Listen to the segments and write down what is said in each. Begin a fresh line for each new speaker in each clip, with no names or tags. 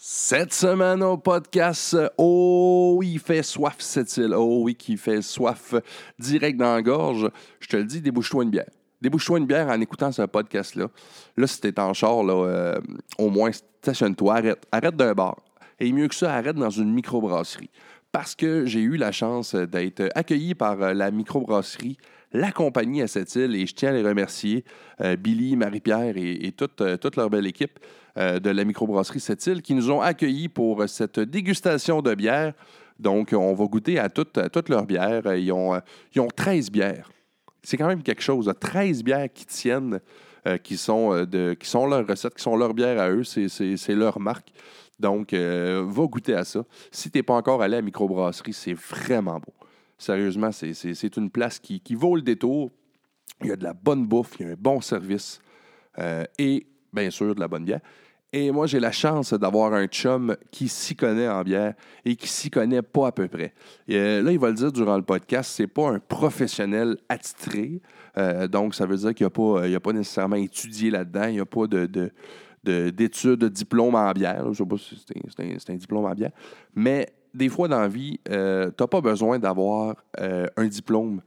Cette semaine au podcast, oh oui, il fait soif cette île. Oh oui, qui fait soif direct dans la gorge. Je te le dis, débouche-toi une bière. Débouche-toi une bière en écoutant ce podcast-là. Là, si t'es en char, là, euh, au moins, stationne-toi, arrête. Arrête d'un bar. Et mieux que ça, arrête dans une microbrasserie. Parce que j'ai eu la chance euh, d'être accueilli par euh, la microbrasserie La Compagnie à cette île et je tiens à les remercier, euh, Billy, Marie-Pierre et, et toute, euh, toute leur belle équipe euh, de la microbrasserie cette île qui nous ont accueillis pour euh, cette dégustation de bière. Donc, on va goûter à toutes, à toutes leurs bières. Euh, Ils ont, euh, ils ont 13 bières. C'est quand même quelque chose. là. 13 bières qui tiennent, euh, qui, sont, euh, de, qui sont leurs recettes, qui sont leurs bières à eux. C'est- C'est c'est leur marque. Donc, euh, va goûter à ça. Si t'es pas encore allé à Microbrasserie, c'est vraiment beau. Sérieusement, c'est- c'est c'est une place qui, qui vaut le détour. Il y a de la bonne bouffe, il y a un bon service euh, et, bien sûr, de la bonne bière. Et moi, j'ai la chance d'avoir un chum qui s'y connaît en bière et qui s'y connaît pas à peu près. Et, euh, là, il va le dire durant le podcast, c'est pas un professionnel attitré. Euh, donc, ça veut dire qu'il n'a pas, euh, il a pas nécessairement étudié là-dedans, il n'y a pas de- de, de- d'études, de diplôme en bière. Je sais pas si c'est un- c'est un, c'est un diplôme en bière. Mais des fois, dans la vie, euh, t'as pas besoin d'avoir euh, un diplôme.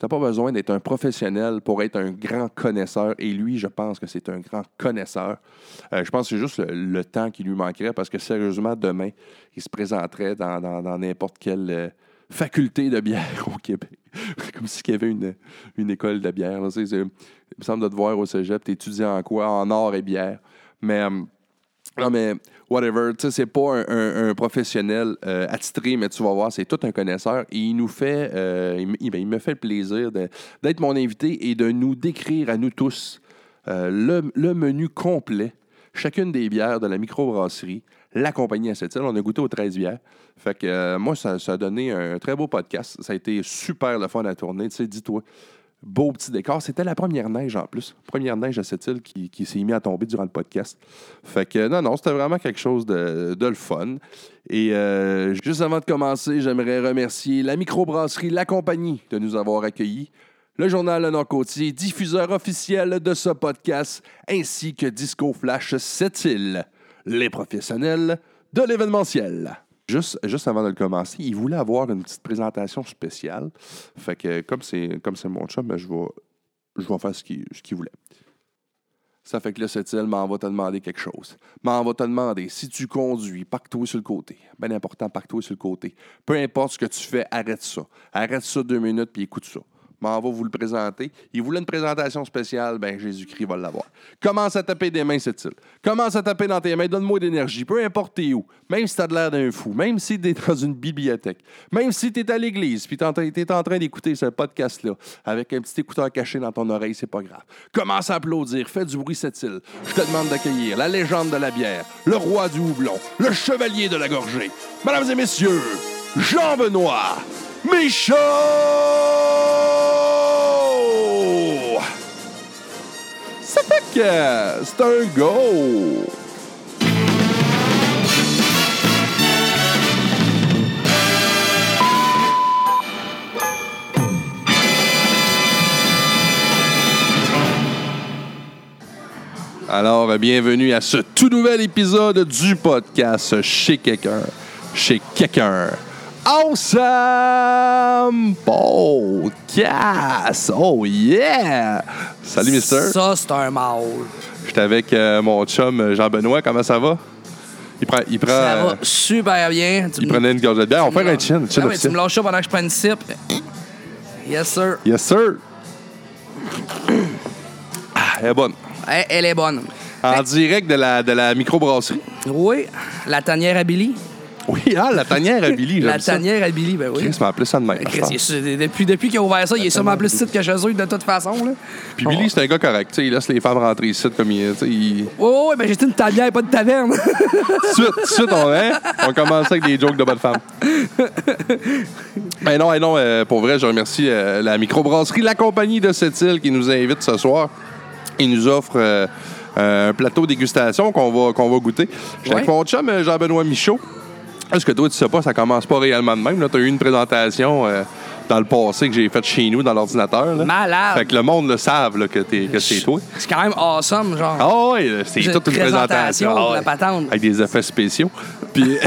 T'as pas besoin d'être un professionnel pour être un grand connaisseur. Et lui, je pense que c'est un grand connaisseur. Euh, je pense que c'est juste le, le temps qui lui manquerait parce que sérieusement, demain, il se présenterait dans dans- dans n'importe quelle euh, faculté de bière au Québec. Comme s'il y avait une, une école de bière. là. C'est- c'est- il me semble de te voir au cégep, t'étudies en quoi? En or et bière. Mais, euh, non, mais whatever, tu sais, c'est pas un, un- un professionnel euh, attitré, mais tu vas voir, c'est tout un connaisseur. Et il nous fait, euh, il, me- il- ben, il me fait le plaisir de- d'être mon invité et de nous décrire à nous tous euh, le, le menu complet, chacune des bières de la microbrasserie, la compagnie à cette île. On a goûté aux 13 bières. Fait que euh, moi, ça, ça a donné un très beau podcast. Ça a été super le fun à tourner. Tu sais, dis-toi, beau petit décor. C'était la première neige en plus. Première neige à cette île qui, qui s'est mis à tomber durant le podcast. Fait que euh, non, non, c'était vraiment quelque chose de, de le fun. Et euh, juste avant de commencer, j'aimerais remercier la microbrasserie La Compagnie de nous avoir accueillis. Le journal Le Nord-Côtier, diffuseur officiel de ce podcast, ainsi que Disco Flash cette île, les professionnels de l'événementiel. Juste, juste avant de le commencer, il voulait avoir une petite présentation spéciale. Fait que comme c'est comme c'est mon chum, ben, je vais je vais faire ce qu'il ce qu'il voulait. Ça fait que là, cette île m'en va te demander quelque chose. M'en va te demander si tu conduis, parque-toi sur le côté. Ben important, parque-toi sur le côté. Peu importe ce que tu fais, arrête ça. Arrête ça deux minutes puis écoute ça. M'en va vous le présenter. Il voulait une présentation spéciale, ben Jésus-Christ va l'avoir. Commence à taper des mains, cette île. Commence à taper dans tes mains, donne-moi d'énergie, peu importe t'es où. Même si t'as de l'air d'un fou, même si t'es dans une bibliothèque, même si t'es à l'église puis t'es en train- t'es en train d'écouter ce podcast-là avec un petit écouteur caché dans ton oreille, c'est pas grave. Commence à applaudir, fais du bruit cette île. Je te demande d'accueillir la légende de la bière, le roi du houblon, le chevalier de la gorgée. Mesdames et messieurs, Jean-Benoît Michaud! Ça fait que c'est un go! Alors, euh, bienvenue à ce tout nouvel épisode du podcast Chez quelqu'un, chez quelqu'un. Awesome Podcast! Oh yeah! Salut, mister.
Ça, c'est un mâle.
J'étais avec euh, mon chum euh, Jean-Benoît. Comment ça va? Il prend. Il prend
Ça
euh,
va super bien. Tu
il
me-
prenait une gorgée de bière. On va faire un chin.
Ah
chin
oui, tu
officiel.
me lâches ça pendant que je prends une sip. Yes, sir.
yes, sir! Ah, elle est bonne.
Elle, elle est bonne.
En direct de la, de la microbrasserie.
Oui, la tanière à Billy.
Oui, ah, la tanière à Billy. j'aime
La
ça.
tanière à Billy, ben oui.
Chris m'a appelé ça de même.
Chris, il est sûr- depuis depuis qu'il a ouvert ça, il est sûrement plus titre que chez eux, de toute façon. Là.
Puis Billy, c'est un gars correct. tu sais, il laisse les femmes rentrer ici comme il. tu sais, il...
Ouais, ouais, ouais, ben j'étais une tanière, pas de taverne.
Tout de suite, tout de suite, on, hein, on commence avec des jokes de bonne femme. Mais non, eh non euh, pour vrai, je remercie euh, la microbrasserie, la compagnie de cette île qui nous invite ce soir. Ils nous offre euh, euh, un plateau dégustation qu'on va, qu'on va goûter. Je suis
Ouais.
avec mon chum, euh, Jean-Benoît Michaud. Est-ce que toi, tu sais pas, ça commence pas réellement de même. Tu as eu une présentation euh, dans le passé que j'ai fait chez nous dans l'ordinateur. là.
Malade.
Fait que le monde le savent là, que, t'es- que c'est toi.
C'est quand même awesome, genre.
Ah oui, c'est
J'ai
toute
une
une
présentation
présentation. Ah
de la
ouais.
patente.
Avec des effets spéciaux. Puis.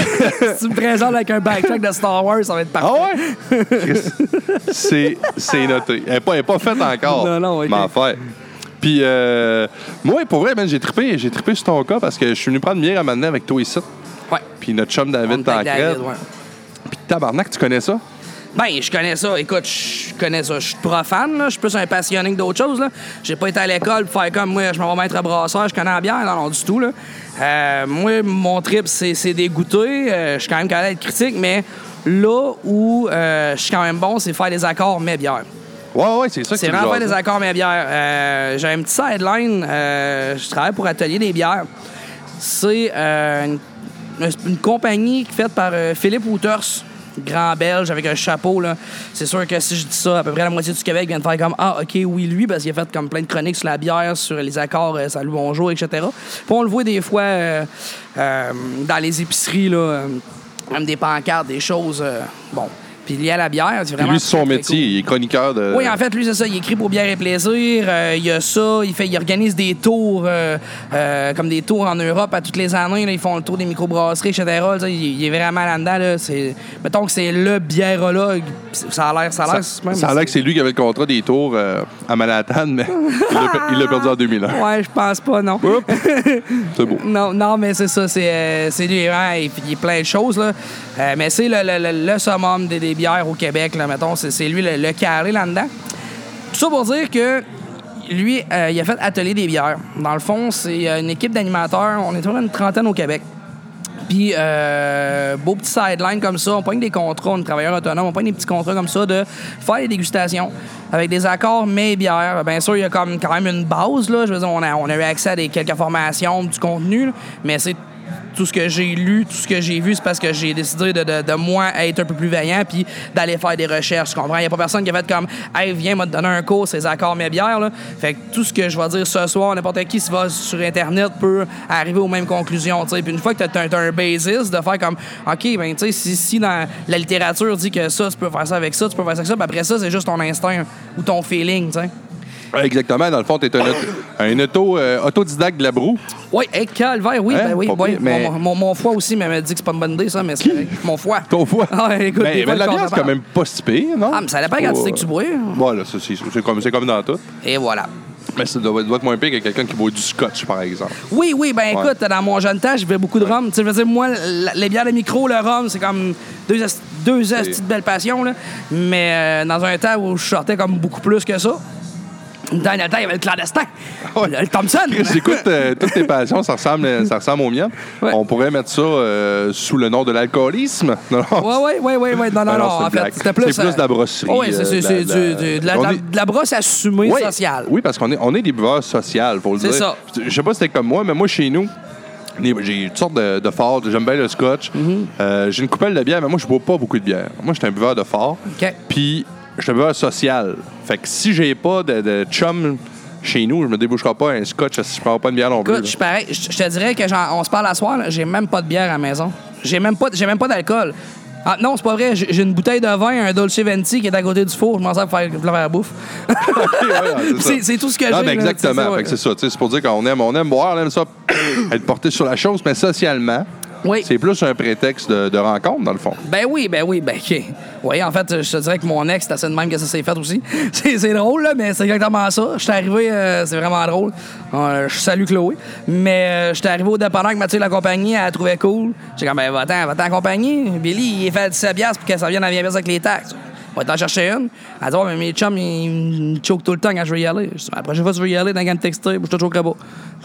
Si tu me présentes avec un backtrack de Star Wars, ça va être parfait.
ah ouais? Chris, c'est, c'est noté. Elle n'est pas, elle est pas faite encore.
Non, non, ok.
Mais en fait. Puis, euh, moi, pour vrai, man, j'ai trippé, j'ai trippé sur ton cas parce que je suis venu prendre une bière à maintenant avec toi ici.
Ouais.
Puis notre chum David Tancred.
Contact David, ouais.
Puis tabarnak, tu connais ça?
Ben, je connais ça. Écoute, je connais ça. Je suis profane, là. Je suis plus un passionné que d'autres choses, là. J'ai pas été à l'école pour faire comme moi, je m'en vais mettre à brasseur, je connais la bière, non, non, du tout, là. Euh, moi, mon trip, c'est c'est dégoûté. Euh, je suis quand même capable d'être critique, mais là où euh, je suis quand même bon, c'est faire des accords, mais bière.
Ouais, ouais, c'est ça que
C'est
tu me
vraiment pas
jases.
des accords, mais bières. Euh, J'ai un petit sideline. euh, je travaille pour Atelier des bières. C'est euh, une, une compagnie faite par euh, Philippe Wouters, grand belge avec un chapeau. là. C'est sûr que si je dis ça, à peu près la moitié du Québec vient de faire comme Ah, OK, oui, lui, parce qu'il a fait comme plein de chroniques sur la bière, sur les accords, euh, salut, bonjour, etc. Puis on le voit des fois euh, euh, dans les épiceries, là, euh, même des pancartes, des choses. euh, bon. Puis lié à la bière, c'est
Puis
vraiment.
lui, c'est son
très, très
métier. Il est chroniqueur de.
oui, en fait, lui, c'est ça. Il écrit pour Bière et Plaisir. Euh, il y a ça. Il, fait, il organise des tours, euh, euh, comme des tours en Europe à toutes les années. là. ils font le tour des microbrasseries, etc. là. il, il est vraiment là-dedans. Là, C'est- mettons que c'est le biérologue. Ça a l'air, ça a l'air.
Ça,
même-
ça a l'air que c'est lui qui avait le contrat des tours euh, à Manhattan, mais il l'a per- il l'a perdu en 2001.
Ouais, je pense pas, non.
Oups. C'est beau.
Non, non, mais c'est ça, c'est euh, c'est lui, hein, il, il est plein de choses, là. Euh, mais c'est le, le- le- le summum des, des bières au Québec, là, mettons, c'est c'est lui le, le carré là-dedans. Tout ça pour dire que lui, euh, il a fait atelier des bières. Dans le fond, c'est euh, une équipe d'animateurs, on est toujours une trentaine au Québec. Puis, euh, beau petit sideline comme ça, on pogne des contrats, on est travailleur autonome, on pogne des petits contrats comme ça de faire des dégustations avec des accords mais bière. Bien sûr, il y a comme, quand même une base, là. Je veux dire, on a, on a eu accès à des, quelques formations, du contenu, là. mais c'est tout ce que j'ai lu, tout ce que j'ai vu, c'est parce que j'ai décidé de, de, de moi être un peu plus vaillant puis d'aller faire des recherches. Tu comprends? Il n'y a pas personne qui a fait comme Hey, viens, m'a donner un cours, ces accords, mes bières. Là. Fait que tout ce que je vais dire ce soir, n'importe qui qui va sur Internet peut arriver aux mêmes conclusions. tu sais. Puis une fois que tu as, un basis, de faire comme OK, ben, tu sais, si, si dans la littérature dit que ça, tu peux faire ça avec ça, tu peux faire ça avec ça, puis après ça, c'est juste ton instinct ou ton feeling. tu sais.
Ouais, Exactement. Dans le fond, t'es un, auto- un auto, euh, autodidacte de la broue.
Oui, hey, calvaire, oui,
Hein?
ben oui,
Pas
oui.
pire, mais-
Mon, mon- mon foie aussi mais me dit que c'est pas une bonne idée, ça, mais c'est correct. mon foie.
Ton foie. Ben,
Ah, écoute,
mais
des
mais
fois,
la
le
bière,
corps
c'est quand
parle.
même pas si pire, non?
Ah, mais ça dépend quand tu sais que tu bois.
Voilà, c'est c'est comme, c'est comme dans tout.
Et voilà.
Mais ça doit, doit être moins pire que quelqu'un qui boit du scotch, par exemple.
Oui, oui, ben
Ouais.
écoute, dans mon jeune temps, je buvais beaucoup de rhum. Tu sais, je veux dire, moi, la- les bières de micro, le rhum, c'est comme deux, ast- deux astis de belles passions, là. Mais euh, dans un temps où je sortais comme beaucoup plus que ça, dans le temps, il y avait le clandestin.
Ouais.
Le, le Thompson.
Chris, J'écoute euh, toutes tes passions, ça ressemble, ça ressemble aux miennes.
Ouais.
On pourrait mettre ça euh, sous le nom de l'alcoolisme. Non, non,
Ouais, ouais, ouais, ouais, ouais. Non, non,
Ah
non,
non, c'est
en
une
fait,
blague.
c'était plus.
C'est plus de la brosserie,
Oui, c'est
euh, de
c'est-
la-
c'est du-
de la-
du- de la-
On
de la-
est-
de la brosse assumée
Oui.
sociale.
Oui, parce qu'on est, on est des buveurs sociales, faut le
C'est
dire.
ça.
Je sais pas si c'était comme moi, mais moi, chez nous, les- j'ai toutes sortes de, de forts. J'aime bien le scotch.
Mhm.
Euh, j'ai une coupelle de bière, mais moi, je bois pas beaucoup de bière. Moi, je suis un buveur de fort.
OK.
Puis, je suis un buveur social. Fait que si j'ai pas de, de chum chez nous, je me déboucherai pas un scotch si je prends pas de bière non plus.
Écoute, je suis pareil. Je je te dirais que genre, on se parle à soir, là, j'ai même pas de bière à la maison. J'ai même pas, j'ai même pas d'alcool. Ah, non, c'est pas vrai. J'ai j'ai une bouteille de vin, un Dolce Venti qui est à côté du four. Je m'en sers pour faire, pour faire la bouffe.
là. Ouais, ouais, ça.
C'est- c'est tout ce que
Non,
j'ai,
mais
là, c'est ça,
exactement.
ouais.
Fait que C'est ça. tu sais, C'est pour dire qu'on aime, on aime boire, on aime ça être porté sur la chose, mais socialement,
Oui.
c'est plus un prétexte de- de rencontre, dans le fond.
Ben oui, ben oui, ben OK. Oui, en fait, je te dirais que mon ex, c'est assez de même que ça s'est fait aussi. C'est c'est drôle, là, mais c'est exactement ça. Je suis arrivé, euh, c'est vraiment drôle. Euh, je salue Chloé. Mais euh, je suis arrivé au dépendant que Mathieu l'accompagnait, elle la trouvait cool. J'ai comme, ben va-t'en, va-t'en accompagner. Billy, il est fait à 17 piastres pour que ça vienne à 20 piastres avec les taxes. On va t'en chercher une. Elle dit, ouais, mais mes chums, ils me choquent tout le temps quand je veux y aller. Je dis, la prochaine fois que je veux y aller, dans le de texter, je te choquerai pas.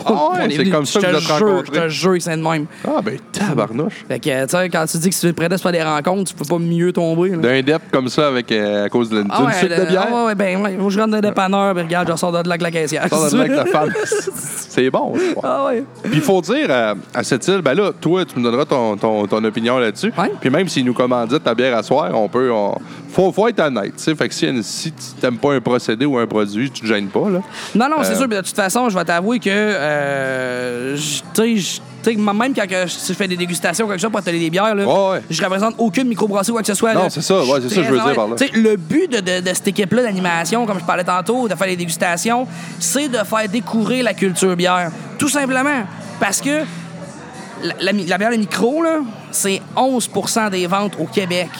Ah ouais,
On est
c'est
venu-
comme ça
je
que
te
vous êtes
jure,
rencontrés.
Je te jure que c'est de même.
Ah, ben, tabarnouche.
Fait que, tu sais, quand tu dis que tu es prêt à se faire des rencontres, tu peux pas mieux tomber. là.
D'un dep comme ça avec, euh, à cause de- d'une
Ah ouais,
suite de
le-
bière.
ah ouais, ben, ouais, faut que je rentre dans le dépanneur, puis regarde, je sors de là avec la caissière.
Dans le mec de la femme. C'est bon. je crois.
Ah ouais.
Puis il faut dire euh, à cette île, ben là, toi, tu me donneras ton, ton, ton opinion là-dessus.
Ouais.
Puis même s'ils nous commanditent ta bière à soir, on peut. On... Faut, faut être honnête. tu sais. Fait que si, si tu n'aimes pas un procédé ou un produit, tu te gênes pas. là.
Non, non, c'est
Euh,
sûr, puis de toute façon, je vais t'avouer que, euh, je- tu sais, je- Tu sais, même quand que je, si je fais des dégustations ou quelque chose pour atteler des bières, là,
Ouais, ouais.
je représente aucune microbrasserie ou quoi que ce soit.
Non,
là.
c'est ça, ouais, c'est ça que je veux
très
dire par là.
honnête. Tu sais, le but de, de- de cette équipe-là d'animation, comme je parlais tantôt, de faire les dégustations, c'est de faire découvrir la culture bière. Tout simplement. Parce que la, la mi- la bière de micro, là, c'est 11 des ventes au Québec.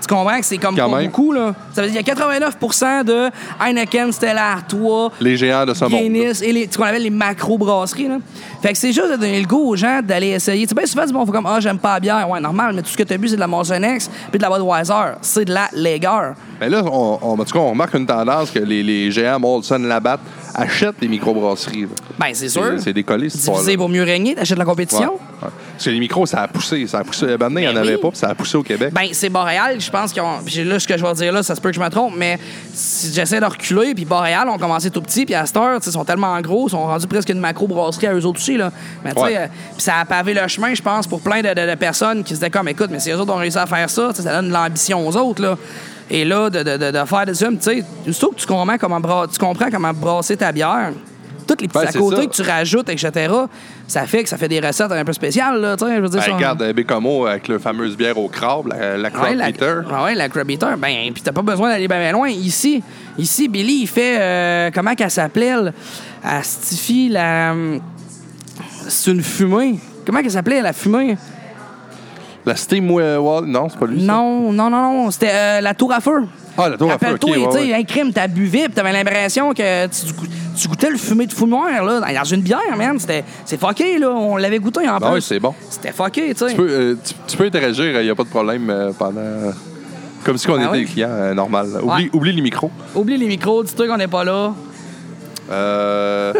Tu comprends que c'est comme
Quand
pas
même.
beaucoup, là. Ça veut dire qu'il y a 89 de Heineken, Stella Artois,
Les géants de ce monde.
Guinness et les, ce qu'on appelle les macro-brasseries. là. Fait que c'est juste de donner le goût aux gens d'aller essayer. Tu sais, bien souvent, du monde fait comme Ah, j'aime pas la bière. Ouais, normal, mais tout ce que t'as bu, c'est de la Monsonex puis de la Budweiser. C'est de la Lager.
Mais là, on, on- en tout cas, on remarque une tendance que les, les géants Molson Labatt achètent des microbrasseries. là.
Ben, c'est sûr.
C'est décollé, cette histoire-là.
Divisé pour mieux régner, t'achètes la
Ouais,
compétition.
ouais. Parce que les micros, ça a poussé. Ça a poussé. Ben, il n'y en
Ben
avait
oui.
pas, puis ça a poussé au Québec.
Ben, c'est Boréal, je pense qu'ils ont. Puis là, ce que je vais dire là, ça se peut que je me trompe, mais si j'essaie de reculer, puis Boréal ont commencé tout petit, puis à cette heure, tu sais, ils sont tellement gros, ils sont rendus presque une macro-brasserie à eux autres aussi, là. Mais tu sais,
Ouais.
euh, puis ça a pavé le chemin, je pense, pour plein de, de- de personnes qui se disaient comme, écoute, mais si eux autres ont réussi à faire ça, tu sais, ça donne de l'ambition aux autres, là. Et là, de, de- de- de faire des hommes, tu sais, surtout que tu comprends comment, bra- tu comprends comment brasser ta bière, toutes les petits
Ben,
à
c'est
côté
ça.
que tu rajoutes, etc., ça fait que ça fait des recettes un peu spéciales, là, tu sais, je veux dire,
Ben,
ça-
regarde, euh, Bécamo avec le fameuse bière au crabe, la, la
Ouais,
Crab
la-
Eater.
Ah ouais, la Crab Eater. Ben, puis t'as pas besoin d'aller bien loin. Ici, ici, Billy, il fait. euh, comment qu'elle s'appelait? elle? Elle stifie la. C'est une fumée. Comment qu'elle s'appelait, la fumée?
La Steam euh, Wall. Non, c'est pas lui. ça.
Non, non, non, non. C'était euh, la tour à feu.
Ah, la tour à feu,
Rappelle-toi,
ok, ouais,
tu sais,
ouais.
un crime, t'as buvé, puis t'avais l'impression que tu, goû- tu goûtais le fumé de fumeur, là, dans une bière, man. C'était, c'est fucké, là. On l'avait goûté, en
Ben
plus.
ouais, c'est bon.
C'était fucké, tu sais.
Tu peux, euh, tu, tu peux interagir, il n'y a pas de problème euh, pendant. Comme si on était
ouais.
des clients euh, normal. Oublie,
Ouais.
oublie les micros.
Oublie les micros, dis-toi qu'on n'est pas là.
Euh,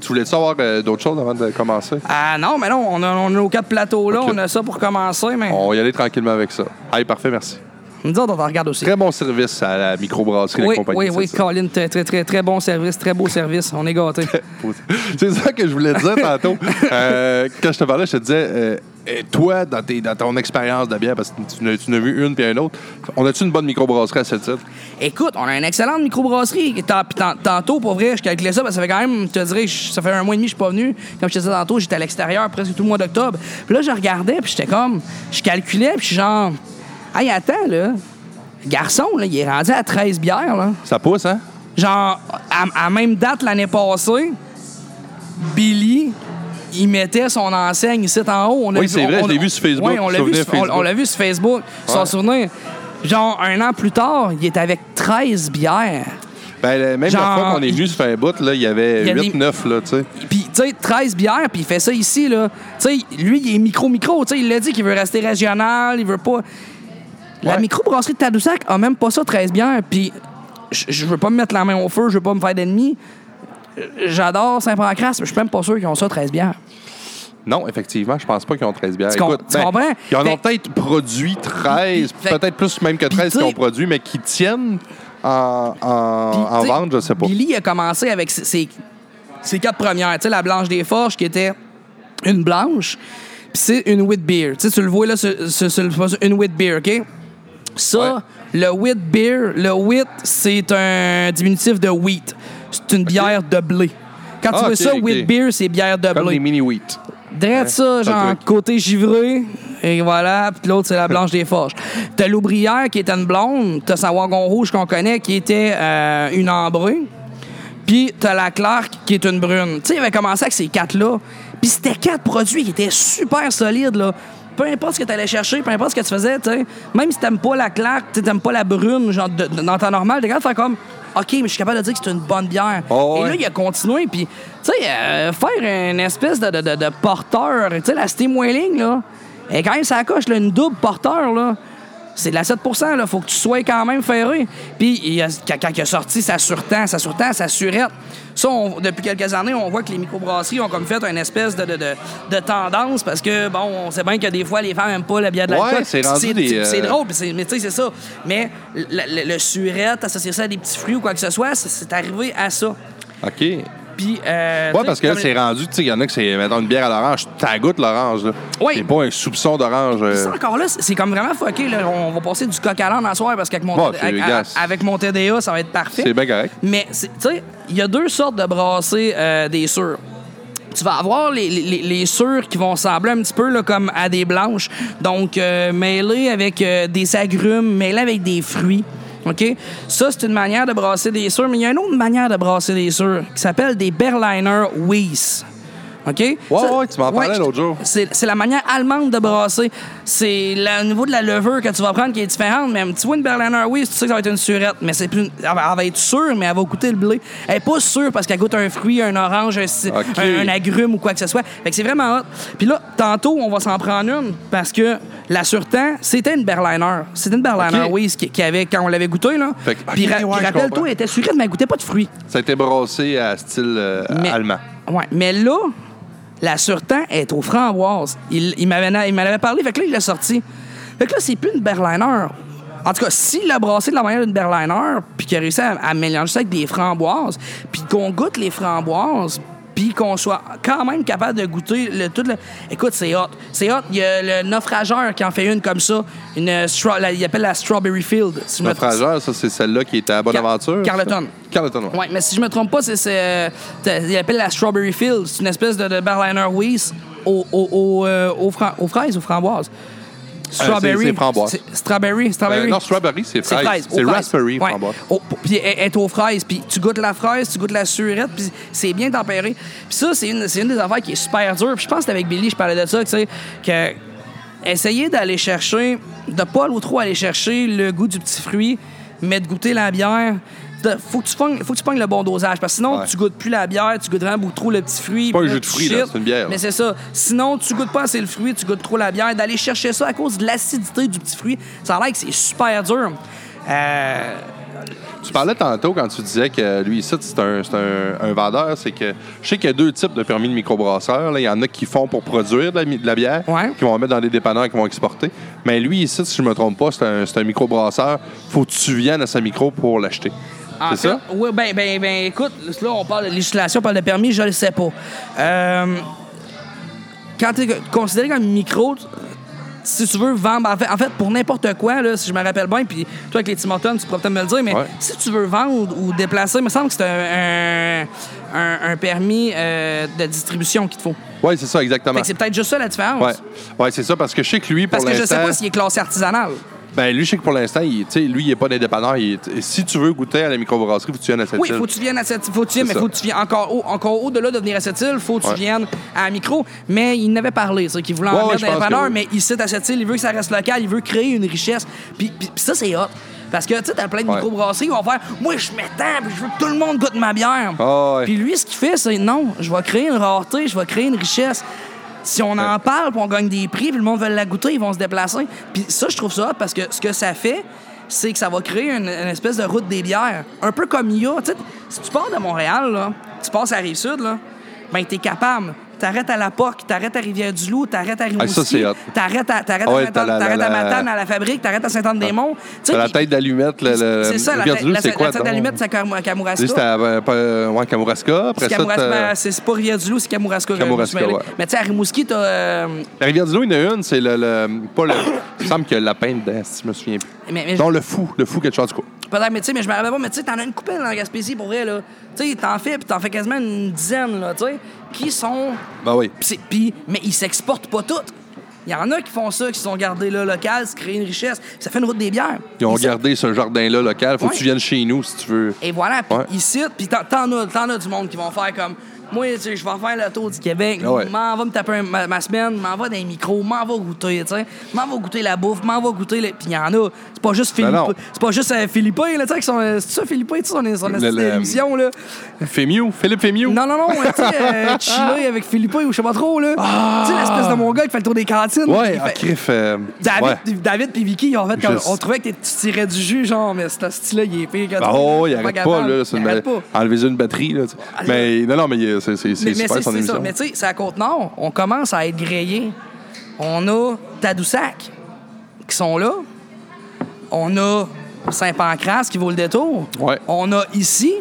tu voulais savoir euh, d'autres choses avant de commencer?
Ah non, mais non, on a, on a nos quatre plateaux là,
Ok.
on a ça pour commencer, mais
On va y aller tranquillement avec ça. Allez, parfait, merci.
nous autres, on en regarde aussi.
Très bon service à la microbrasserie, la
oui,
compagnie.
oui,
c'est
oui,
ça.
Colin, très, très, très, très bon service, très beau service, on est gâtés.
C'est ça que je voulais te dire tantôt. Euh, quand je te parlais, je te disais, euh, et toi, dans, tes- dans ton expérience de bière, parce que tu n'as tu n'as vu une puis une autre, on a-tu une bonne microbrasserie à cette titre?
Écoute, on a une excellente microbrasserie. Puis tant- puis tant- Tantôt, pour vrai, je calculais ça parce que ça fait quand même, je te dirais, je- ça fait un mois et demi que je suis pas venu. Comme je te disais tantôt, j'étais à l'extérieur presque tout le mois d'octobre. Puis là, je regardais, puis j'étais comme, je calculais, puis je suis genre, hey, attends, là, le garçon, là, il est rendu à 13 bières, là.
Ça pousse, hein?
Genre, à, à même date l'année passée, Billy, il mettait son enseigne ici en haut. On a
Oui,
vu-
c'est
on-
vrai, je
on-
l'ai vu sur Facebook,
Oui, on l'a vu,
souvenir
sur- on-
Facebook.
on l'a vu sur Facebook,
Ouais.
son souvenir. Genre, un an plus tard, il est avec 13 bières.
Ben, le- même la
Genre,
fois qu'on est venu se faire un bout, là, il y avait
il y a
8-9, là, tu sais.
Puis, tu sais, 13 bières, puis il fait ça ici, là. Tu sais, lui, il est micro-micro. Tu sais, il l'a dit qu'il veut rester régional, il veut pas. La
Ouais.
microbrasserie de Tadoussac a même pas ça, 13 bières. Puis, je- je veux pas me mettre la main au feu, je veux pas me faire d'ennemis. Euh, J'adore Saint-Pancras, mais je suis même pas sûr qu'ils ont ça, 13 bières.
Non, effectivement, je pense pas qu'ils ont 13 bières.
Tu com-
Écoute, ben,
tu comprends?
Ils en ont
Fait-
peut-être produit 13,
Fait-
peut-être plus même que 13
tu
qu'ils
sais-
ont produit, mais qui tiennent en, en,
Puis,
en
tu sais,
vente, je sais pas.
Billy a commencé avec ses, ses- ses quatre premières. Tu sais, la Blanche des Forges, qui était une blanche, puis c'est une wheat beer. Tu sais, tu le vois là, sur, sur- sur le- une wheat beer, OK? Ça,
Ouais.
le wheat beer, le wheat, c'est un diminutif de wheat. C'est une bière de blé. Quand
Ah,
tu vois
ok,
ça,
ok.
wheat beer, c'est bière de
Comme
blé.
des mini-wheat.
Drette
ça
ça, genre
truc.
côté givré, et voilà, puis l'autre c'est la blanche des forges. T'as l'oubrière qui était une blonde, t'as sa wagon rouge qu'on connaît qui était euh, une ambrée, puis t'as la Clark qui est une brune. Tu sais, il avait commencé avec ces quatre-là, puis c'était quatre produits qui étaient super solides, là. Peu importe ce que t'allais chercher, peu importe ce que tu faisais, tu sais, même si t'aimes pas la Clark, tu sais, t'aimes pas la brune, genre de- de- dans ta normale, t'es capable de faire comme. OK, mais je suis capable de dire que c'est une bonne bière.
Oh,
Et
ouais.
là, il a continué, puis, tu sais, euh, faire une espèce de, de, de- de porteur, tu sais, la Steam Whaling, là, et quand même, ça coche, là, une double porteur, là. C'est de la 7 là. Faut que tu sois quand même ferré. Puis, il a- quand, quand il a sorti sa surtemps, sa surtemps, sa surette, ça, on- depuis quelques années, on voit que les microbrasseries ont comme fait une espèce de, de, de- de tendance parce que, bon, on sait bien que des fois, les femmes n'aiment pas la bière de
Ouais,
l'alcool.
c'est rendu
c'est,
des, euh,
c'est drôle, puis c'est- mais tu sais, c'est ça. Mais le, le- le surette, associer ça à des petits fruits ou quoi que ce soit, c'est, c'est arrivé à ça.
OK.
Puis, euh,
Ouais,
tu
parce
sais,
que là,
comme-
c'est rendu, tu sais, il y en a que c'est, mettons, une bière à l'orange, t'as goûte l'orange, là.
Oui.
C'est pas un soupçon d'orange. euh.
Ça, encore là, c'est c'est comme vraiment fucké. Là. On va passer du coq à l'âne en soir parce qu'avec mon,
Bon,
avec,
c'est
avec-
dégueulasse.
avec mon TDA, ça va être parfait.
C'est bien correct.
Mais, c'est- tu sais, il y a deux sortes de brasser euh, des sûrs. tu vas avoir les, les, les sûrs qui vont sembler un petit peu là, comme à des blanches. Donc, euh, mêlés avec euh, des agrumes, mêlés avec des fruits. OK? Ça, c'est une manière de brasser des sûrs, mais il y a une autre manière de brasser des sûrs qui s'appelle des Berliner Weiss. OK?
Ouais,
Ça-
ouais, tu m'en parlais
je-
l'autre jour.
C'est c'est la manière allemande de brasser. C'est la- au niveau de la levure que tu vas prendre qui est différente. Mais un petit une Berliner Weiss, tu sais que ça va être une surette. Mais c'est plus. une- Elle va elle va être sûre, mais elle va goûter le blé. Elle n'est pas sûre parce qu'elle goûte un fruit, un orange, un, ci-
OK.
un- un agrume ou quoi que ce soit. Fait que c'est vraiment hot. Puis là, tantôt, on va s'en prendre une parce que la Surtan, c'était une Berliner. C'était une Berliner
OK.
Weiss qui, qui avait, quand on l'avait goûtée, là.
Fait que-
Puis
OK,
ra-
ouais,
puis
je
rappelle-toi,
comprends.
elle était surette, mais elle goûtait pas de fruits.
Ça a été brassé à style euh,
Mais-
allemand.
Ouais, mais là, la surtan est aux framboises. Il, il m'avait il m'en avait parlé, fait que là, il l'a sorti. Fait que là, c'est plus une Berliner. En tout cas, s'il l'a brassé de la manière d'une Berliner, puis qu'il a réussi à, à mélanger ça avec des framboises, puis qu'on goûte les framboises, puis qu'on soit quand même capable de goûter le tout. Le... Écoute, c'est hot. C'est hot. Il y a le naufrageur qui en fait une comme ça. Une, euh, stra- la- il appelle la Strawberry Field. si je me-
Naufrageur, ça, c'est celle-là qui était à Bonaventure.
Car-
ça?
Carleton.
Carleton, ouais.
Ouais, mais si je me trompe pas, c'est. c'est, euh, t'as- il appelle la Strawberry Field. C'est une espèce de, de Berliner Weiss au- au- au, euh, aux, fran- aux fraises ou framboises.
Euh, c'est- c'est framboise.
C'est- Strawberry. strawberry.
Euh, non, strawberry, c'est
C'est
fraise.
fraise,
C'est
aux fraises.
raspberry,
Ouais.
framboise.
Au- Puis elle elle est aux fraises. Puis tu goûtes la fraise, tu goûtes la surette, puis c'est bien tempéré. Puis ça, c'est une, c'est une des affaires qui est super dure. Puis je pense que avec Billy, je parlais de ça, tu sais, que essayer d'aller chercher, de pas l'autre trop aller chercher le goût du petit fruit, mais de goûter la bière. de- faut que tu pognes, faut que tu pognes le bon dosage parce que sinon
Ouais.
tu goûtes plus la bière, tu goûtes vraiment beaucoup trop le petit fruit.
pas un
puis là,
jus de
tu
fruits, là,
shit.
c'est une bière, là.
Mais c'est ça. Sinon, tu goûtes pas assez le fruit, tu goûtes trop la bière. D'aller chercher ça à cause de l'acidité du petit fruit, ça a l'air que c'est super dur. Euh,
Tu parlais tantôt quand tu disais que lui ici, c'est un, c'est un- un vendeur, c'est que je sais qu'il y a deux types de permis de microbrasseur. là. Il y en a qui font pour produire de la, mi- de la bière,
Ouais.
qui vont mettre dans des dépanneurs qui vont exporter. Mais lui ici, si je me trompe pas, c'est un, c'est un microbrasseur. Faut que tu viennes à sa micro pour l'acheter.
en
C'est
fait,
ça?
Oui, ben, ben, ben, écoute, là, on parle de législation, on parle de permis, je le sais pas. Euh, quand tu es considéré comme micro, si tu veux vendre, en fait, en fait, pour n'importe quoi, là, si je me rappelle bien, puis toi avec les Timotons, tu pourras peut-être me le dire, mais
Ouais.
si tu veux vendre ou déplacer, il me semble que c'est un, un- un- un permis euh, de distribution qu'il te faut.
Oui, c'est ça, exactement.
Fait que c'est peut-être juste ça la différence.
Ouais, ouais c'est ça, parce que je sais que lui, pour
Parce que je sais
l'instant,
pas s'il est classé artisanal.
ben, lui, je sais que pour l'instant, il, tu sais, lui, il n'est pas dépanneur. Si tu veux goûter à la microbrasserie, faut que tu viennes à cette
Oui,
île.
faut que tu viennes à cette faut que tu viennes,
C'est
mais
ça.
faut que tu viennes encore haut, encore au-delà de venir à cette île, faut que tu
Ouais.
viennes à la micro. Mais il n'avait parlé, c'est qu'il voulait en
Ouais, ouais,
mettre
je
dans les
pense que
valeurs,
oui.
mais il cite à cette île, il veut que ça reste local, il veut créer une richesse. Puis, puis- puis ça, c'est hot. Parce que, tu sais, t'as plein de
Ouais.
microbrasseries qui vont faire Moi, je m'étends, puis je veux que tout le monde goûte ma bière.
Ah ouais.
Puis lui, ce qu'il fait, c'est Non, je vais créer une rareté, je vais créer une richesse. Si on en parle, puis on gagne des prix, puis le monde veut la goûter, ils vont se déplacer. Puis ça, je trouve ça hot parce que ce que ça fait, c'est que ça va créer une, une espèce de route des bières. Un peu comme il y a. Tu sais, si tu pars de Montréal, là, tu passes à Rive-Sud, là, ben, t'es capable. T'arrêtes à La Poque, t'arrêtes à Rivière-du-Loup, t'arrêtes à
ça,
Rimouski,
c'est hot. Ah
t'arrêtes à, t'arrêtes à
Ouais,
Sainte-Anne-
t'as la- la-
t'arrêtes à
la-
Matane, à la fabrique, t'arrêtes à Sainte-Anne-des-Monts. Tu sais,
la
puis-
tête d'allumette, le, le-
c'est ça, la,
le
tête-
Verdure,
la,
c'est
la
quoi?
tête
donc?
d'allumette, c'est à Cam- à Kamouraska.
Lui, c'était à euh, pas, euh, ouais, Kamouraska. Après
C'est
ça,
Kamouraska,
t'as-
ben, c'est c'est pas Rivière-du-Loup, c'est Kamouraska. euh,
Kamouraska,
je me
ouais.
Mais tu sais, à Rimouski, t'as. euh,
La rivière du Loup, il y en a une, c'est le, le- Pas le. il me semble qu'il y a le lapin dedans, si je me souviens plus.
mais- mais-
Non, le fou. Le fou, quelque chose du coup.
Peut-être, mais tu sais, mais je me rappelle pas, mais tu sais, t'en as une coupelle dans la Gaspésie pour vrai, là. Tu sais, t'en fais, puis t'en fais quasiment une dizaine, là, tu sais, qui sont.
Ben oui.
Pis c'est- pis- mais ils s'exportent pas toutes. Il y en a qui font ça, qui sont gardés là, local, se créent une richesse. Ça fait une route des bières.
Ils ont
Ici-
gardé ce jardin-là local. Faut
Ouais.
que tu viennes chez nous si tu veux.
Et voilà, puis
Ouais.
ici, puis t'en, t'en as, t'en as du monde qui vont faire comme. Moi, tu sais, je vais faire le tour du Québec,
Ah ouais.
m'en va me taper un- ma, ma semaine, m'en va dans les micros, m'en va goûter, tu sais, m'en va goûter la bouffe, m'en va goûter. Le... Puis il y en a. C'est pas juste Philippe.
Ben non.
c'est pas juste euh, Philippe, là, tu sais, qui sont. euh, C'est ça, Philippe, tu sais, on est sur
Le- le-
émission, là.
Fémiou, Philippe Fémiou.
Non, non, non, tu sais, euh, Chile avec Philippe, ou je sais pas trop, là. Tu sais, l'espèce de mon gars qui fait le tour des cantines.
Ah! Ouais,
il
ah,
fait-
crif. euh,
David,
ouais.
puis- David puis Vicky, en fait,
Je
quand
sais.
on trouvait que tu tirais du jus, genre, mais ce style-là, il est pire que
Ben,
toi.
oh, il
C'est
arrête pas,
capable.
là. c'est
Il
une
arrête
ba-
pas. Ah,
Enlever une batterie, là. tu sais. Mais non, non, mais il- c'est c'est-
Mais,
c'est
mais
super
c'est
son
c'est ça.
émission.
Mais tu sais, c'est à Côte-Nord, on commence à être grillé. On a Tadoussac qui sont là. On a Saint-Pancras qui vaut le détour.
Ouais.
On a ici.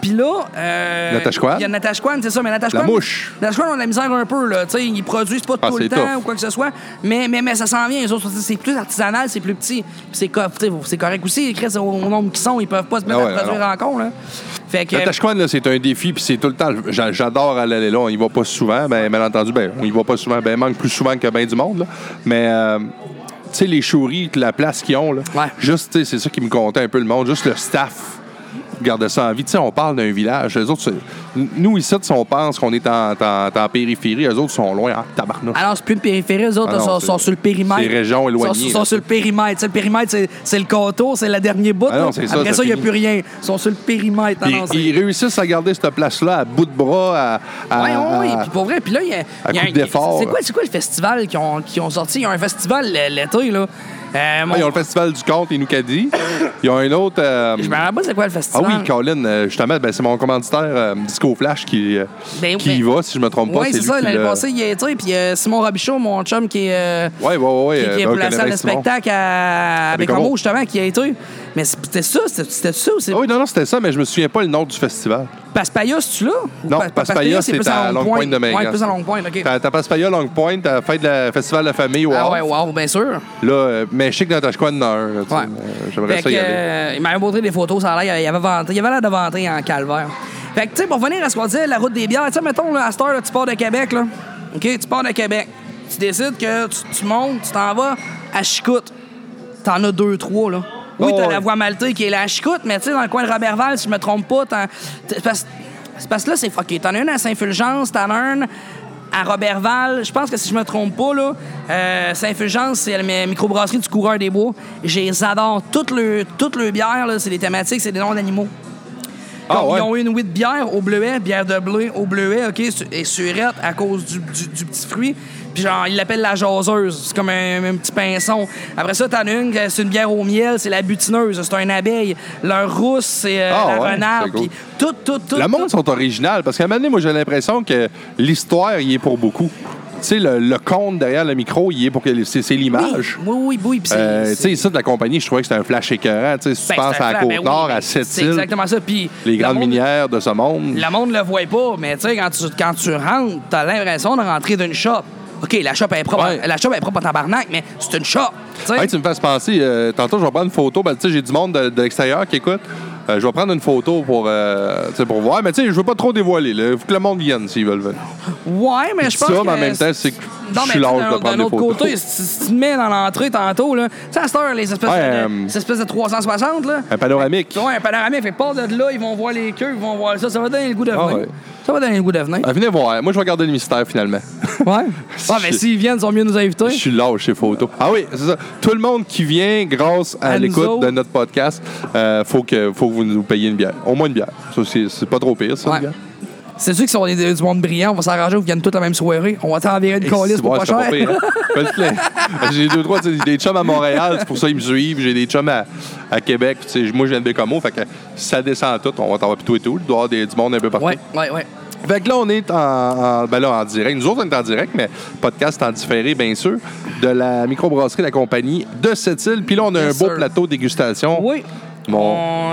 Puis là. Euh,
Natasha Kwan?
Il y a Natasha Kwan, c'est ça, mais Natasha
La
Kwan-
mouche.
Natasha Kwan, on a la misère un peu, là. Tu sais, ils produisent pas
Ah,
tout le
c'est
temps
tough.
ou quoi que ce soit. Mais, mais, mais ça s'en vient, les autres. C'est plus artisanal, c'est plus petit. Puis c'est co- tu sais, c'est correct aussi. Les Chris, au, au nombre qu'ils sont, ils peuvent pas se mettre
Ah ouais,
à produire
non.
en con, là. Fait que.
La Tashkwan, là, c'est un défi, puis c'est tout le temps. j'a- J'adore aller là. On y va pas souvent. Ben, mal entendu, ben, on y va pas souvent. Ben, manque plus souvent que ben du monde. là. Mais, euh, tu sais, les chouris, la place qu'ils ont, là,
Ouais.
juste, tu sais, c'est ça qui me comptait un peu le monde. Juste le staff garde ça en vie. Tu sais, on parle d'un village. Les autres, c'est- nous, ici, si on pense qu'on est en, en- en périphérie, eux autres sont loin, en tabarnak.
Alors, Ah c'est plus une périphérie, eux autres,
Ah non,
sont,
c'est-
sont sur le périmètre.
c'est région éloignée,
Ils sont, sont
là,
sur le périmètre. Tu sais, le périmètre, c'est- c'est le contour, c'est la dernière bout.
Ah non,
là.
c'est ça,
Après
ça
ça, il n'y a
finit. euh,
plus rien. Ils sont sur le périmètre. Non,
Ils,
non, c'est-
ils réussissent à garder cette place-là à bout de bras, à. à-
Ouais, ouais, ouais.
à-
Puis pour vrai, puis là, il y a.
euh, À
il y a
coup
un-
d'effort.
C'est quoi, c'est quoi le festival qu'ils ont, qu'ils ont sorti? Il y a un festival l- l'été, là. Euh, mon-
Ah, Ils ont le Festival du Conte et Noukadi. Ils ont un autre. euh,
Je me rappelle pas c'est quoi le
Ah
festival.
oui, Colin, euh, justement, ben, c'est mon commanditaire euh, Disco Flash qui, euh,
Ben,
qui
ben-
y va, si je me trompe pas.
Oui, c'est
lui
ça,
qui
l'année
l'a-
passée, il y a été. Puis euh, Simon Robichaud, mon chum qui est. euh,
Ouais, ouais, ouais.
qui,
euh,
qui est
ben,
pour
on
la
connaît
salle
bien
de
Simon.
spectacle à, à
Bécomo.
Bécomo, justement, qui a été. Mais c'était ça, c'était c'était ça ou c'est
Ah oui, non, non, c'était ça, mais je me souviens pas le nom du festival.
Paspaya, c'est-tu là? Ou
Non,
Pa- Pa-
Paspaya,
plus
c'est à Longue Pointe de Mingan.
Ouais, plus à Longue Pointe, OK.
T'as t'as Paspaya Long Point, t'as la fête de la Festival de la Famille au
Ah
Havre.
ouais, wow, bien sûr.
Là, euh, mais chic dans ta quoi de Nord. là, tu sais,
Ouais.
euh, J'aimerais
Fait
ça y
que,
aller.
euh, il m'a montré des photos, ça a l'air, il avait vanté, il avait l'air de vanter en calvaire. Fait que, tu sais, pour revenir à ce qu'on disait, la route des bières, tu sais, mettons, là, à cette heure, là, tu pars de Québec, là. OK, tu pars de Québec. Tu décides que tu, tu montes, tu t'en vas à Chicoute. T'en as deux, trois, là. Oui,
Oh,
t'as
ouais.
la voie maltaise qui est là à Chicoute, mais tu sais, dans le coin de Robertval, si je me trompe pas, t'en- t'es- c'est parce, c'est parce que là, c'est fucké. T'en as une à Saint-Fulgence, t'en as une à Robertval. Je pense que si je me trompe pas, là, euh, Saint-Fulgence, c'est la mi- microbrasserie du coureur des bois. Je les adore. Toutes leurs toutes leurs bières, là, c'est des thématiques, c'est des noms d'animaux.
Ah
Donc,
ouais.
Ils ont eu une huit bière au bleuet, bière de blé au bleuet, OK, su- et surette à cause du, du- du petit fruit. Puis genre, ils l'appellent la jaseuse. C'est comme un, un petit pinson. Après ça, t'en as une, c'est une bière au miel, c'est la butineuse, c'est un abeille. Leur rousse, c'est euh,
Ah
la
ouais,
renarde.
c'est cool.
Puis tout, tout, tout.
Le monde
tout.
sont originales, parce qu'à un moment donné, moi, j'ai l'impression que l'histoire y est pour beaucoup. Tu sais, le, le conte derrière le micro, il est pour que c'est c'est
Oui,
l'image.
oui, oui, oui. puis c'est-
Euh, tu
c'est-
sais, ici, de la compagnie, je trouvais que c'était un flash écœurant. Tu sais, si tu
ben,
penses
c'est un
à la
flash, ben oui,
Côte-Nord, à
ben, C'est
Sept-Îles,
exactement ça. Puis
les
le
grandes
monde-
minières de ce monde.
Le monde le voit pas, mais tu sais, quand tu, quand tu rentres, t'as l'impression de rentrer d'une shop. OK, la shop elle est propre,
Ouais.
la shop elle est propre en tabarnak, mais c'est une shop. tu sais.
Hey, tu me fasses penser, euh, tantôt, je vais prendre une photo. Ben, tu sais, j'ai du monde de, de l'extérieur qui écoute. Euh, je vais prendre une photo pour, euh, tu sais, pour voir. Mais tu sais, je veux pas trop dévoiler. Il faut que le monde vienne s'ils veulent. venir.
Ouais, mais je
Ça,
pense que...
mais en même temps, c'est que
Non,
je
mais
suis
tu sais,
lâche
d'un-
de prendre
D'un
des
autre
photos.
côté, si si tu te mets dans l'entrée tantôt, là, tu sais, à cette heure, les espèces,
Ouais,
de,
euh,
les espèces de 360, là...
Un panoramique.
Ouais, un panoramique, fait pas de là, ils vont voir les queues, ils vont voir ça, ça va donner le goût de
Ah
venir.
ouais.
Ça va donner le goût de venir.
Ah, venez voir. Moi, je vais garder le mystère finalement.
Ouais. Ah, mais
Je-
s'ils viennent, ils sont mieux nous inviter.
Je suis lâche ces photos. Ah oui, c'est ça. Tout le monde qui vient grâce à,
À nous
l'écoute
autres.
de notre podcast, euh, faut que faut que vous nous payiez une bière. Au moins une bière. Ça, c'est c'est pas trop pire, ça,
Ouais.
une bière.
C'est sûr que si on est du monde brillant, on va s'arranger, on viennent toute la même soirée. On va t'enverrer une
Et
colisse
si,
pour
ouais,
pas
c'est
cher.
pire, hein. Faites le plein. J'ai deux, trois, tu sais, des chums à Montréal, c'est pour ça qu'ils me suivent. J'ai des chums à, à Québec. puis tu sais, Moi, je viens de Bécamo, fait que si ça descend tout, on va t'en voir plutôt et tout. Il doit y avoir des- du monde un peu partout.
Ouais, ouais, ouais.
Fait que là, on est en, en- ben là, en direct. Nous autres, on est en direct, mais podcast en différé, bien sûr, de la microbrasserie La Compagnie de Sept-Îles. Puis là, on a
Bien
un beau
sûr.
plateau dégustation.
Oui.
Mon,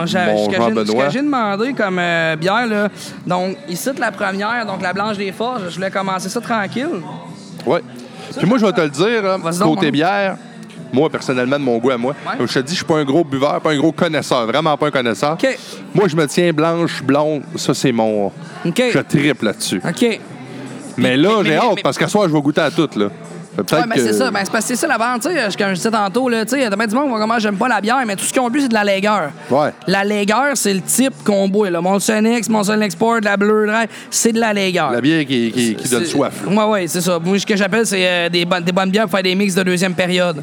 On- j'a-
mon
ce que j'ai- Ce
Jean-Benoît.
que j'ai demandé comme euh, bière, là, donc ici, la première, donc la Blanche des Forges, je voulais commencer ça tranquille.
Ouais. Puis moi, je vais te le dire, hein,
Vas-y donc,
côté
mon-
bière, moi, personnellement, de mon goût à moi,
Ouais.
comme je te dis, je suis pas un gros buveur, pas un gros connaisseur, vraiment pas un connaisseur.
OK.
Moi, je me tiens blanche, blonde, ça, c'est mon...
OK.
Je triple là-dessus.
OK. Ouais,
Mais là,
mais-
j'ai
mais-
hâte,
mais-
parce qu'à soir, je vais goûter à toutes, là. Fait Peut-être
mais
que-
c'est ça. Ben, c'est parce que c'est ça la vente, tu sais. je- Comme je disais tantôt, là, tu sais, demain du monde, on va comment j'aime pas la bière, mais tout ce qu'on bu, c'est de la Lager.
Ouais.
La Lager, c'est le type qu'on boit, là. Molson X, Molson Export, la Bleu Dry, c'est de la Lager.
La bière qui, qui- qui donne
C'est-
soif.
Ouais, ouais, c'est ça. Moi, ce que j'appelle, c'est euh, des, bonnes, des bonnes bières pour faire des mix de deuxième période.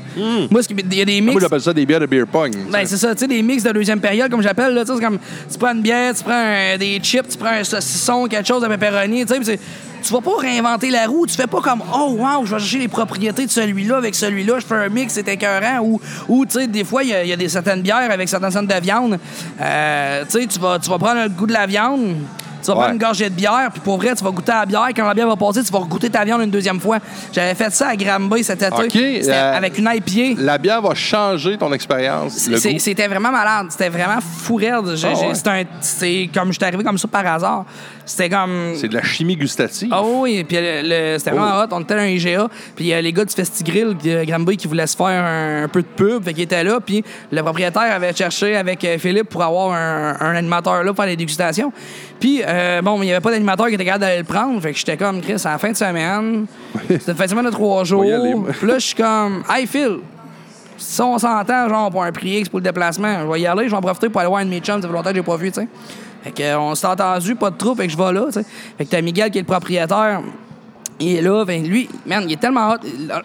Moi, ce qui- il y a des
Hum.
mix.
Ah, Moi, j'appelle ça des bières de beer pong. tu sais.
Ben, c'est ça, tu sais, des mix de deuxième période, comme j'appelle, là, tu sais, c'est comme, tu prends une bière, tu prends un- des chips, tu prends un saucisson, quelque chose, un pepperoni, tu sais, pis c'est- tu vas pas réinventer la roue, tu fais pas comme, oh wow, je vais chercher les propriétés de celui-là avec celui-là, je fais un mix, c'est écœurant, ou, ou tu sais, des fois, il y a, il y a des certaines bières avec certaines sortes de viande, Euh, tu sais, tu vas, tu vas prendre le goût de la viande, Tu vas prendre
Ouais.
une gorgée de bière, puis pour vrai, tu vas goûter à la bière. Quand la bière va passer, tu vas goûter ta viande une deuxième fois. J'avais fait ça à Granby cet été.
OK,
C'était
euh,
avec une IPA.
La bière va changer ton expérience. le
C'est-
goût.
C'était vraiment malade. C'était vraiment fou raide. J'ai-
Ah
j'ai-
ouais.
c'était un- C'est comme je suis arrivé comme ça par hasard. C'était comme.
C'est de la chimie gustative.
Ah oui, puis le- le- c'était vraiment
Oh.
hot. On était à un IGA, puis euh, les gars du Festigrill de Granby qui voulaient se faire un, un peu de pub, fait qu'ils étaient là, puis le propriétaire avait cherché avec euh, Philippe pour avoir un, un animateur là pour faire les dégustations. Puis, euh, bon, il n'y avait pas d'animateur qui était capable d'aller le prendre, fait que j'étais comme, Chris, c'est la fin de semaine, c'est une fin de semaine de trois jours,
y aller, moi.
puis là, je suis comme, hey Phil! Si on s'entend, genre, pour un prix X pour le déplacement, je vais y aller, je vais en profiter pour aller voir un de mes chums, ça fait longtemps que j'ai pas vu, tu sais. Fait que, euh, on s'est entendu, pas de trou, fait que je vais là, tu sais. Fait que t'as Miguel qui est le propriétaire, il est là, ben lui, man, il est tellement hot.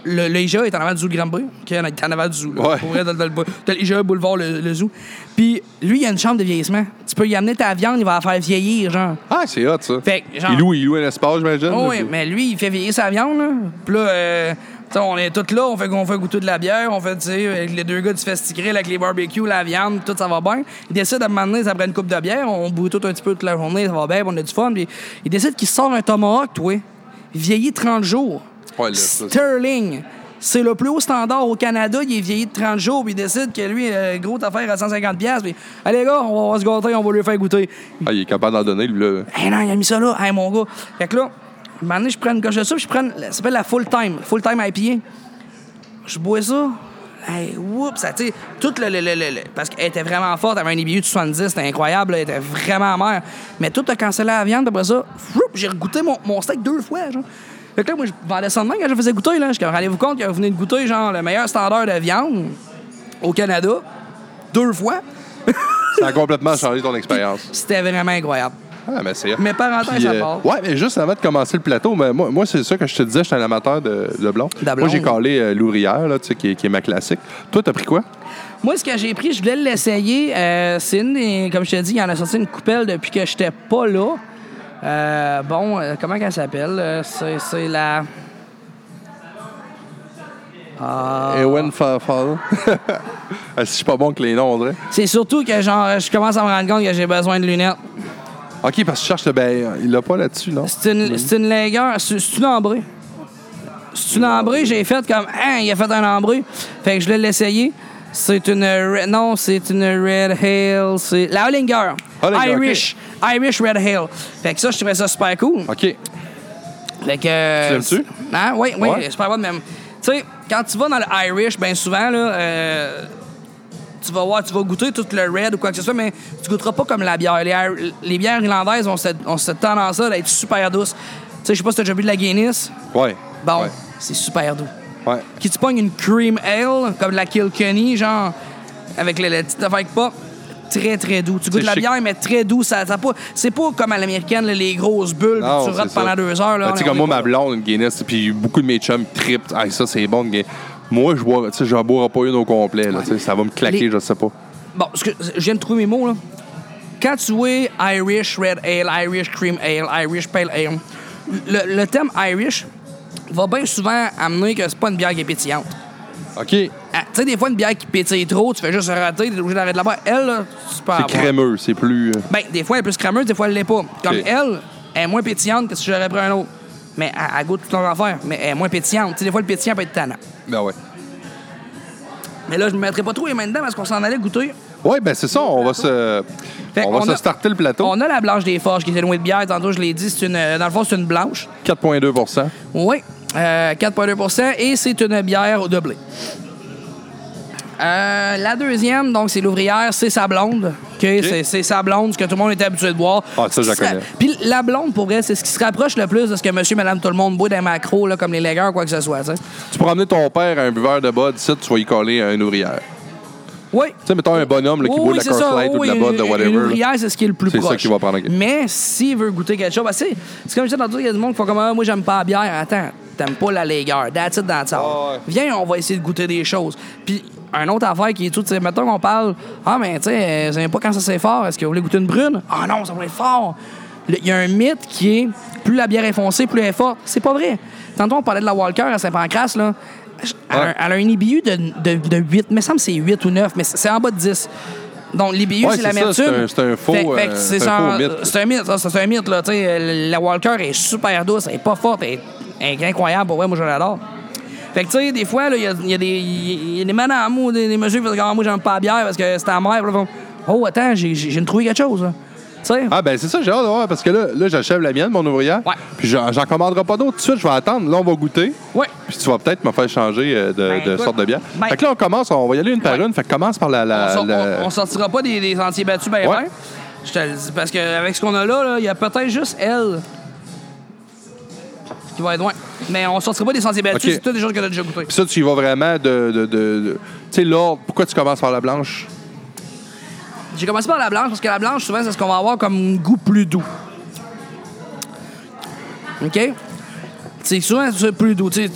Le, le IGA est en avant du zoo de Granby, qu'il est en avant du zoo. là.
Ouais.
Pour vrai, dans- dans le- t'as le IGA boulevard, le, le zoo. Puis lui, il a une chambre de vieillissement. Tu peux y amener ta viande, il va la faire vieillir, genre.
Ah, c'est hot, ça.
Fait que, genre-
il, loue, il loue un espace, j'imagine.
Oh
là,
oui,
puis-
mais lui, il fait vieillir sa viande, là. Puis là, euh, tu sais, on est tous là, on fait, on fait goûter de la bière, on fait, tu sais, avec les deux gars du festigril, avec les barbecues, la viande, tout ça va bien. Il décide à un moment donné, ça prend une coupe de bière, on bout tout un petit peu toute la journée, ça va bien, on a du fun. Puis il décide qu'il sort un tomahawk, toi. Vieilli 30 jours.
Ouais, là, ça, c'est-
Sterling. C'est le plus haut standard au Canada. Il est vieilli de 30 jours, puis il décide que lui, euh, grosse affaire à 150$. piastres, Puis, allez, gars, on va, on va se gâter, on va lui faire goûter.
Ah, il est capable d'en donner, lui, là.
Hey non, il a mis ça là. Hey mon gars. Fait que là, un moment donné, je prends une gorge de ça, puis je prends. Ça s'appelle la full time. Full time IPA. Je bois ça. Hey, whoops, ça, tu sais, tout le, le- le- le- le- Parce qu'elle était vraiment forte, elle avait un IBU de 70, c'était incroyable, là, elle était vraiment amère. Mais tout a cancellé la viande, puis après ça, floup, j'ai regoûté mon, mon steak deux fois, genre. Fait que là, moi, je vendais ça de même quand je faisais goûter, là. Je suis comme, rendez-vous compte que vous venez de goûter, genre, le meilleur standard de viande au Canada, deux fois.
Ça a complètement changé ton expérience.
C'était vraiment incroyable.
Ah, mais c'est hot.
Mais parenthèse
Puis,
à
euh,
part.
ouais, mais juste avant de commencer le plateau, mais moi, moi, c'est ça que je te disais, je suis un amateur de, de blond.
De blond,
Moi, j'ai
oui.
calé euh, l'ouvrière, là, tu sais, qui, est- qui est ma classique. Toi, t'as pris quoi?
Moi, ce que j'ai pris, je voulais l'essayer. Euh, c'est une des- comme je te dis, il y en a sorti une coupelle depuis que j'étais pas là. Euh, bon, euh, comment qu'elle s'appelle? Euh, C'est, c'est la. Ah.
Ewen Fall. ah, si je suis pas bon que les noms, on dirait.
C'est surtout que genre, je commence à me rendre compte que j'ai besoin de lunettes.
OK, parce que je cherche le ben, il l'a pas là-dessus, non?
C'est une, c'est une longueur. C'est, c'est une ambrée. C'est une ambrée, j'ai fait comme. Hein, il a fait un ambrée. Fait que je voulais l'essayer. C'est une. Red- non, c'est une Red Hail. C'est la Hollinger.
Hollinger, ok.
Irish. Irish Red Hail. Fait que ça, je trouvais ça super cool.
OK.
Fait que.
Tu l'aimes-tu?
Hein? Oui, oui,
Ouais.
super bonne même. Tu sais, quand tu vas dans le Irish, bien souvent, là, euh, tu vas voir, tu vas goûter tout le red ou quoi que ce soit, mais tu goûteras pas comme la bière. Les, Ir- les bières irlandaises ont cette, ont cette tendance-là d'être super douces. Tu sais, je sais pas si t'as déjà bu de la Guinness.
Ouais.
Bon,
Ouais.
c'est super doux.
Ouais.
Qui tu pognes une cream ale, comme de la Kilkenny, genre, avec la, la petite affaire avec pas. Très, très doux. Tu goûtes
C'est
la
chic.
bière, mais très doux. Ça, ça pas, c'est pas comme à l'américaine, là, les grosses bulles, puis
Non,
tu
Ah, c'est
rates
ça.
pendant deux heures. là,
Ben, Tu sais,
on
comme
est-
moi,
on est
ma
pas-
blonde, une Guinness, puis beaucoup de mes chums tripent. Ah, ça, c'est bon, une Guinness. Moi, je bois, tu sais, j'en boirai pas une au complet, là, tu sais, ça va me claquer,
Les-
je sais pas.
Bon, ce que, je viens de trouver mes mots, là. Quand tu es Irish Red Ale, Irish Cream Ale, Irish Pale Ale, le, le terme Irish va bien souvent amener que c'est pas une bière qui est pétillante.
OK. C'est
Ah, tu sais, des fois, une bière qui pétille trop, tu fais juste rater, t'es obligé d'arrêter de la boire. Elle, là, c'est pas à boire.
crémeux, c'est plus. euh,
Ben, des fois, elle est plus crameuse, des fois, elle l'est pas. Comme
Ok.
elle, elle est moins pétillante que si j'aurais pris un autre. Mais elle, elle goûte tout en enfer, mais elle est moins pétillante. Tu sais, des fois, le pétillant peut être tannant.
Ben ouais.
Mais là, je me mettrais pas trop les mains dedans parce qu'on s'en allait goûter.
Ouais, ben c'est ça, on va se.
Fait
on va
qu'on
se
a-
starter le plateau.
On a la blanche des forges qui est loin de bière. Tantôt, je l'ai dit, c'est une, euh, dans le fond, c'est une blanche.
4,2
Oui, euh, 4,2 et c'est une bière de blé. Euh, la deuxième, donc, c'est l'ouvrière, c'est sa blonde. OK, C'est, c'est sa blonde, ce que tout le monde était habitué de boire.
Ah, ça, je la
Ce qui se-
connais.
Puis la blonde, pour vrai, c'est ce qui se rapproche le plus de ce que monsieur, madame, tout le monde boit d'un macro, là, comme les leggers ou quoi que ce soit. tu sais.
Tu peux emmener ton père à un buveur de bas, d'ici, tu vas y coller un ouvrière.
Oui,
Tu sais, mettons un bonhomme là, qui
Oui,
boit de
oui,
la
c'est ça.
Coors Light ou de
Oui,
la Bud, de
une-
whatever.
Une
là.
ouvrière, c'est ce qui est le plus
C'est
proche.
ça qu'il va prendre, ok.
Mais s'il veut goûter quelque chose, parce que c'est c'est comme je disais tantôt, il y a du monde qui font comme Ah, moi, j'aime pas la bière. Attends, t'aimes pas la lagueur. That's it, that's all.
Ah ouais.
Viens, on va essayer de goûter des choses. Puis, un autre affaire qui est tout, c'est mettons qu'on parle Ah, mais tu sais, euh, vous aimez pas quand ça c'est fort. Est-ce que vous voulez goûter une brune Ah non, ça va être fort. Le- Il y a un mythe qui est plus la bière est foncée, plus elle est forte. C'est pas vrai. Tantôt, on parlait de la Walker à Saint-Pancras, là. Elle a un-
Ouais.
elle a un IBU de, de, de 8, mais ça me semble que c'est 8 ou 9, mais c'est c'est en bas de 10. Donc, l'IBU,
Ouais,
c'est
c'est ça,
l'amertume.
c'est un- c'est un faux,
Fait- fait que
euh,
c'est
c'est un
ça-
faux mythe.
C'est un mythe, ça, c'est un mythe. Là, tu sais, euh, la Walker est super douce, elle est pas forte, elle est elle est incroyable. Pour vrai, moi, je l'adore. Fait que, tu sais, des fois, là, il y a, il y a des- il y a des madames ou des, des messieurs qui disent Ah, Moi, j'aime pas la bière parce que c'est amer. Puis là, ils font, Oh, attends, j'ai j'ai- j'ai trouvé quelque chose. là. Tu sais?
Ah, ben c'est ça, j'ai hâte de voir, parce que là, là j'achève la mienne, mon ouvrière.
Ouais.
Puis j'en j'en commanderai pas d'autres tout de suite, je vais attendre. Là, on va goûter.
Ouais.
Puis tu vas peut-être me faire changer euh, de, de
écoute,
sorte de bière.
ben-
fait que là, on commence, on va y aller une par une. Fait que commence par la.
On
la,
sort-
la-
on, on sortira pas des, des sentiers battus, ben
Euh, Ouais.
ben. Je te le dis, parce qu'avec ce qu'on a là, là, il y a peut-être juste elle qui va être loin. Mais on sortira pas des sentiers battus,
Ok.
c'est toutes des choses que t'as déjà goûté.
Puis ça, tu y vas vraiment de. de, de, de- Tu sais, l'ordre. Pourquoi tu commences par la blanche?
J'ai commencé par la blanche, parce que la blanche, souvent, c'est ce qu'on va avoir comme goût plus doux. OK? C'est souvent c'est plus doux, tu sais.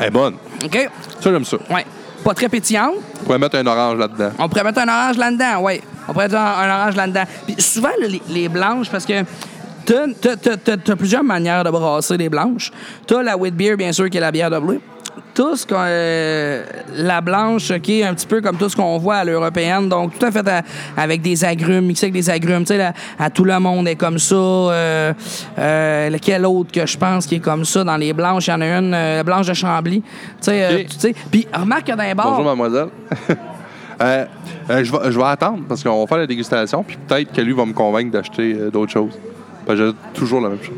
Elle est bonne.
OK?
Ça, j'aime ça.
Ouais. Pas très pétillante.
On pourrait mettre un orange là-dedans.
On pourrait mettre un orange là-dedans, oui. On pourrait mettre un, un orange là-dedans. Puis souvent, là, les, les blanches, parce que t'as- t'as- t'as t'as- t'as plusieurs manières de brasser les blanches. T'as la wheat beer, bien sûr, qui est la bière de blé. Tout ce qu'on... euh, la blanche, qui est un petit peu comme tout ce qu'on voit à l'européenne, donc tout à fait à- avec des agrumes, mixé avec des agrumes. Tu sais, la- à tout le monde est comme ça. Euh, euh, quel autre que je pense qui est comme ça dans les blanches? Il y en a une, euh, la blanche de Chambly. Tu sais, euh,
Ok.
tu sais. Puis remarque que dans les bars...
Bonjour, mademoiselle. Euh, euh, je vais je vais attendre parce qu'on va faire la dégustation, puis peut-être que lui va me convaincre d'acheter euh, d'autres choses. Parce que j'ai toujours la même chose.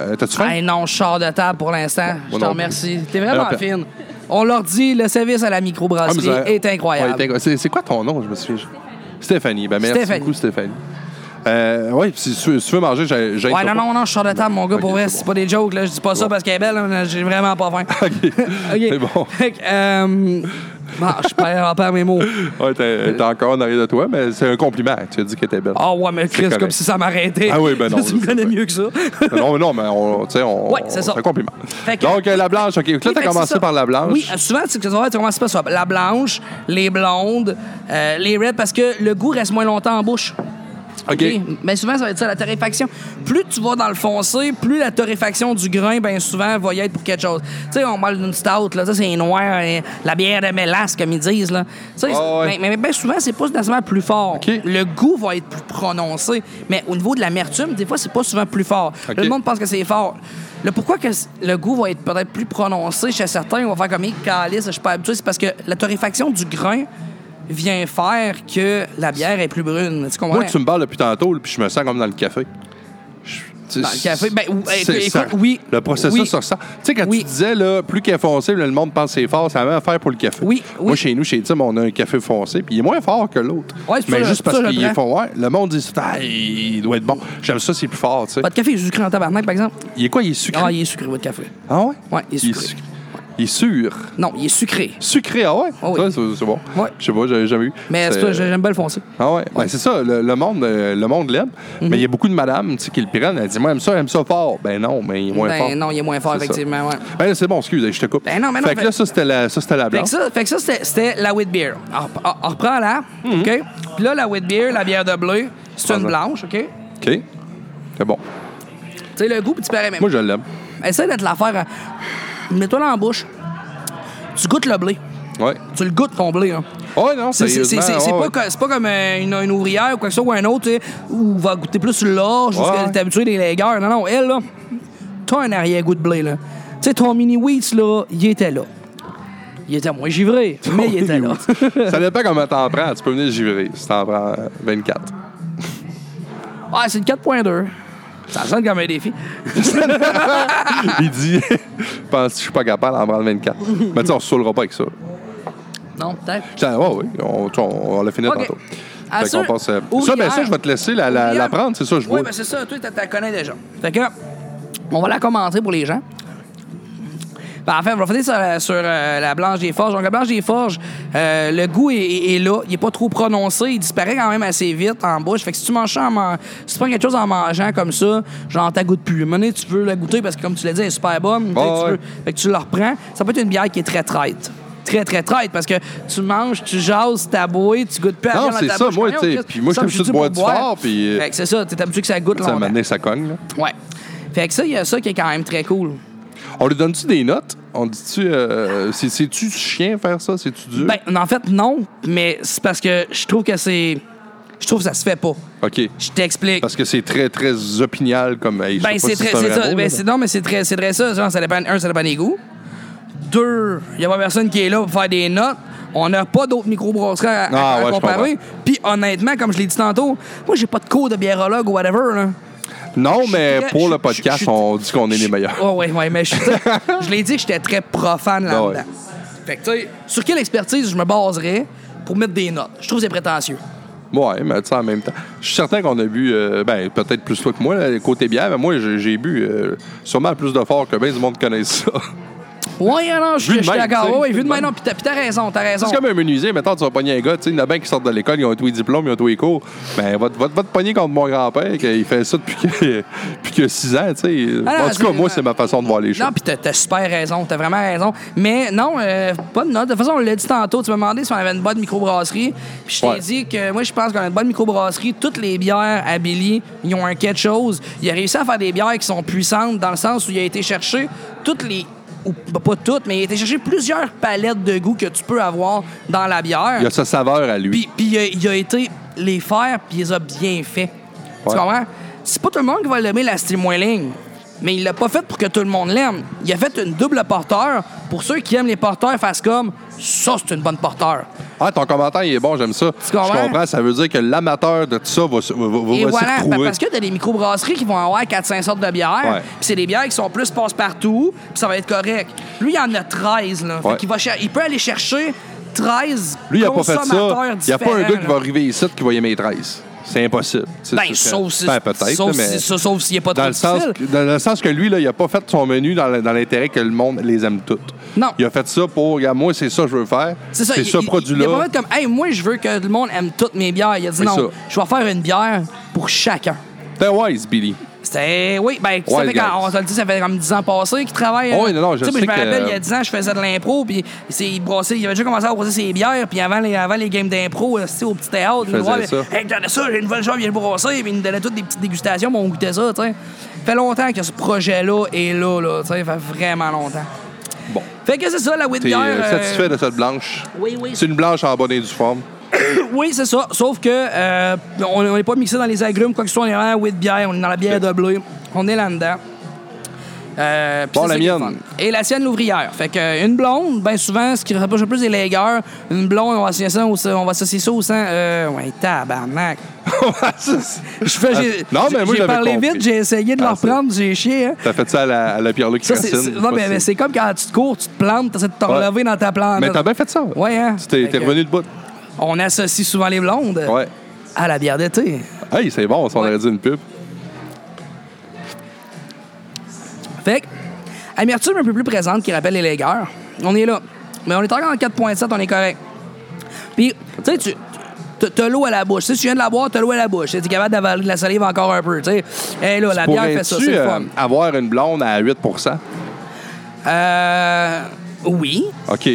Euh, T'as-tu faim?
Hey, non, je sors de table pour l'instant. je
moi
te
non
remercie. T'es vraiment
Alors,
fine. On leur dit, le service à la
Ah, mais
microbrasserie
ça-
est incroyable.
Ouais, c'est c'est quoi ton nom? Je me souviens. Stéphanie. Ben, merci
Stéphanie.
beaucoup, Stéphanie. Euh, oui, si tu veux, si tu veux manger, j'ai. j'ai
Ouais, non, non, non, je sors de table, mon gars,
Ok,
pour vrai.
c'est
C'est
bon.
pas des jokes, là. Je dis pas ça parce qu'elle est belle, hein, j'ai vraiment pas faim. OK.
C'est bon.
Fait que, euh, bon, je perds, on perd mes mots.
Ouais, t'es t'es encore en arrière de toi, mais c'est un compliment. Tu as dit qu'elle était belle.
Euh. Ah ouais, mais Chris,
correct.
comme si ça m'arrêtait.
Ah oui, ben non,
tu me
je
connais
sais.
mieux que ça.
Non, mais non, mais on, tu sais, on,
Ouais, c'est ça.
un compliment.
Fait que-
Donc, euh, la blanche, OK. Donc là, t'as
Oui, fait que c'est
commencé
ça.
par la blanche.
Oui, euh, souvent, tu sais, tu vas commencer par ça. La blanche, les blondes, euh, les reds, parce que le goût reste moins longtemps en bouche.
OK.
OK. Mais souvent, ça va être ça, la torréfaction. Plus tu vas dans le foncé, plus la torréfaction du grain, bien souvent, va y être pour quelque chose. Tu sais, on parle d'une stout, là, ça, c'est noir, euh, la bière de mélasse, comme ils disent, là. Tu sais,
Ah ouais.
mais, mais, ben, souvent, c'est pas nécessairement plus fort.
OK.
Le goût va être plus prononcé, mais au niveau de l'amertume, des fois, c'est pas souvent plus fort.
OK.
Le monde pense que c'est fort. Le pourquoi que c- le goût va être peut-être plus prononcé chez certains, on va faire comme Hey, calice, je suis pas habitué, c'est parce que la torréfaction du grain vient faire que la bière est plus brune. Tu comprends?
Moi, tu me parles depuis tantôt, là, puis je me sens comme dans le café. Je- tu sais,
Dans le café, ben, ou-
c'est-
écoute,
ça-
écoute, oui.
Le processus
Oui.
se ressent. Tu sais, quand
Oui.
tu disais, là, plus qu'elle est foncé, là, le monde pense que c'est fort, c'est la même affaire pour le café.
Oui, oui.
Moi, chez nous, chez Tim, on a un café foncé, puis il est moins fort que l'autre.
Ouais, c'est
Mais
ça,
juste
c'est ça,
parce
je le
qu'il est
prends.
fort, ouais, le monde dit, ah, il doit être bon. J'aime ça, c'est plus fort, tu sais.
Votre café est sucré en tabarnak, par exemple?
Il est quoi, il est sucré?
Ah, il est sucré, votre café.
Ah ouais?
Ouais, il est
Il est
sucré.
sucré. Il est sûr.
Non, il est sucré.
Sucré, ah ouais?
Ah oui.
Ça, c'est c'est bon.
Ouais.
Je sais pas, j'avais jamais eu.
Mais c'est ça, j'aime bien le foncé.
Ah ouais, Ben, c'est ça, le, le monde euh, le monde l'aime,
Mhm.
mais il y a beaucoup de madames tu sais, qui le prennent, elles disent moi j'aime ça, j'aime ça fort. Ben non, mais il est moins
ben
fort.
non, il est moins fort,
C'est ça.
effectivement, ouais.
Ben c'est bon, excuse, je te coupe.
Ben non, mais non,
fait que
fait-
là ça c'était la ça c'était la
Fait
blanche.
que ça, fait que ça c'était, c'était la wheat beer. Ah, On rep- On, on reprend là, OK? Puis là, la wheat beer, la bière de bleu, c'est une
Prends-en.
blanche, OK? Tu
OK. C'est bon.
sais, le goût, puis tu parais même.
Moi je l'aime.
Essaye d'être l'affaire. euh, Mets-toi dans la bouche. Tu goûtes le blé.
Ouais.
Tu le goûtes, ton blé, hein. là.
Ouais non,
C'est- C'est c'est- c'est-
sérieusement,
c'est
ouais,
pas,
ouais.
co- c'est pas comme euh, une, une ouvrière ou quoi que ce soit, ou un autre, tu sais, où va goûter plus sur l'orge, parce
Ouais.
qu'elle est habituée des légueurs. Non, non, elle, là, t'as un arrière-goût de blé, là. Tu sais, ton mini wheat, là, il était là. Il était moins givré, mais il
Oh,
était là.
ça dépend comment t'en prends, tu peux venir givrer si t'en prends euh, 24.
ah, c'est le 4.2. Ça sonne comme un défi.
Il dit pense que je suis pas capable d'en prendre 24. mais tu sais on se saoulera pas avec ça.
Non, peut-être.
Ça, ouais, oui, on, tu sais, on, on l'a fini
OK.
tantôt.
À
Fait qu'on
ceux-
passe, euh, ça,
ouvrières-
ben ça, je vais te laisser la, la, la
Ouvrières-
prendre, c'est ça, je vois.
Oui, ben c'est ça, toi, t'as- t'as connais déjà. Fait que, on va la commenter pour les gens. Ben, en fait, on va finir sur, la- sur, euh, la Blanche des Forges. Donc, la Blanche des Forges, euh, le goût est, est- est là. Il n'est pas trop prononcé. Il disparaît quand même assez vite en bouche. Fait que si tu manges ça en man- si tu prends quelque chose en mangeant comme ça, genre, t'as goûte plus. À un moment donné, tu veux la goûter parce que, comme tu l'as dit, elle est super bonne. Tu sais,
Ouais,
tu
ouais.
veux- Fait que tu la reprends. Ça peut être une bière qui est très traite. Très, très traite parce que tu manges, tu jases, tu bouée, tu goûtes pas
Non, c'est ça, moi, tu sais,
sais.
puis moi, je suis habitué de boire du fort, puis, euh,
Fait que c'est ça, t'es habitué que ça goûte
Ça m'a
longtemps.
donné sa cogne, là.
Ouais. Fait que ça, il y a ça qui est quand même très cool.
On lui donne-tu des notes? On dit-tu... euh, c'est- C'est-tu chien faire ça? C'est-tu dur?
Ben, en fait, non, mais c'est parce que je trouve que c'est. Je trouve que ça se fait pas.
OK.
Je t'explique.
Parce que c'est très, très opinial comme... hey, je sais
Ben,
pas
c'est
si
très.
un
c'est
vrai
ça.
mot,
Ben,
là.
c'est- non, mais c'est très, c'est très ça. Genre, ça dépend, un, ça dépend des goûts. Deux, il n'y a pas personne qui est là pour faire des notes. On n'a pas d'autres microbrasseries à, à-
Ah,
à
ouais, je
comparer. Puis, honnêtement, comme je l'ai dit tantôt, moi, j'ai pas de cours de biérologue ou whatever. Là.
Non, mais
très-
pour
je-
le podcast,
je- je-
on dit qu'on est les meilleurs.
Oh, ouais, ouais, mais je, je l'ai dit que j'étais très profane là-dedans.
ouais.
Fait que, tu sais, sur quelle expertise je me baserais pour mettre des notes? Je trouve que c'est prétentieux.
Ouais, mais tu sais, en même temps. Je suis certain qu'on a bu, euh, ben, peut-être plus toi que moi, là, côté bière, mais moi, j'ai j'ai bu euh, sûrement plus de fort que bien du monde connaisse ça.
Ouais, alors, je
Vu
je
de
suis
même, tu
d'accord.
sais,
Ouais, ouais,
vu
vu
de
de main,
même.
non, puis t'as puis t'as raison, t'as raison.
C'est comme un menuisier, mettons, tu vas pogner un gars, tu sais, il y en a bien qui sortent de l'école, ils ont tous les diplômes, ils ont tous les cours. Ben, va, te- va, te- va te pogner contre mon grand-père, qu'il fait ça depuis que, depuis que 6 ans, tu sais.
Ah non,
en tout cas,
c'est-
moi, c'est ma façon de voir les choses.
Non, puis t'as- t'as super raison, t'as vraiment raison. Mais non, euh, pas de note. De toute façon, on l'a dit tantôt, tu m'as demandé si on avait une bonne microbrasserie. Puis je t'ai
Ouais.
dit que moi, je pense qu'on a une bonne microbrasserie. Toutes les bières à Billy, ils ont un quelque chose. Il a réussi à faire des bières qui sont puissantes dans le sens où il a été chercher toutes les. Ou, bah, pas toutes, mais il a été chercher plusieurs palettes de goût que tu peux avoir dans la bière.
Il y a sa saveur à lui.
Puis, puis il, a, il a été les faire, puis il les a bien fait.
Ouais.
Tu comprends? C'est pas tout le monde qui va l'aimer, la Streamwelling. Mais il l'a pas fait pour que tout le monde l'aime. Il a fait une double porteur pour ceux qui aiment les porteurs fassent comme ça, c'est une bonne porteur.
Ah, ton commentaire, il est bon, j'aime ça.
comprends?
Je comprends, ça veut dire que l'amateur de tout ça va, se- va, va- va
Et
s'y
voilà,
retrouver.
ben, parce que t'as des microbrasseries qui vont avoir 4-5 sortes de bières,
Ouais.
puis c'est des bières qui sont plus passe-partout, puis ça va être correct. Lui, il en a 13, là. Fait
Ouais.
qu'il va cher- il peut aller chercher 13
Lui, il n'a pas fait
consommateurs
ça. Il n'y a pas un gars
différents,
qui
là.
va arriver ici qui va aimer les 13. C'est impossible. C'est-
Ben,
c'est-
sauf si.
Ben, peut-être,
sauf
mais
si- ça, sauf s'il n'est pas
dans
trop
le, sens,
difficile.
que- dans le sens que lui, là, il n'a pas fait son menu dans le- dans l'intérêt que le monde les aime toutes.
Non.
Il a fait ça pour, regarde, moi, c'est ça que je veux faire.
C'est ça. il-
ce
il- Il a pas
produit-là.
fait comme, hey, moi, je veux que le monde aime toutes mes bières. Il a dit,
C'est
non,
ça.
je vais faire une bière pour chacun.
T'es wise, Billy.
C'était. Oui, ben, ça
Ouais,
fait,
guys.
quand, on te le dit, ça fait comme 10 ans passés qu'il travaille.
Oui,
euh,
non, non, je sais
tu mais Je me
que-
rappelle, il y a 10 ans, je faisais de l'impro, puis il s'est- il brassait, il avait déjà commencé à brasser ses bières, puis avant les, avant les games d'impro, euh, c'était au petit théâtre, il nous
faisais
voir,
ça.
Hey, regardez ça, j'ai une nouvelle jambe, viens le brasser, puis il nous donnait toutes des petites dégustations, puis on goûtait ça, tu sais. Fait longtemps que ce projet-là est là, là, tu sais, fait vraiment longtemps.
Bon.
Fait que c'est ça, la wheat
T'es
beer.
euh,
euh,
satisfait de cette blanche?
Oui, oui.
C'est une blanche en bonne et due forme.
Oui, c'est ça. Sauf que euh, on n'est pas mixé dans les agrumes, quoi que ce soit. On est vraiment wheat bière, on est dans la bière de blé. On est là-dedans. Euh, puis
Bon,
c'est
la
ça qui est le
mienne.
fun. Et la sienne, l'ouvrière. Fait que euh, une blonde, bien souvent, ce qui rapproche le plus des lagueurs, une blonde, on va associer ça au, on va associer ça au sang. Euh, ouais, tabarnak. Je fais- j'ai-
Ah, Non, mais moi,
j'ai
j'avais
parlé
compris.
vite, j'ai essayé de
Ah,
leur
c'est-
reprendre, j'ai chié. hein.
T'as fait ça à la, à la Pierre-Luc
Ça, c'est-
Racine,
c'est-
je sais
non,
pas
mais,
si-
mais c'est comme quand tu te cours, tu te plantes, tu essaies de te
Ouais.
relever dans ta plante.
Mais t'as bien fait ça.
Ouais, hein.
Tu t'es-
Fait
t'es
que-
revenu de bout.
On associe souvent les blondes
Ouais.
à la bière d'été.
Hey, c'est bon, ça, on
Ouais.
aurait dit une pub.
Fait que, amertume un peu plus présente qui rappelle les lagueurs. On est là. Mais on est encore en 4.7, on est correct. Puis, tu sais, tu. t'as- T'as l'eau à la bouche. Tu sais, si tu viens de la boire, t'as l'eau à la bouche. T'es capable d'avaler de la salive encore un peu. Tu sais, Hey, là, la bière fait ça, c'est
Pourrais-tu,
le
euh,
fun.
avoir une blonde à 8
Euh. Oui.
OK.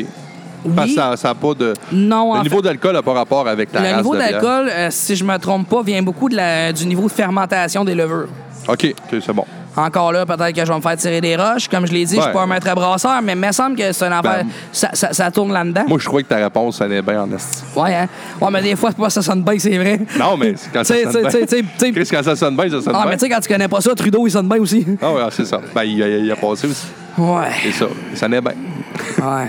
Parce que ça, ça a pas de.
Non, en
Le niveau d'alcool n'a pas rapport avec la
Le
race
niveau
de bière.
d'alcool, euh, si je me trompe pas, vient beaucoup de la- du niveau de fermentation des levures.
OK, OK, c'est bon.
Encore là, peut-être que je vais me faire tirer des roches. Comme je l'ai dit, je
Ouais. Ben,
suis pas un maître à brasseur, mais il me semble que c'est un affaire. ça, ça- ça tourne là-dedans.
Moi, je crois que ta réponse, elle est bien en esti.
Ouais, hein? Ouais, mais des fois, c'est pas ça sonne bien, c'est vrai.
Non, mais c'est quand ça
T'sais,
sonne
t'sais,
bien.
t'sais, t'sais, t'sais.
Chris, quand ça sonne bien, ça sonne
Ah,
bien.
mais tu sais, quand tu connais pas ça, Trudeau, il sonne bien aussi.
Ah ouais, c'est ça. Ben, il, a- il a passé aussi.
Ouais.
C'est ça. Ça n'est bien.
Ouais.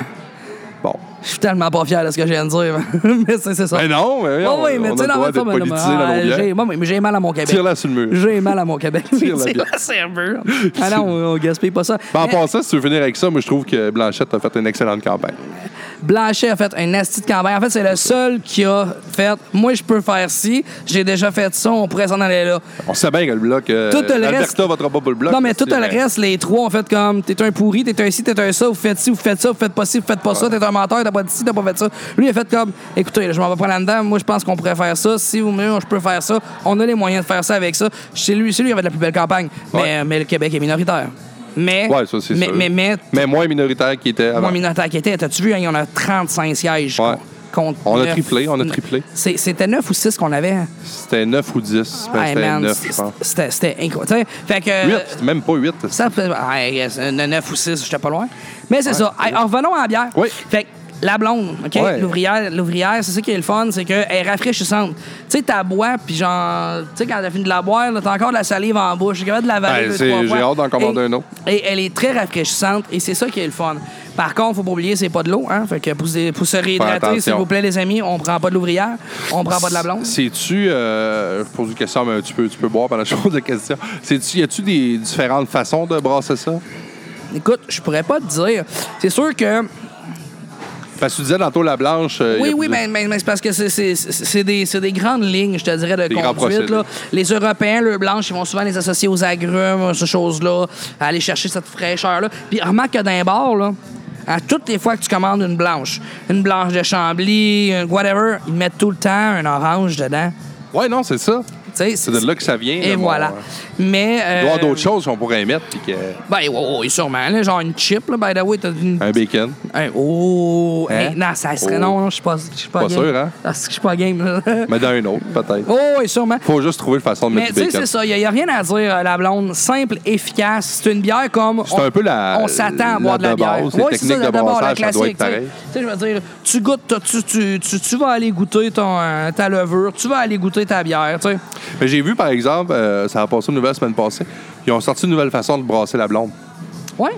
Bon.
Je suis tellement pas fier de ce que je viens de dire, mais c'est c'est ça.
Mais non, mais
Ouais, ouais, mais
on a
tu sais,
le
non,
droit
mais
de
ça, mais non,
politiser dans
mais,
nos
euh, j'ai-
bières.
moi, mais j'ai mal à mon Québec.
Tire-la sur le mur.
J'ai mal à mon Québec.
Tire-la
C'est
bien.
la serveur. Ah non, on, on gaspille pas ça.
Ben, en
Mais
passant, si tu veux finir avec ça, moi, je trouve que Blanchette a fait une excellente campagne.
Blanchet a fait un asti de campagne. En fait, c'est le seul qui a fait Moi, je peux faire ci, j'ai déjà fait ça, on pourrait s'en aller là.
On sait bien que le bloc. euh,
Tout le
Alberta
reste-
votera pas pour le bloc. ben,
Non, mais
là,
tout
c'est-
le reste, les trois ont fait comme t'es un pourri, t'es un ci, t'es un ça, vous faites ci, vous faites ça, vous faites pas ci, vous faites pas ça, t'es un menteur, t'as pas dit ci, t'as pas fait ça. Lui, il a fait comme écoutez, là, je m'en vais pas là-dedans, moi je pense qu'on pourrait faire ça, si vous voulez, je peux faire ça, on a les moyens de faire ça avec ça. C'est lui, c'est lui qui avait de la plus belle campagne.
Ouais.
Mais, mais le Québec est minoritaire. Mais,
Ouais, ça, c'est
mais,
sûr.
mais, mais,
Mais moins minoritaire qu'il était avant.
moins minoritaire qu'il était, t'as-tu vu, hein, il y en a 35 sièges.
Ouais.
contre.
On a
neuf.
triplé, on a triplé.
C'est- C'était 9 ou 6 qu'on avait. hein?
C'était 9 ou 10. Ben,
Hey,
c'était
man,
9, je
c'était-
pense.
C'était c'était incroyable. Tu sais, Fait que.
8, c'était même pas 8.
Ça, peut- ah, yes, un 9 ou 6, j'étais pas loin. Mais c'est ça. Hey, alors, revenons à la bière.
Oui.
Fait que la blonde, OK?
Ouais.
L'ouvrière, l'ouvrière, c'est ça qui est le fun, c'est qu'elle est rafraîchissante. Tu sais, t'as bois, puis genre, tu sais, quand t'as fini de la boire, là, t'as encore de la salive en bouche. T'es capable de la
Ben,
valer deux,
c'est-
trois
j'ai
fois.
hâte d'en commander
Et-
un autre.
Et elle est très rafraîchissante, et c'est ça qui est le fun. Par contre, faut pas oublier, c'est pas de l'eau, hein? Fait que pour se, pour se réhydrater,
attention.
s'il vous plaît, les amis, on prend pas de l'ouvrière, on prend pas de la blonde.
C'est-tu, euh, je pose une question, mais tu peux, tu peux boire pendant que je pose la question. C'est-tu, y a-tu des différentes façons de brasser ça?
Écoute, je pourrais pas te dire. C'est sûr que.
Parce que tu disais tantôt la blanche. euh, y
Oui,
a
oui,
plus de-
mais, mais- mais c'est parce que c'est- c'est c'est des, c'est des grandes lignes, je te dirais, de
Des grands
conduite.
procédés.
Là. Les Européens, le blanche, ils vont souvent les associer aux agrumes, ces choses-là, à aller chercher cette fraîcheur-là. Puis remarque que d'un bar, là, à toutes les fois que tu commandes une blanche, une blanche de Chambly, une whatever, ils mettent tout le temps un orange dedans.
Ouais, non, c'est ça.
Tu sais,
C'est de là que ça vient.
Et
là, mon-
voilà. Mais.
Il doit y avoir
euh,
d'autres choses qu'on pourrait mettre. puis que-
Ben, oui, oui, sûrement. là, genre une chip, là, by the way. t'as une-
Un bacon.
Hey, oh!
Hein?
hey, non, ça serait
Oh.
non, non, je suis pas, je suis pas,
Pas
game.
sûr, hein?
Ah, c'est que je suis pas game, là.
Mais dans un autre, peut-être.
Oh, oui, sûrement.
Faut juste trouver une façon de
Mais
mettre
tu
du
sais, c'est
bacon.
ça, il n'y a, rien à dire, euh, la blonde. Simple, efficace. C'est une bière comme.
C'est un peu la-
On s'attend à
la
boire de la
de base,
bière.
les
Ouais, c'est
techniques
ça, la
de
base, la
brassage, ça doit
classique,
être pareil.
Tu sais, Tu sais, je veux dire, tu goûtes, ta- tu, tu, tu, tu vas aller goûter ton, euh, ta levure, tu vas aller goûter ta bière, tu sais.
Mais j'ai vu, par exemple, euh, ça a passé une nouvelle semaine passée, ils ont sorti une nouvelle façon de brasser la blonde.
Ouais.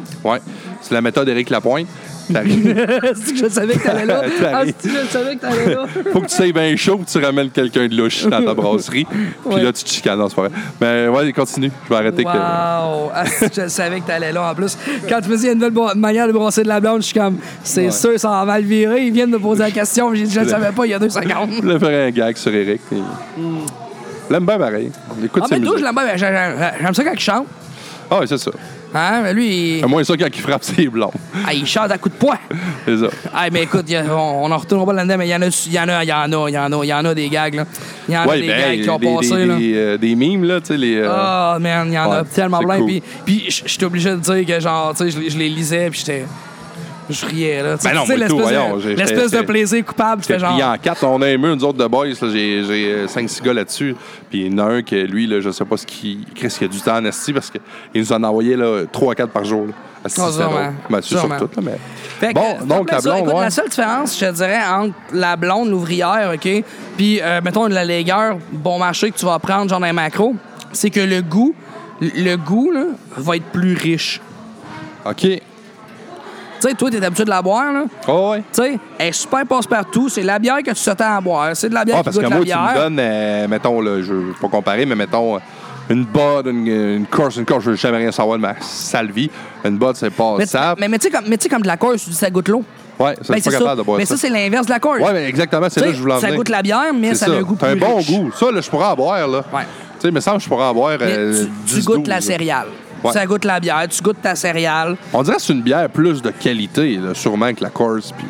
Ouais. C'est la méthode Éric Lapointe. T'arrives-
c'est que je savais que t'allais là. Ah,
T'arrives.
c'est que je savais que t'allais là.
Faut que tu sois bien chaud, que tu ramènes quelqu'un de louche dans ta brasserie. Puis
Ouais.
là, tu te chicanes. Non, c'est pas vrai. Mais Ben, ouais, continue. Je vais arrêter que.
Wow! Ah, je savais que t'allais là en plus. Quand tu me dis il y a une nouvelle bro- manière de brasser de la blonde, je suis comme, c'est
Ouais.
sûr, ça va mal virer. Ils viennent de poser la question, j'ai dit, je ne savais pas il y a deux secondes.
Je voulais faire un gag sur Eric. puis- Je l'aime bien pareil. Écoute
Mm. Ah,
ses
mais d'où
musiques.
je l'aime bien, ben, j'ai- j'ai- j'aime ça quand il chante.
Ah, ouais, c'est ça.
Hein? mais Lui, il,
À moins ça quand il frappe ses blonds.
ah, il chante à coups de poing.
C'est ça.
Ah, mais écoute, y a- on n'en retournera pas là-dedans, mais il y en a, il y en a, il y en a, il y en a, il y en a des gags, là. Il y en a
Ouais,
des
ben,
Ah, gags qui ont
des,
passé,
des,
là.
des, euh, des mimes, là, tu sais, les. euh,
Ah, man, il y en a
Ouais,
tellement
c'est
plein.
cool.
Puis, puis je j'étais obligé de dire que, genre, tu sais, je, les- je les lisais, puis j'étais. Je riais, là. Tu sais,
Ben non,
tu sais,
moi, tout,
l'espèce de-
voyons, j'ai-
l'espèce de
j'étais-
plaisir coupable, tu fais
Puis
genre.
il y en quatre, on a un mur, nous autres de boys, là, j'ai, j'ai euh, cinq, six gars là-dessus. Puis il y en a un que lui, là, je sais pas ce qu'il. Chris, il a du temps en esti parce qu'il nous en envoyait là, trois à quatre par jour. Là. Asti,
Ah,
c'est
sûrement.
drôle. Ben, c'est sur
Sûrement.
tout, là, mais.
Fait que,
bon,
euh,
donc
rappelle
la
ça.
blonde,
Écoute,
ouais.
la seule différence, je te dirais, entre la blonde, l'ouvrière, OK, puis, euh, mettons, la légueur, bon marché que tu vas prendre, genre un macro, c'est que le goût, le goût, là, va être plus riche.
OK.
Tu sais, toi, t'es habitué de la boire, là.
Oh, ouais.
Tu sais, elle est super passe-partout. C'est la bière que tu s'attends à boire. C'est de la bière
Ah,
qui
parce
goûte
que
la
moi, tu
bière.
me donnes, euh, mettons, là, je veux pas comparer, mais mettons, euh, une bod, une, une course, une course, je veux jamais rien savoir de ma sale vie. Une bod, c'est pas
Mais,
sable.
mais, mais tu sais, comme, mais tu sais, comme de la course, tu dis ça goûte l'eau.
Ouais, ça,
Ben,
je suis
c'est
pas
ça.
capable de boire
Mais ça,
ça.
c'est l'inverse de la course.
ouais, mais exactement, c'est
Tu
là
sais,
que je voulais en
ça
venir.
goûte la bière, mais
C'est
ça a un goût
T'as un
plus
bon
riche.
goût. Ça, là, je pourrais en boire, là.
Ouais.
Tu sais, mais ça, je pourrais en boire.
Mais
euh,
tu, tu
10,
goûtes la
12, là.
céréale.
Ouais.
Ça goûte la bière, tu goûtes ta céréale.
On dirait que c'est une bière plus de qualité, là, sûrement, que la course. Puis...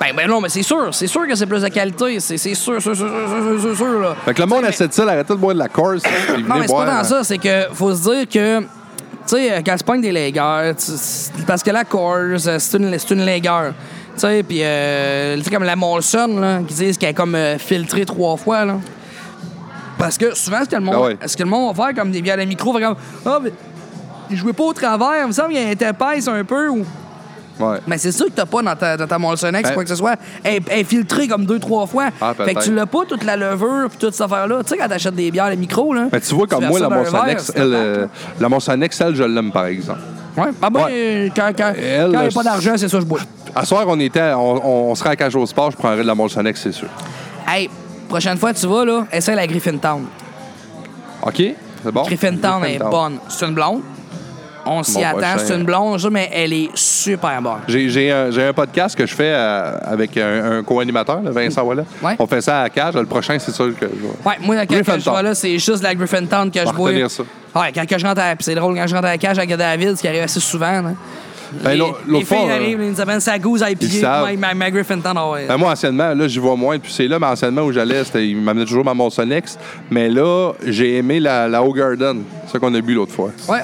Ben, ben non, mais c'est sûr, c'est sûr que c'est plus de qualité. C'est c'est sûr, sûr, sûr, sûr, sûr, sûr, sûr, sûr, là.
Fait que le monde à cette île arrêtez de boire de la course. puis venez
Non, mais c'est
boire,
pas
hein.
dans ça, c'est que faut se dire que. Tu sais, quand tu pognes des légueurs, tu- c'est- parce que la course, euh, c'est une, c'est une légueur. Tu sais, puis, euh, tu sais, comme la Molson, là, qui disent qu'elle est comme euh, filtrée trois fois, là. Parce que souvent, ce que le monde,
Ah ouais.
ce que le monde va faire, comme des bières de micro, va comme. Ah, mais il jouait pas au travers, il me semble qu'elle était épaisse un peu. Ou...
Ouais.
Mais c'est sûr que t'as pas dans ta, dans ta Molson X,
Ben-
quoi que ce soit, elle elle est filtrée comme deux, trois fois.
Ah,
fait que
peut-être.
tu l'as pas toute la levure, puis toute cette affaire-là. Tu sais, quand t'achètes des bières, les micros, là.
Mais Ben, tu vois, comme
verses
moi, la
ça dans un
Monson
verre,
Ex,
c'est
elle,
pas
euh, la Monson Ex, elle, je l'aime, par exemple.
Ouais. Ah ben,
Ouais.
euh, quand, quand,
Elle,
quand il n'y a
euh,
pas d'argent, c'est ça je bois.
À soir, on était, à- on, on, on serait à Cage au Sport, je prendrais de la Molson X, c'est sûr.
Hey, prochaine fois tu vas, là, essaie la Griffintown.
OK? C'est bon?
Griffintown est bonne. C'est une blonde. On s'y
Mon
attend.
prochain.
C'est une blonde, ça, mais elle est super bonne.
J'ai, j'ai un, j'ai un podcast que je fais euh, avec un, un co-animateur, là, Vincent Wallet.
Ouais.
On fait ça à Cage. Le prochain, c'est sûr que je vais-
Ouais, moi, quand que je
Griffintown.
vois là, c'est juste la Griffintown que je bois.
retenir ça.
Ouais, quand que je rentre à... Puis c'est drôle, quand je rentre à la cage avec David, ce qui arrive assez souvent, là.
Ben,
les,
l'au-
les
l'autre
filles
fois,
arrivent,
euh,
ils nous amènent sa gousse à épier,
savent.
ma, ma, ma Griffintown, ah ouais.
Ben, moi, anciennement, là, j'y vois moins depuis c'est là, mais anciennement où j'allais, c'était- il m'amenait toujours ma Monsonex. Mais là, j'ai aimé la, la Haut Garden, ça qu'on a bu l'autre fois.
Ouais,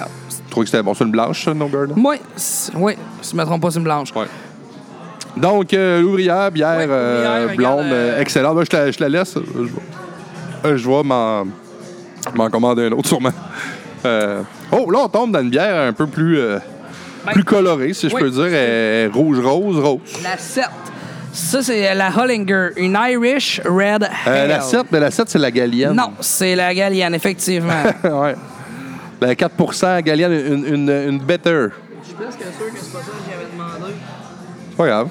Je trouvais que c'était bon. C'est une blanche, ça, une Haut Garden?
moi, c'est- ouais, si je me trompe pas, c'est une blanche.
Ouais. Donc, euh, l'ouvrière, bière
Ouais,
euh,
l'ouvrière,
blonde,
regarde, euh,
euh, excellente. Ben, je, te, la- je la laisse. Je, euh, je vais m'en, m'en commander un autre, sûrement. Euh, oh, là, on tombe dans une bière un peu plus, euh,
Ben,
plus colorée, si je
oui.
peux dire. Elle est rouge-rose, rose.
La 7. Ça, c'est la Hollinger, une Irish Red
Euh,
Ale.
la 7, mais la 7, c'est la galienne.
Non, c'est la Gallienne, effectivement.
ouais. La 4 galienne, une, une, une better.
Je suis presque sûr que c'est pas ça que j'avais demandé.
C'est pas grave.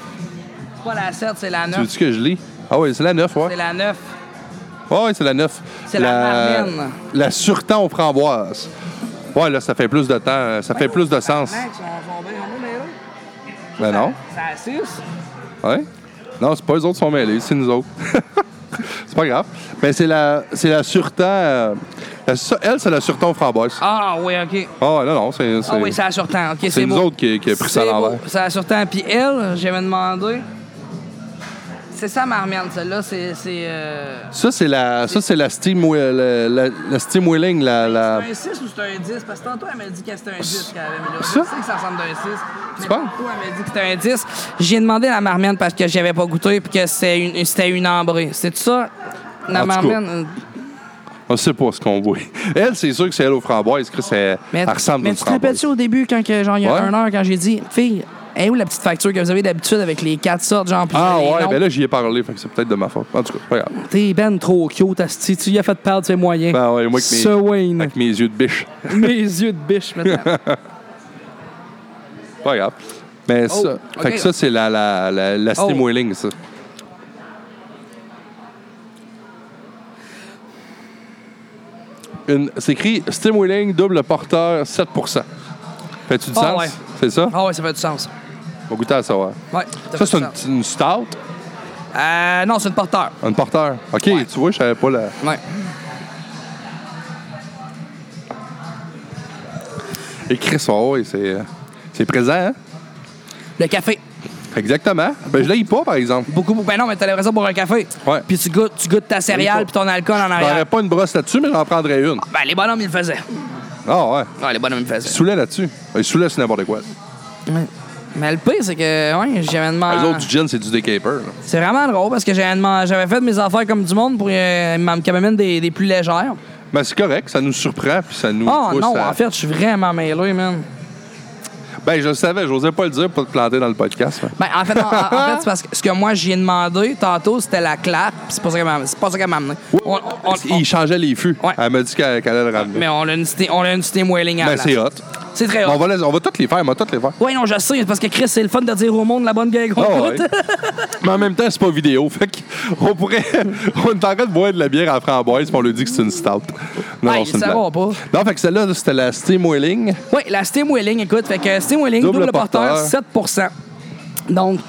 C'est pas la 7, c'est la
Tu
9.
veux-tu que je lis? Ah oui, c'est la 9, ouais.
C'est la 9.
Oui, c'est la 9.
C'est la marraine.
La surtemps aux framboises. Ouais, là, ça fait plus de temps, ça fait plus de sens. Ben non.
C'est la 6.
Ouais. Non, c'est pas eux autres qui sont mêlés, c'est nous autres. c'est pas grave. Mais c'est la, c'est la surtemps. euh, la su- elle, c'est la surtemps aux framboises.
Ah oui, OK.
Ah, ouais, non, non, c'est. c'est-
Ah oui, c'est la surtemps. OK, c'est
nous
beau.
autres qui- qui a pris ça à
C'est
l'envers.
beau, C'est la surtemps. Puis elle, j'avais demandé... C'est ça, Marmiane, celle-là. C'est... c'est euh...
Ça, c'est la, ça, c'est la Steam, Wheel- la, la, la Steam Wheeling, la. la-
C'est un 6 ou c'est un 10? Parce que tantôt, elle m'a dit que c'était un 10 quand même. Là.
Ça?
Je sais que ça ressemble à un 6. Mais
penses?
tantôt, elle m'a dit que c'était un 10. J'ai demandé la marmienne parce que j'avais pas goûté et que c'était une, c'était une ambrée. C'est ça?
En
La
tout cas.
marmienne? euh,
On sait pas ce qu'on voit. Elle, c'est sûr que c'est elle aux framboises. Chris, elle, elle ressemble à
mais
une
tu te
framboise.
rappelles-tu au début, quand que, genre, il y a
Ouais.
un heure, quand j'ai dit, fille, elle est où la petite facture que vous avez d'habitude avec les quatre sortes, genre, puis
Ah
les
ouais,
noms?
ben là, j'y ai parlé, fait que c'est peut-être de ma faute. En tout cas, pas grave.
T'es ben trop cute, asti. Tu y as fait perdre ses moyens.
Ben ouais, moi avec mes-
Ce Wayne.
Avec mes yeux de biche.
mes yeux de biche, maintenant.
Pas grave. Mais
Oh,
ça,
ok.
fait que ça, c'est la, la, la, la Steam
Oh.
Wheeling, ça. Une- C'est écrit Steam Wheeling, double porteur, 7 Fais-tu du
Ah
sens?
ouais.
C'est ça?
Ah ouais, ça fait du sens.
On va goûter à ça, ouais.
Ouais,
Ça,
fait
c'est
du
une,
sens.
une stout?
Euh, non, c'est une porteur.
Une porteur. OK, tu vois, je savais pas la...
Ouais.
Écrit ça, ouais, c'est... euh, C'est présent, hein?
Le café.
Exactement. Ben, je l'ai pas, par exemple.
Beaucoup, beaucoup. Ben non, mais t'as l'impression pour un café.
Ouais.
Puis tu goûtes, tu goûtes ta
pas.
céréale puis ton alcool en
J'aurais
arrière.
pas une brosse là-dessus, mais j'en prendrais une.
Ben les bonhommes, ils le faisaient.
Ah ouais.
Ouais, les bonhommes, ils le faisaient.
Soulet là-dessus. Il soulet, c'est n'importe quoi.
Ouais. Mais le pire, c'est que, ouais, j'avais demandé.
Les autres, du gin, c'est du decaper. là.
C'est vraiment drôle parce que j'avais demandé- j'avais fait mes affaires comme du monde pour euh, m'en- qu'elle m'amène des, des plus légères.
Ben, c'est correct, ça nous surprend, puis ça nous
Oh
pousse
non,
à-
en fait, je suis vraiment mêlé, man.
Ben, je le savais, j'osais pas le dire pour te planter dans le podcast. mais-
Ben, en fait, en, en- en fait c'est parce que ce que moi j'ai demandé tantôt, c'était la clap, puis c'est pas ça qu'elle m'a- c'est pas ça qu'elle m'a amené. On- on- on-
Il changeait les fûts.
Ouais.
Elle m'a dit qu'elle qu'elle allait le ramener.
mais on a une steam, on a une steam whaling à la
Ben,
place.
c'est hot. ben-
C'est très
On
hot.
va, les- on va toutes les faire, on va toutes les faire.
Ouais, non, je sais, c'est parce que Chris, c'est le fun de dire au monde la bonne gueule qu'on
Ah
goûte.
ouais. Mais en même temps, c'est pas vidéo. Fait qu'on pourrait. on est en train de boire de la bière à la framboise, puis on lui dit que c'est une stout. Non,
Hey,
c'est une
ça
blague.
va pas.
Non, fait que celle-là, là, c'était la Steam Wheeling.
Oui, la Steam Wheeling, écoute, fait que Steam Wheeling,
Double
double, porteur,
porteur.
7 Donc,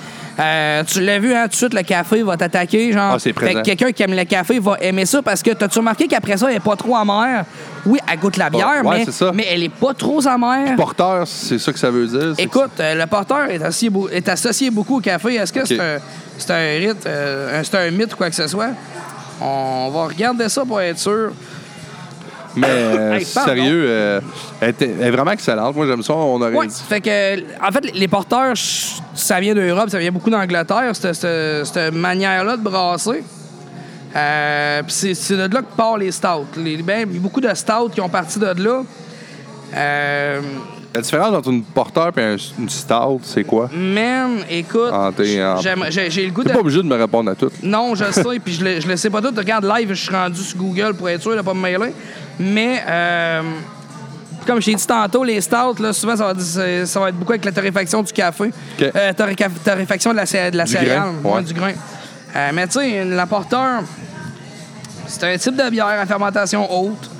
euh, tu l'as vu, hein, tout de suite, le café va t'attaquer. Genre,
Ah, c'est
Fait
présent.
que quelqu'un qui aime le café va aimer ça parce que t'as-tu remarqué qu'après ça, elle est pas trop amère? Oui, elle goûte la bière,
ouais, c'est ça.
mais, mais elle est pas trop amère.
Porteur, c'est ça que ça veut dire. c'est que-
Écoute, euh, le porteur est associé, beau- est associé beaucoup au café. Est-ce que c'est un, c'est un rite, euh, un- c'est un mythe ou quoi que ce soit? On va regarder ça pour être sûr.
Mais euh,
Hey, pardon.
sérieux, euh, elle, était- elle est vraiment excellente. Moi, j'aime ça. On aurait
Oui,
dit.
fait que, en fait, les porteurs, ch- ça vient d'Europe, ça vient beaucoup d'Angleterre, cette, cette- cette manière-là de brasser. Euh, Puis c'est- c'est de là que part les stouts. Les, ben, beaucoup de stouts qui ont parti de là. Euh,
La différence entre une porteur et un- une stout, c'est quoi?
man, écoute,
Ah, t'es en-
j'aimerais- j'ai j'ai le goût
T'es
de.
pas obligé de me répondre à tout.
Non, je le sais, puis je le, je le sais pas tout. Regarde, live, je suis rendu sur Google pour être sûr de pas me mêler. Mais, euh, comme je t'ai dit tantôt, les stouts, là, souvent, ça va, être- ça va être beaucoup avec la torréfaction du café.
OK.
Euh, torréca- torréfaction de la, cé- de la
Du
céréale.
grain, ouais.
du grain. Euh, mais tu sais, la porteur, c'est un type de bière à fermentation haute.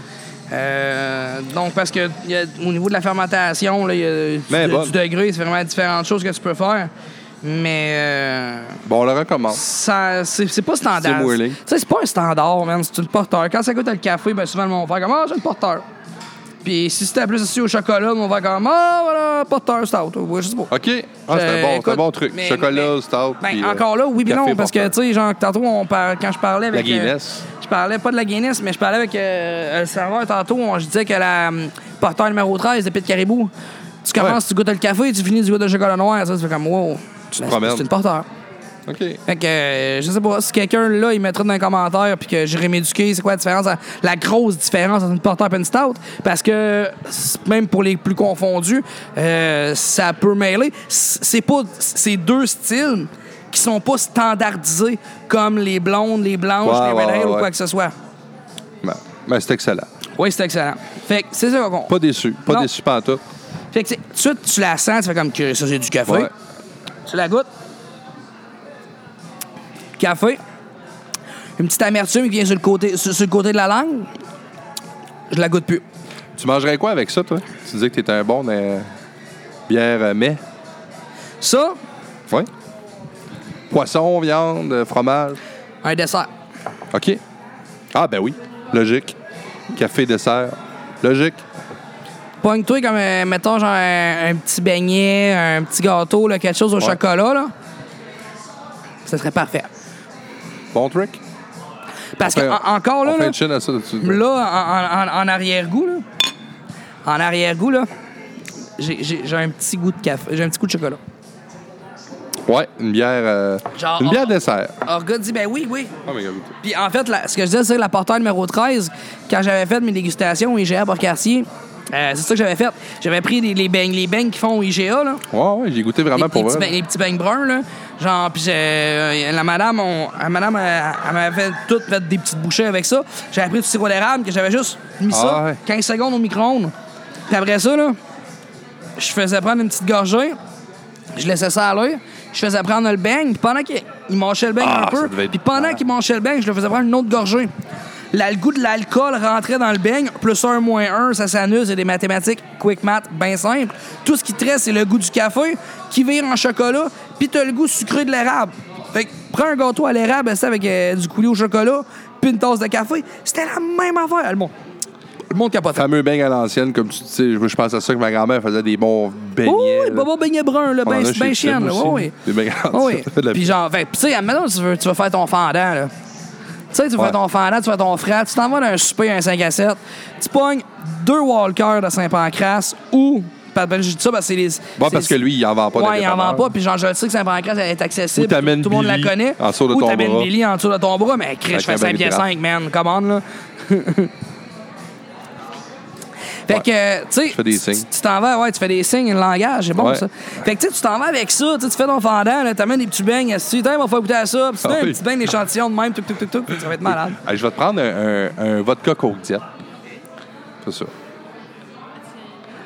Euh, donc, parce que il y a- au niveau de la fermentation, là, il y a du,
Mais bonne.
du degré, c'est vraiment différentes choses que tu peux faire. Mais. euh,
Bon, on le recommence.
ça, c'est, c'est pas standard.
C'est moelleux.
Tu sais, c'est pas un standard, man. C'est une porteur. Quand ça goûte à le café, ben souvent, mon frère, comme, ah, c'est une porteur. Puis si c'était plus aussi au chocolat, mon frère, comme, ah, voilà, porteur, stout. Ouais, je sais pas.
OK. Ah, c'est un,
Euh,
bon, c'est un
écoute,
bon truc.
mais-
Chocolat,
mais-
stout.
Ben,
puis, euh,
encore là, oui, puis
café
non, parce que,
porteur.
tu sais, genre, tantôt, on par- quand je parlais avec. euh,
Guinness.
je parlais pas de la Guinness, mais je parlais avec euh, le serveur tantôt. On, je disais que la hum, porteur numéro 13 de Pete Caribou, tu commences,
Ouais.
tu goûtes le café, tu finis, tu goûtes le chocolat noir. Ça, c'est comme, wow.
tu te
Ben,
promènes.
c'est une porteur.
OK.
Fait que euh, je sais pas si quelqu'un là, il mettrait dans les commentaires puis que j'irai m'éduquer, c'est quoi la différence, la- la grosse différence entre une porteur et une stout. Parce que c'est- même pour les plus confondus, euh, ça peut mêler. C- C'est pas ces deux styles qui sont pas standardisés comme les blondes, les blanches,
Ouais,
les
ouais,
red ale
ouais,
ou quoi
ouais.
que ce soit.
Ben, ben, c'est excellent.
Oui, c'est excellent. Fait que c'est ça qu'on
Pas déçu. Pas
Non.
déçu pas tout.
Fait que tu sais, tout de suite, tu la sens, tu fais comme que ça, c'est du café.
Ouais.
Tu la goûtes. Café. Une petite amertume qui vient sur le côté, sur, sur le côté de la langue. Je la goûte plus.
Tu mangerais quoi avec ça, toi? Tu disais que t'étais un bon dans bière euh, mais.
Ça,
Oui. Poisson, viande, euh, fromage.
un dessert.
OK. Ah, ben oui. Logique. Café, dessert. Logique.
Pogne-toi comme, euh, mettons, genre un, un petit beignet, un petit gâteau, là, quelque chose au chocolat, là. Ça serait parfait.
Bon truc.
Parce que,
Fait-
en- encore là,
on fait
là,
une chine à ça. tu-
Là, en, en- en- en arrière-goût, là. En arrière-goût, là. J'ai, j'ai- j'ai un petit goût de café. J'ai un petit goût de chocolat.
Ouais, une bière. euh,
Genre-
une bière dessert.
Orga dit ben oui, oui.
Ah, mais regarde.
Puis en fait, la- ce que je disais, c'est que la porteur numéro 13, quand j'avais fait mes dégustations au IGA Port-Cartier, euh, c'est ça que j'avais fait. J'avais pris les, les beignes, les beignes qu'ils font au IGA, là.
Ouais, ouais, j'ai goûté
Les,
vraiment
les
Ah, ben, pour
petits,
vrai.
beignes- les petits beignes bruns, là. Genre, puis j'ai- euh, la madame, on- la madame elle, elle m'avait fait, toute fait des petites bouchées avec ça. J'avais pris du sirop d'érable, que j'avais juste mis ça
Ah ouais.
15 secondes au micro-ondes. Puis après ça, là, je faisais prendre une petite gorgée, je laissais ça aller, je faisais prendre le beigne, puis pendant qu'il il mâchait le beigne
Ah,
un
ça
peu,
devait être
puis pendant
malade.
qu'il mâchait le beigne, je le faisais prendre une autre gorgée. Là, le goût de l'alcool rentrait dans le beigne, plus un, moins un, ça s'annule, c'est des mathématiques, quick math, bien simple. Tout ce qui te reste, c'est le goût du café, qui vire en chocolat, puis t'as le goût sucré de l'érable. Fait que prends un gâteau à l'érable, ça, avec euh, du coulis au chocolat, puis une tasse de café, c'était la même affaire. Le monde, le monde capotait.
Fameux beignes à l'ancienne, comme tu sais, je je pense à ça que ma grand-mère faisait des bons beignets.
Oh,
là.
oui,
Ah,
Bobo Beignet Brun, là,
On en
ben,
a
ben
chez
chienne,
Tim
là.
aussi,
Oui,
des
oui.
beignets
Oui.
ça fait de la
Puis genre, fait, pis tu sais, maintenant, tu veux, tu vas faire ton fendant, là. Tu sais, tu vas
Ouais.
faire ton fendant, tu vas ton frère, tu t'en vas dans un souper, un 5 à 7, tu pognes deux Walkers de Saint-Pancras ou. ben, ben, je dis ça parce que c'est les.
Bon,
c'est-
parce que lui, il en vend pas. dans
Ouais,
les
il en vend
dépanneurs.
pas. Puis genre, je le sais que Saint-Pancras, elle est accessible.
Ou t'amènes
Tout le monde la
Billy
connaît.
en dessous de
Ou
ton
t'amènes
bras.
Billy en dessous de ton bras. Mais Chris,
Avec
je fais
un
5
baril de
pieds
rap.
5, man. Commande, là. Fait que, euh, tu
fais des
sais, tu-
signes.
tu t'en vas, ouais, tu fais des signes, le langage, c'est bon
Ouais.
ça. Fait que, tu sais, tu t'en vas avec ça, tu sais, tu fais ton fendant, là, t'amènes des petits beignes, tu dis, on va faire goûter à ça, puis tu
Ah
donnes un
oui.
petit beignes d'échantillon de même, tout, tout, tout, tout, puis ça va être malade.
Hey, je vais te prendre un, un, un vodka coke diète. C'est ça.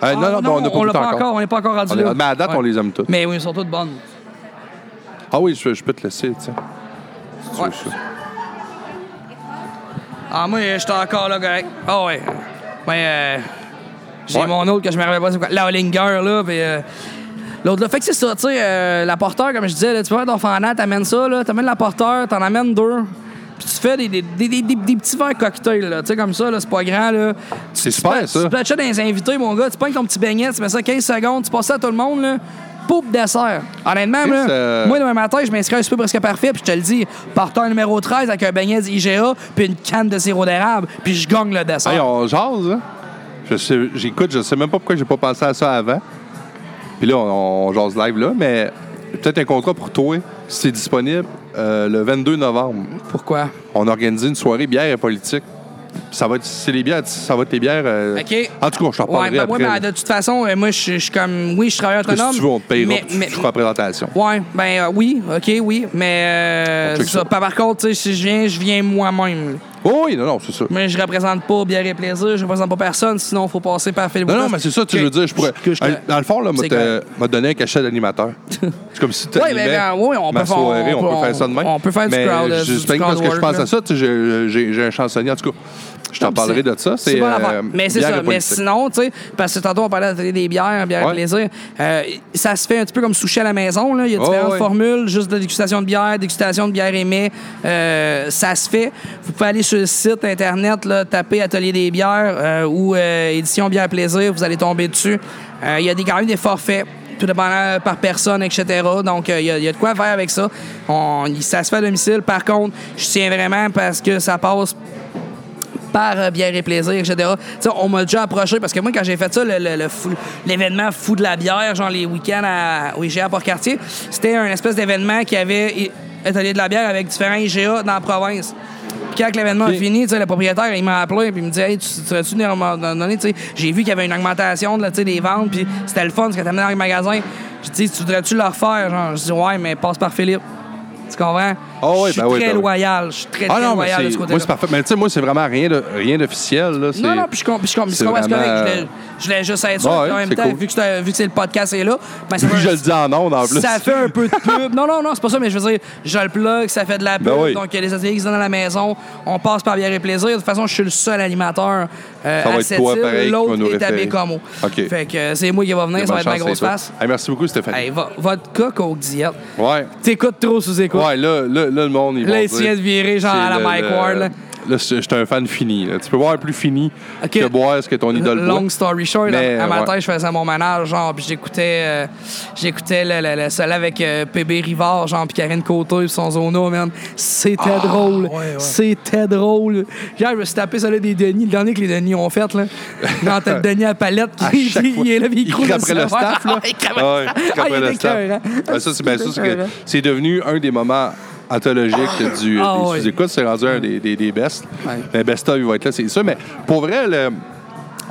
Euh, non,
Ah,
non, on n'a pas
on
goûté
l'a pas encore, on n'est pas encore rendu
On est-
là.
mais à date,
Ouais.
on les aime tous.
Mais oui, ils sont toutes bonnes.
Ah oui, je, je peux te laisser, tu sais. Si tu
Ouais.
veux ça.
Ah, moi, j'étais encore là, correct. Ah, ouais. Mais, euh, j'ai
Ouais.
mon autre que je me rappelle pas, c'est quoi. La Hollinger, là, puis euh, l'autre, là. Fait que c'est ça, tu sais, euh, la porteur, comme je disais, là, tu peux faire ton fendant, t'amènes ça, là, t'amènes la porteur, t'en amènes deux. Puis tu fais des, des, des, des, des- des petits verres cocktails, là, tu sais, comme ça, là, c'est pas grand, là.
C'est super,
Tu
ça.
plates ça dans les invités, mon gars, tu pognes ton petit beignet, tu mets ça 15 secondes, tu passes ça à tout le monde, là. Poupe dessert. Honnêtement,
Chris,
là,
euh,
moi, demain matin, je m'inscris à un super presque parfait, puis je te le dis, porteur numéro 13 avec un beignet d'IGA, puis une canne de sirop d'érable, puis je gagne le dessert.
Hey, on jase, hein? Je sais- J'écoute, je sais même pas pourquoi j'ai pas pensé à ça avant. Puis là, on, on jase live, là, mais peut-être un contrat pour toi, si c'est disponible, euh, le 22 novembre.
Pourquoi?
On a organisé une soirée bière et politique. Ça va être, c'est les bières, ça va être les bières. euh,
OK.
En tout cas, je t'en
Ouais,
parlerai
ben,
après.
ouais,
là.
ben, de toute façon, euh, moi, je je suis comme, oui, je travaille
Parce que
autonome.
si tu veux, on te payera,
mais-
puis tu-
mais-
tu feras la présentation.
Ouais, ben euh, oui, ok, oui, mais euh,
On
c'est
check
ça.
ça.
Par par contre, tu sais, si je viens, je viens moi-même.
Oh, oui, non, non, c'est ça.
Mais je représente pas Bière et Plaisir, je représente pas personne, sinon faut passer par Philippe
Non, non,
Bourassa.
mais c'est ça, tu
Que-
veux dire, je pourrais.
que je-
Hey, dans le fond, là, m'a
C'est
te- m'a donné un cachet d'animateur. c'est comme si tu
Ouais, ben, ben, ouais, on peut faire-
soirée, on,
on peut-
peut faire ça de même.
on peut faire du
Mais
crowd, euh,
je-
du
c'est pas que parce que je
crowd work,
pense
là.
à ça, tu sais, j'ai- j'ai j'ai un chansonnier. En tout cas, je t'en
Non,
parlerai
c'est-
de ça.
C'est bonne
euh,
affaire. Mais c'est
bière
ça.
et
Mais
politique.
sinon, tu sais, parce que tantôt, on parlait de la télé des bières, bière et
Ouais.
plaisir. euh, ça se fait un petit peu comme sushi à la maison. Là. Il y a
Oh,
différentes
ouais.
formules, juste de dégustation de bière, dégustation de bière et mets. Euh, ça se fait. Vous pouvez aller sur le site Internet, là, taper Atelier des bières euh, ou euh, Édition Bière Plaisir, vous allez tomber dessus. Euh, Il y a des, quand même des forfaits. Tout dépendant euh, par personne, etc. Donc, euh, il y a- il y, a de quoi faire avec ça. On, ça se fait à domicile. Par contre, je tiens vraiment parce que ça passe par euh, Bière et Plaisir, etc. Tu sais, on m'a déjà approché parce que moi, quand j'ai fait ça, le- le- le fou- l'événement fou, de la bière, genre les week-ends à, au IGA à Port-Cartier, c'était un espèce d'événement qui avait i- atelier de la bière avec différents IGA dans la province. Puis quand l'événement
Ok.
a fini, tu sais, le propriétaire, il m'a appelé et il me dit Hey, tu serais-tu venu m'en donner Tu sais, J'ai vu qu'il y avait une augmentation de, là, tu sais, des ventes, puis c'était le fun parce que t'amenais dans les magasins. Je dis Tu voudrais-tu le refaire Genre, Je dis Ouais, mais passe par Philippe. Tu comprends
Ah oui,
Je suis
ben oui,
très
ben oui.
loyal. Je suis très,
Ah
très
non, mais
loyal de
c'est-
ce
moi,
côté-là.
c'est parfait. Mais tu sais, moi, c'est vraiment rien de- rien d'officiel. là, c'est-
Non, non, puis je com- puis je com-
c'est
je comprends ce que
vraiment,
je voulais- je voulais juste être sûr.
Ouais,
puis en même
c'est
temps,
cool.
vu que c'est- vu que c'est le podcast est là, ben, ça
Puis
fait
je
un-
le dis en ondes, en plus.
ça fait un peu de pub. Non, non, non, c'est pas ça, mais je veux dire, je le plug, ça fait de la pub.
Ben oui.
Donc, il y a des ateliers qui se donnent à la maison. On passe par Bière et Plaisir. De toute façon, je suis le seul animateur euh,
Ça va
à
être
cette
toi,
île.
pareil, qui va nous
L'autre est à
référer.
Bécamo.
OK.
Fait que euh, c'est moi qui va venir, ça va
Bonne
être ma
chance à
grosse
toi.
face.
Hey, merci beaucoup, Stéphanie.
Hey, va, vodka, coke, diète.
Ouais.
T'écoutes trop sous écoute.
Ouais, là, là, là, le monde, ils
Là,
vont
il
dire,
vient de virer, genre,
c'est
à la
le-
Mike
le-
Ward, là.
Là, je suis un fan fini. là. Tu peux boire plus fini
OK.
que boire ce que ton idole boit.
Long story short,
Mais,
à
ouais.
matin, je faisais mon manage, genre, puis j'écoutais, euh, j'écoutais le, le, le seul avec euh, PB Rivard, genre, puis Karine Côté, puis son Zono, man. C'était
Ah,
drôle. C'était drôle. Hier, je me suis tapé ça, là, des Denis, le dernier que les Denis ont fait, là. Dans tête Denis à la palette,
À
qui,
chaque
qui-
fois.
il est là, puis il, croule
crie après le
serveur.
staff, là.
Ah, il crie après-
Ouais, il crie
Ah, il
après
est
le staff.
écœurant.
Ben, ça, c'est ben, ça, c'est que
écœurant.
c'est devenu un des moments anthologiques du,
Ah,
des
ouais.
sous-écoutes. C'est rendu un des, des, des best.
Ouais.
Le best-of, il va être là, c'est ça. Mais pour vrai, le-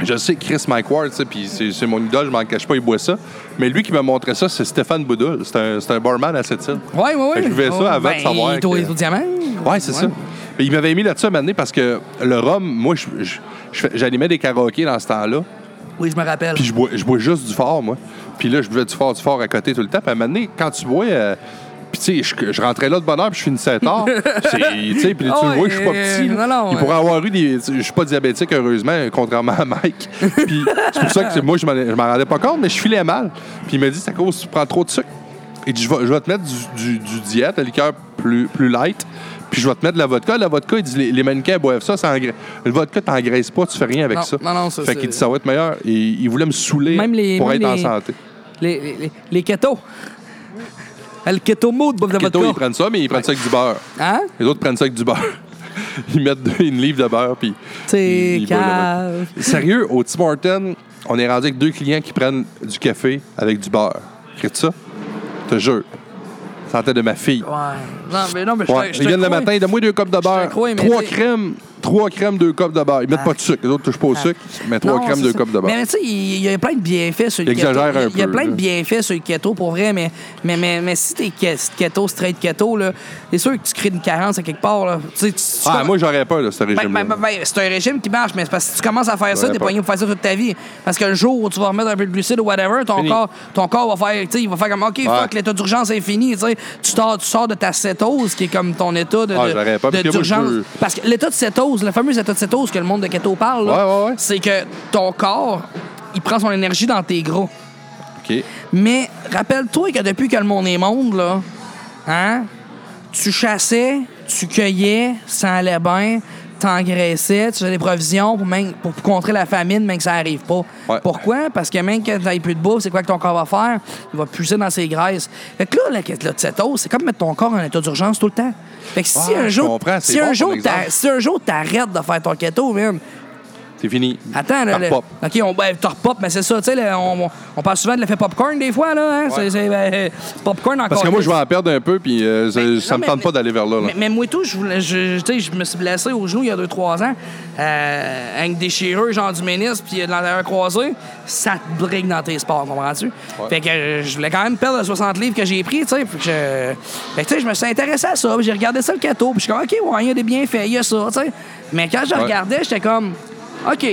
je sais que Chris Mike Ward, tu sais, puis c'est c'est mon idole, je m'en cache pas, il boit ça. Mais lui qui m'a montré ça, c'est Stéphane Boudoul. C'est un, c'est un barman à cette île.
Ouais, ouais,
Fait
ouais.
que je buvais ça
Oh,
avant de
ben,
savoir
il doit-
que-
il doit au diamant.
Ouais, c'est ça. Mais il m'avait mis là-dessus à un moment donné parce que le rhum, moi, je- je- je- j'animais des karaokés dans ce temps-là.
Oui, je me rappelle.
Puis je bois, je bois juste du fort, moi. Puis là, je buvais du fort, du fort à côté tout le temps. Puis à un moment donné, quand tu bois. euh, puis tu sais, je, je rentrais là de bonne heure, puis je finissais tard. C'est- tu sais, puis là, tu
Ah
le vois que je suis pas
ouais,
petit. là.
non, non,
Il
ouais.
pourrait avoir eu des. Je suis pas diabétique, heureusement, contrairement à Mike. Puis c'est pour ça que c'est- moi, je m'en je m'en rendais pas compte, mais je filais mal. Puis il m'a dit, c'est à cause que tu prends trop de sucre. Il dit, je vais, je vais te mettre du, du, du diète, un liqueur plus, plus light. Puis je vais te mettre de la vodka. La vodka, il dit, les, les mannequins boivent ça, ça engra... Le vodka, t'engraisses pas, tu fais rien avec
Non,
ça.
non, non, ça,
Fait
c'est-
qu'il dit, ça va être meilleur. Et il voulait me saouler
Même les-
pour
même
être en
les-
santé.
Les, les, les, les keto. Le keto mode, bouffe de
Keto, ils
vodka.
prennent ça, mais ils prennent ça avec du beurre.
Hein?
Les autres prennent ça avec du beurre. Ils mettent deux- une livre de beurre, puis.
T'es
ils- ils boivent la
cave.
vodka. Sérieux, au Tim Hortons, on est rendu avec deux clients qui prennent du café avec du beurre. crée ça? Je te jure. Santé de ma fille.
Ouais. Non, mais non, mais je
Ouais,
te- je te
ils viennent le
crois.
matin, donne-moi deux copes de beurre.
crois, mais
trois
t'sais-
crèmes, trois crèmes, deux copes de beurre. Ils mettent pas de sucre. Les autres touchent pas au sucre, mais trois
Ah. Non,
crèmes,
c'est
deux
ça.
copes de beurre.
Mais tu sais, il y a plein de bienfaits sur le
Il
keto.
exagère un
Il y a
peu,
plein de
là.
bienfaits sur le keto, pour vrai, mais, mais, mais, mais si t'es ke- keto, straight keto, là, c'est sûr que tu crées une carence à quelque part. Là. Tu sais, tu- tu-
Ah, moi, j'aurais peur de ce
Ben,
régime-là.
ben, ben, ben, c'est un régime qui marche, mais c'est parce que si tu commences à faire ça,
Ouais,
t'es
pas-
pogné pour faire ça toute ta vie. Parce que le jour où tu vas remettre un peu de glucides ou whatever, ton,
Fini.
corps, ton corps va faire, tu sais, il va faire comme, OK, fuck, l'état d'urgence est fini, tu sais. Tu sors, tu sors de ta cétose, qui est comme ton état de,
Ah,
de-
j'aurais pas,
de-
parce que moi, je
d'urgence.
veux-
Parce que l'état de cétose, le fameux état de cétose que le monde de keto parle, là,
Ouais, ouais, ouais.
c'est que ton corps, il prend son énergie dans tes gras. ben,
OK.
Mais rappelle-toi que depuis que le monde est monde, là, hein, tu chassais, tu cueillais, ça allait bien, t'engraissais, tu faisais des provisions pour, même, pour contrer la famine, même que ça arrive pas.
Ouais.
Pourquoi? Parce que même que t'as plus de bouffe, c'est quoi que ton corps va faire? Il va puiser dans ses graisses. Fait que là, la quête là, de cette eau, c'est comme mettre ton corps en état d'urgence tout le temps. Fait que si
Ouais,
un
je
jour,
comprends, c'est
si,
bon
un
comme
jour
exemple.
t'a- si un jour t'arrêtes de faire ton keto, man,
C'est fini.
Attends, là.
Par
le-
pop.
OK, on ben, t'en repop, mais c'est ça, tu sais, là, on, on- on parle souvent de l'effet popcorn des fois, là. Hein? C'est, c'est, ben, euh, popcorn encore.
Parce que moi, je vais en perdre un peu, puis euh, ça, ça
Mais- Ben, non,
me
mais-
tente pas d'aller vers là. là.
Mais, mais moi, et tout, je, voulais- je, je- tu sais, je me suis blessé au genou il y a 2-3 ans, euh, avec des déchirure, genre du ménisque, puis de l'intérieur croisé. Ça te brigue dans tes sports, comprends-tu? Fait que euh, je voulais quand même perdre le 60 livres que j'ai pris, tu sais. Puis que je- fait que, tu sais, je me suis intéressé à ça, puis j'ai regardé ça le cateau, puis je suis comme, OK, ouais, il y a des bienfaits, il y a ça, tu sais. Mais quand je
Ouais.
regardais, j'étais comme, OK.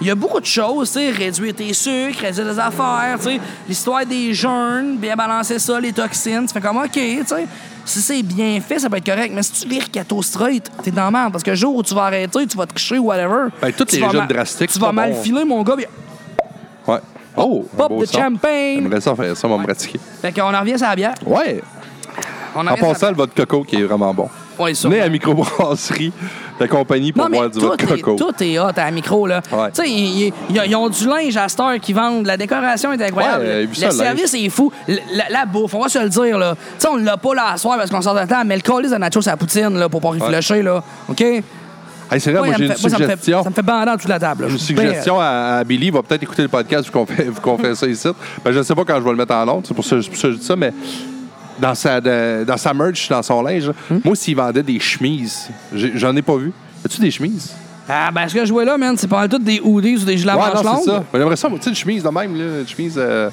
Il y a beaucoup de choses, tu sais, réduire tes sucres, réduire les affaires, tu sais, l'histoire des jeunes, bien balancer ça, les toxines, tu fais comme OK, tu sais. Si c'est bien fait, ça peut être correct, mais si tu vires keto straight, t'es dans la merde parce que le jour où tu vas arrêter, tu vas te coucher ou whatever.
Ben, tous
tu
les
vas
régimes
ma-
drastiques,
Tu
c'est
vas
pas
mal
bon.
filer mon gars. puis-
Ouais. Oh! un
Pop
beau
de
son.
champagne.
J'aimerais ça faire ça, on va me pratiquer.
Fait qu'on en revient à la bière.
Ouais!
On en,
En
revient à la-
passant, le votre coco qui est vraiment bon.
Ouais,
On
sûrement.
est à microbrasserie, la compagnie pour
Non, mais
boire du
tout
votre
est,
coco.
tout est hot à la micro, là.
Ouais.
Tu sais, ils- ils ils- ils ont du linge à Star qui vendent. La décoration est incroyable.
Ouais, j'ai vu ça,
le
le linge.
service est fou. L- La, la bouffe, on va se le dire, là. Tu sais, on l'a pas là à soir parce qu'on sort de temps, mais le colis de nacho, c'est la poutine, là, pour pas
Ouais.
réfléchir, là. OK?
Hey, c'est vrai, moi,
ça
j'ai
me
une
fait- moi, ça me fait-
suggestion.
Ça me fait bander en dessous de la table. là.
Une
Je suis bien-
suggestion à, à Billy, il va peut-être écouter le podcast vu qu'on fait, vu qu'on fait ça ici. Ben, je ne sais pas quand je vais le mettre en ondes, c'est pour ça c'est pour ça que je dis ça, mais dans sa, de- dans sa merch, dans son linge,
Hmm?
moi, s'il vendait des chemises, j'ai- j'en ai pas vu. As-tu des chemises?
Ah, ben, ce que je vois là, man, c'est pas mal tout des hoodies ou des gilets à
Ouais,
manches
non, c'est
longues.
ça. Mais j'aimerais ça, tu sais, une chemise de même, là, une chemise. euh,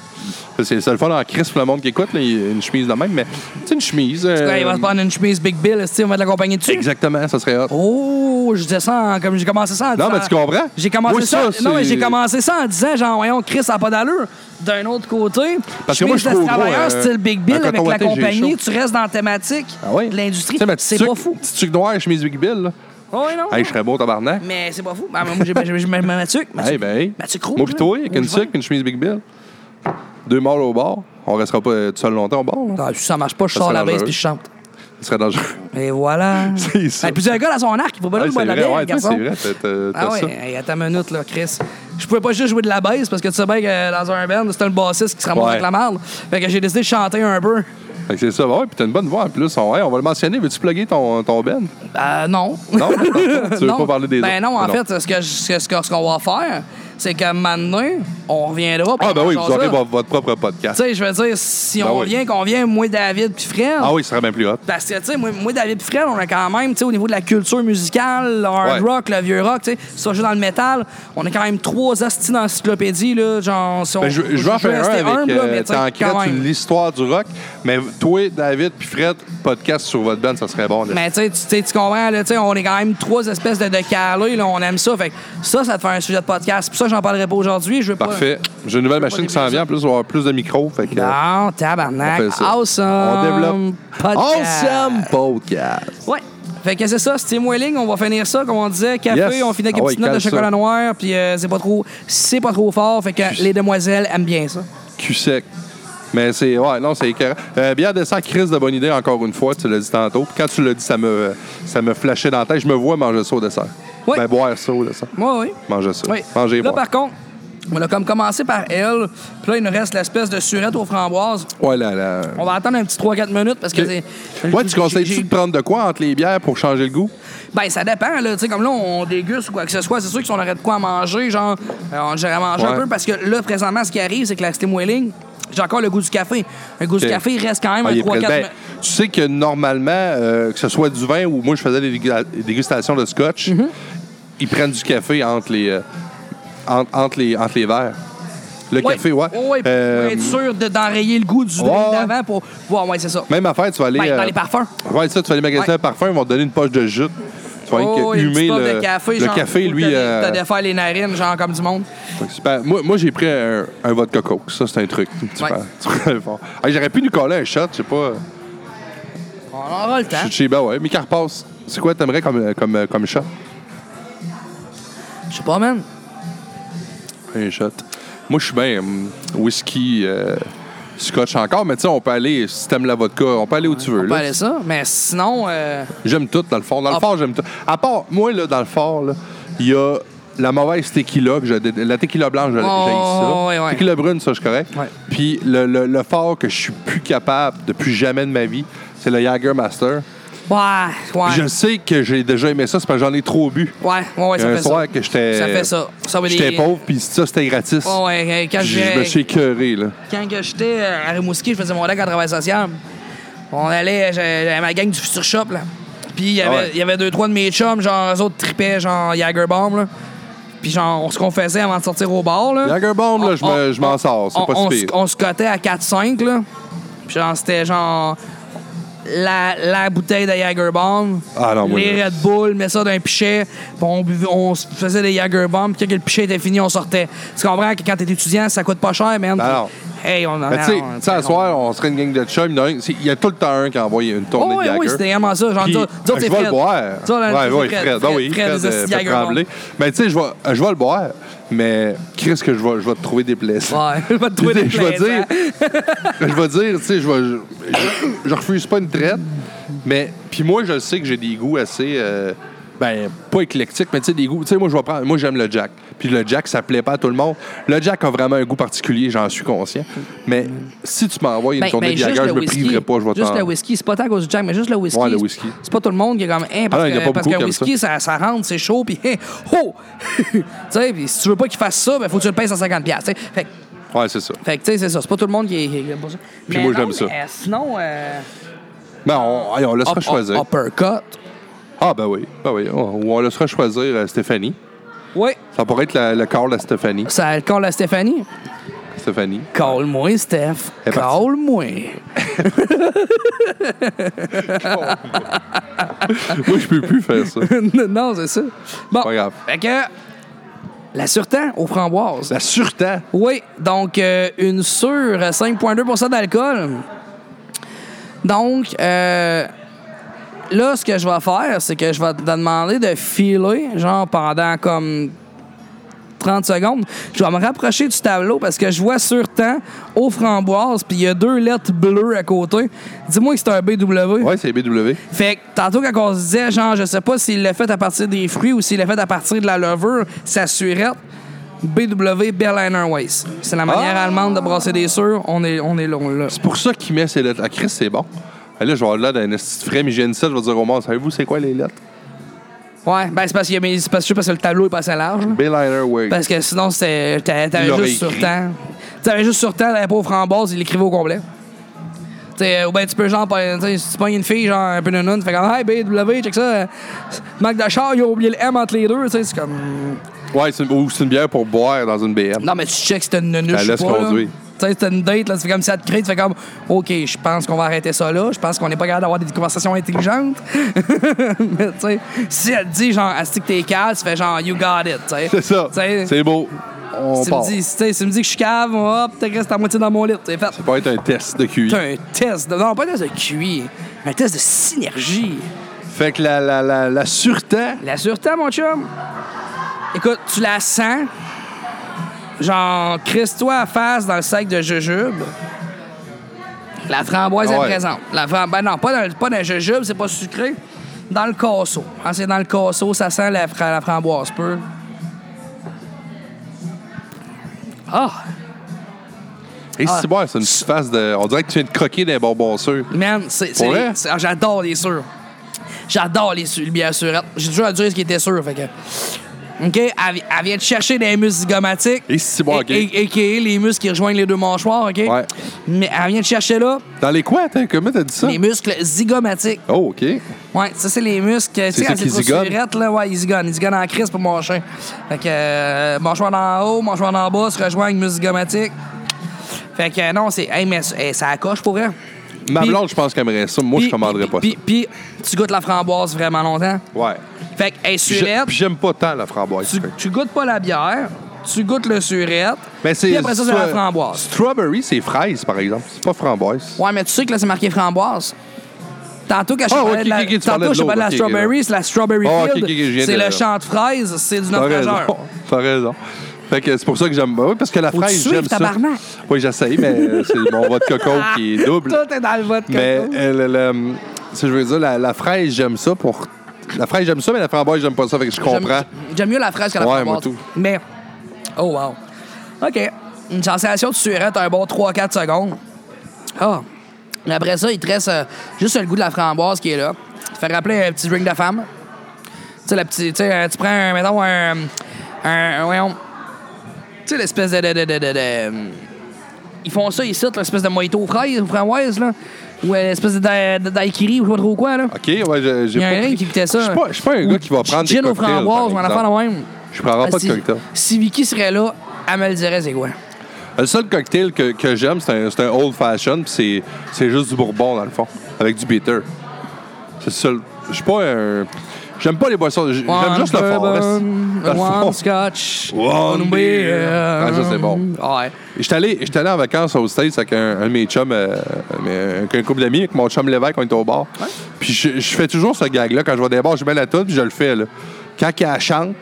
c'est c'est le fun en crise pour le monde qui écoute, là, une chemise de même, mais tu sais, une chemise. euh,
Ouais, il va se prendre une chemise Big Bill, est-ce que on va te l'accompagner dessus.
Exactement, ça serait hot.
Oh, je disais ça en- comme j'ai commencé ça en
Non,
disant-
mais tu comprends?
J'ai commencé
Moi,
ça.
ça,
non, mais
c'est-
j'ai commencé ça en disant genre voyons Chris ça a pas d'allure. D'un autre côté,
Parce que
chemise
moi, je suis
de
trop
travailleur
gros, euh,
style Big Bill
un
avec
coton
la
ouaté, j'ai
compagnie,
chaud.
tu restes dans la thématique
Ah ouais?
de l'industrie.
Tu sais, ma petite
C'est pas
tuque-
fou. Ah
Petite tuque noire, chemise Big Bill, là.
Ouais, non.
Hey, je serais beau, tabarnak.
Mais c'est pas fou. Ah, moi, j'ai j'ai- j'ai- ma ma tuque. ma
Hey,
tuque-
ben, hey.
ma tuque rouge,
Moi, pis toi,
là.
avec une
Rouge vert.
sucre, une chemise Big Bill. Deux morts au bord. On restera pas euh, tout seul longtemps au bord. là.
Ah, si ça marche pas, je
Ça
sors
serait
la baisse
dangereux.
puis je chante.
Ce serait dangereux.
Et voilà.
C'est ça.
Ben, plusieurs gars dans son arc, il faut pas
Hey,
le
c'est
boire de la
vrai,
bière,
ouais, toi,
garçon.
c'est vrai. t'as- t'as-
Ah
T'as
ouais,
ça.
hey, attends une minute, là, Chris. Je pouvais pas juste jouer de la basse parce que tu sais bien que dans un band, c'était le bassiste qui se ramasse
Ouais.
avec la marde. Fait que j'ai décidé de chanter un peu.
Fait que C'est ça. Ouais, puis t'as une bonne voix en plus. On, ouais, on va le mentionner. Veux-tu plugger ton, ton Ben?
Euh, non.
Non? tu veux
Non.
pas parler des
Ben
autres? Ah,
non, en
Mais
fait, ce que je- ce que- ce qu'on va faire, c'est que maintenant, on reviendra.
Ah, ben oui, vous aurez
Tu
vo- votre propre podcast.
sais, je veux dire, si
Ben
on
oui.
vient, qu'on vient, moi, David, puis Fred.
Ah oui, ce serait bien plus hot.
Parce que, tu sais, moi, moi, David Fred, on a quand même, tu sais, au niveau de la culture musicale, le hard
Ouais.
rock, le vieux rock, tu sais, ça joue dans le métal, on a quand même trois hosties d'encyclopédie, là, genre, si on,
Ben, je, je vais en faire un
rester
avec
humble, là, mais
euh,
tu sais,
Tancred,
quand même.
l'histoire du rock. Mais toi, David, puis Fred, podcast sur votre band, ça serait bon. là.
Mais tu sais, tu sais, tu comprends, là, tu sais, on est quand même trois espèces de, de calés, là, on aime ça. Fait que ça, ça te fait un sujet de podcast. Puis ça, j'en parlerai pas aujourd'hui. Je veux pas.
Parfait. J'ai une nouvelle
pas
machine qui s'en vient. En plus, on va avoir plus de micros. Fait que, euh,
Non, tabarnak.
On fait ça.
Bah, Awesome.
On développe.
Podcast.
Awesome podcast.
Ouais. Fait que c'est ça, c'était Welling, on va finir ça, comme on disait. Café,
Yes.
on finit avec
Ah
une
ouais,
petite note de
cale ça.
chocolat noir, puis euh, c'est pas trop c'est pas trop fort, fait que les demoiselles aiment bien ça.
Cul sec. Mais c'est. Ouais, non, c'est écœurant. Euh, bière de sang, Chris de bonne idée, encore une fois, tu l'as dit tantôt. Puis quand tu l'as dit, ça me, ça me flashait dans la tête. Je me vois manger ça au dessert.
Ouais.
Ben, boire ça au dessert.
Moi, oui.
Manger ça.
oui.
Manger et
Là,
boire.
par contre, on a comme commencé par elle, puis là, il nous reste l'espèce de surette aux framboises.
Ouais, là, là.
On va attendre un petit 3-4 minutes parce que
Ok. Ouais,
c'est.
tu
Euh, j'ai- j'ai-
conseilles-tu de prendre de quoi entre les bières pour changer le goût?
Ben, ça dépend, là. Tu sais, comme là, on déguste ou quoi que ce soit. C'est sûr que si on aurait de quoi à manger, genre, euh, on dirait à manger un
Ouais.
peu parce que là, présentement, ce qui arrive, c'est que la Steam Welling, j'ai encore le goût du café. Le goût
Ok.
du café reste quand même
Ah,
à
il est
3-4
prêt. Ben,
minutes.
tu sais que normalement, euh, que ce soit du vin ou moi, je faisais des dégu- dégustations de scotch,
Mhm.
ils prennent du café entre les, euh, entre, entre les, entre les verres. Le café, ouais.
Oui, pour
Euh,
être sûr de- d'enrayer le goût du drink
ouais.
d'avant pour voir, ouais, c'est ça.
Même affaire, tu vas aller.
Ben, dans
euh,
les parfums.
Ouais, ça, tu vas aller magasiner
Ouais.
un parfum, ils vont te donner une poche de jute. Tu vas
Oh,
aller
une petite
humer
puff
le,
de café,
le
genre,
café,
pour
lui.
te dé-
euh,
te défaire les narines, genre, comme du monde.
Fait que super. Moi, moi j'ai pris un, un vodka coke. Ça, c'est un truc. Super.
Ouais.
Super fort. Hey, J'aurais pu nous coller un shot, je sais pas.
On aura le temps.
Je sais pas, ouais. Mais Carpasse, c'est quoi t'aimerais comme, comme, comme shot?
Je sais pas, man.
Un shot. Moi, je suis bien hum, whisky, euh, scotch encore, mais tu sais, on peut aller, si t'aimes la vodka, on peut aller où tu veux.
On peut
là.
aller ça. Mais sinon, euh,
J'aime tout, dans le fond. Dans le
Ah.
fort, j'aime tout. À part, moi, là, dans le fort, là, il y a la mauvaise tequila, que je dé- la tequila blanche, je- j'ai
Oh,
ça.
ouais, ouais.
Tequila brune, ça, je suis correct.
Ouais.
Puis le, le, le fort que je suis plus capable depuis jamais de ma vie, c'est le Jagermaster.
ouais, ouais.
Je sais que j'ai déjà aimé ça, c'est parce que j'en ai trop bu.
Ouais, ouais, ouais, ça
Il y a
fait
un soir
ça.
que j'étais.
Ça fait ça. Ça va
J'étais
des-
pauvre, puis ça, c'était gratis.
Ouais, ouais, quand
je,
j'ai-
me suis écœuré, là.
Quand que j'étais euh, à Rimouski, je faisais mon deck en travail social. On allait, j'avais j'avais ma gang du Futur Shop, là. Puis il y avait-
Ah ouais.
il y avait deux, trois de mes chums, genre, eux autres tripaient, genre, Jagerbomb, là. Puis genre, ce qu'on faisait avant de sortir au bar, là.
Jagerbomb, là, je me-
on-
je m'en
on-
sors, c'est
on-
pas si
on
pire.
se- On se cotait à 4-5, là. Puis genre, c'était genre... La, la bouteille de Jagerbomb,
Ah non, moi,
les
là.
Red Bull, mais ça dans un pichet, puis on, buvait- on se faisait des Jagerbomb, puis quand le pichet était fini, on sortait. Tu comprends que quand t'es étudiant, ça coûte pas cher,
Ben
man.
non.
Hey, on en
Mais tu
a.
sais,
on-
tu sais, à
on-
soir, on serait une gang de chums. Il y en a un- c'est- Il y a tout le temps un qui envoie une tournée
Oh, oui,
de
oui,
Jagger.
c'était vraiment ça. Genre,
Puis, ben,
dis
je vais le boire. Ouais, oui, Fred. Ben oui, Fred, euh, Fred Tremblay. Mais tu sais, je vais euh, je vais le boire, mais Chris, que je vais je vais te trouver déplaisant.
Ouais, je vais te trouver des
Je vais
plaisants.
dire, je vais dire, tu sais, je vais- je- je- je refuse pas une traite, mais puis moi, je sais que j'ai des goûts assez euh, ben, pas éclectique, mais tu sais, des goûts. Tu sais, moi, je vais prendre. Moi, j'aime le Jack. Puis le Jack, ça plaît pas à tout le monde. Le Jack a vraiment un goût particulier, j'en suis conscient. Mais si tu m'envoies une
Ben,
tournée
ben,
de Jagger,
juste
je
le
me
whisky.
priverai pas, je vais
Juste
t'en-
le whisky, c'est pas tant à cause du Jack, mais juste le whisky.
Ouais, le
c'est-
whisky.
C'est pas tout le monde qui est comme, hein, parce
Ah non, il y en a
que-
pas
parce
beaucoup
qu'un
comme
whisky, ça. ça rentre, c'est chaud, puis hein, oh! tu sais, puis si tu veux pas qu'il fasse ça, ben faut que tu le payes 150$. piastres, tu sais. Fait, que-
Ouais, c'est ça.
fait que, tu sais, c'est ça. C'est pas tout le monde qui est. qui aime pas ça.
Puis
Mais
moi,
non,
j'aime ça.
mais sinon, euh,
Ben, on, allez, on laissera
up-
choisir.
up- uppercut.
Ah, ben oui. Ben oui. On, on laissera choisir euh, Stéphanie.
Oui,
Ça pourrait être la- le corps de Stéphanie.
ça colle à Stéphanie.
Stéphanie.
Call-moi, Steph.
Elle est partie.
Call-moi.
Moi, je peux plus faire ça.
non, c'est ça. Bon.
Pas grave.
Fait que. La Surtan aux framboises.
La sûreté.
Oui, donc euh, une sur 5,2 d'alcool. Donc, euh, là, ce que je vais faire, c'est que je vais te demander de filer, genre pendant comme 30 secondes. Je vais me rapprocher du tableau parce que je vois sur temps aux framboises, puis il y a deux lettres bleues à côté. Dis-moi que c'est un BW.
Ouais, c'est BW.
Fait que tantôt, quand on se disait, genre, je sais pas s'il l'a fait à partir des fruits ou s'il l'a fait à partir de la levure, sa surette, BW Berliner Weiss. C'est la manière
Ah!
allemande de brasser des sures. On est, on est long, là.
C'est pour ça qu'il met ses lettres. Ah, Chris, c'est bon. Ah, Là, je vais avoir l'air d'un esti de frais, mais j'ai une 7, je vais dire au monde, savez-vous c'est quoi les lettres?
Ouais, ben c'est parce, qu'il y a mes- c'est parce, que- parce que le tableau est passé large. là.
Bayliner Way.
Parce que sinon, c'était, t'a-
Il
t'avais
l'aurait
juste sur
écrit.
temps. T'avais juste sur temps, t'avais pas aux framboises, il l'écrivait au complet. T'sais, ou ben tu peux genre, pas- t'sais, si tu pognes une fille, genre un peu nounoun, tu fais comme, hey, BW, check ça, euh, manque de char, il a oublié le M entre les deux, tu sais, c'est comme.
Ouais, c'est une, ou c'est une bière pour boire dans une BM.
Non, mais tu checks si t'as une nunuche
Ben,
ou
laisse
pas, là.
conduire.
Tu sais, t'as une date, là, tu fais comme ça, te crée, tu fais comme, OK, je pense qu'on va arrêter ça là, je pense qu'on n'est pas capable d'avoir des conversations intelligentes. mais tu sais, si elle te dit, genre, Asti que t'es cave, tu fais genre, You got it, tu sais.
C'est ça.
Tu sais,
C'est beau. On
si tu
part.
me dis, tu sais, si tu me dis que je suis cave, hop, tu restes à moitié dans mon lit, c'est fait.
Ça peut être un test de QI.
T'as un test, de, non, pas un test de QI, un test de synergie.
Fait que la, la, la, la sûreté,
La sûreté, mon chum. Écoute, tu la sens. Genre, crisse-toi à face dans le sac de jujube. La framboise
Ah ouais.
est présente. La fram- ben non, pas dans, le- pas dans le jujube, c'est pas sucré. Dans le casseau. Hein, c'est dans le casseau, ça sent la, fra- la framboise peu. Ah!
et
Ah.
si boire, c'est une petite face de. On dirait que tu viens de croquer des bonbons sûrs.
Man, c'est. c'est-
Pour vrai?
c'est- ah, J'adore les sûrs. J'adore les, su- les bières sûrettes. J'ai toujours dit ce qui était sûr, fait que. OK? Elle, vi- elle vient de chercher des muscles zygomatiques.
Et si bon, OK.
Et- et- AKA les muscles qui rejoignent les deux mâchoires, OK?
Ouais. Ah.
Mais elle vient de chercher là
Dans les quoi? T'as, comment t'as dit ça?
les muscles zygomatiques.
Oh, OK.
Ouais, ça, c'est les muscles. Tu sais,
ceux
quand
qui
c'est trop
zigonnent?
surette, là, ouais, ils zigonnent. Ils zigonnent en crise pour mâcher. Fait que euh, mâchoire d'en haut, mâchoire d'en bas se rejoignent, muscles zygomatiques. Fait que euh, non, c'est. Hey, mais eh, ça accroche pour vrai.
Ma
Puis-
blonde, je pense qu'elle aimerait ça. Moi, je
Puis-
commanderais pas
puis, puis, puis, tu goûtes la framboise vraiment longtemps.
ça. Ouais.
Fait que, hey,
Puis j'ai-
surette,
puis j'aime pas tant la framboise.
tu, tu goûtes pas la bière, tu goûtes le surette,
Mais c'est-
puis après ça, c'est la
euh,
framboise.
Strawberry, c'est fraise, par exemple. C'est pas framboise.
Ouais, mais tu sais que là, c'est marqué framboise. Tantôt, quand je
Ah,
parlais
ok,
de la,
ok, tu
tantôt,
parlais de
je parlais de la
l'autre, ok,
strawberry, c'est la strawberry
Ah, ok, ok,
field,
ok, je viens
c'est
de-
le champ de fraise, c'est du
T'as
naufrageur.
raison. T'as raison. Fait que c'est pour ça que j'aime. Oui, parce que la
Faut que tu
fraise,
suives,
j'aime ça.
tabarnak.
Oui, j'essaye, mais c'est mon vote coco qui est double.
Tout est dans le vote.
Mais
Coco.
euh, le- le- si je veux dire, la, la fraise, j'aime ça pour. La fraise, j'aime ça, mais la framboise, j'aime pas ça. Fait que je
J'aime-
comprends.
J'aime mieux la fraise que la
Ouais,
framboise.
moi tout.
Mais, oh wow. OK. Une sensation de surette, un bon 3-4 secondes. Ah. Mais Après ça, il te reste euh, juste le goût de la framboise qui est là. Ça fait rappeler un petit drink de femme. Tu sais, la petite... Tu sais, euh, tu prends, un, mettons, un... un voyons. Tu sais, l'espèce de... de, de, de, de- de- ils font ça ici, là, l'espèce de mojito aux fraises, aux framboises, là. Ou euh, l'espèce de, da- de daiquiri, ou je sais pas trop quoi, là.
OK, ouais, je- j'ai
Il y a
pas
un
pris-
qui goûtait ça. hein.
Je suis pas, je suis pas un
Ou
gars qui va
du
prendre des
Gin aux
cocktails. par
framboises, on en
exemple.
fait la même.
Je prendrai pas de
Si-
cocktail.
Si Vicky serait là, elle me le dirait, c'est quoi?
Le seul cocktail que, que j'aime, c'est un, c'est un old fashion, puis c'est, c'est juste du bourbon, dans le fond, avec du bitter. C'est le seul. Je suis pas un. J'aime pas les boissons. j- J'aime juste le fort. reste-
bourbon,
dans le fond.
One scotch.
One beer. Ah, ça, c'est bon.
Ouais.
J'étais allé, j'étais allé en vacances aux States avec un, un de mes chums, euh, mais, avec un couple d'amis, avec mon chum Lévesque, on était au bar. Puis je, je fais toujours ce gag-là. Quand je vais des bars, je mets la tune puis je le fais. Là. Quand elle chante,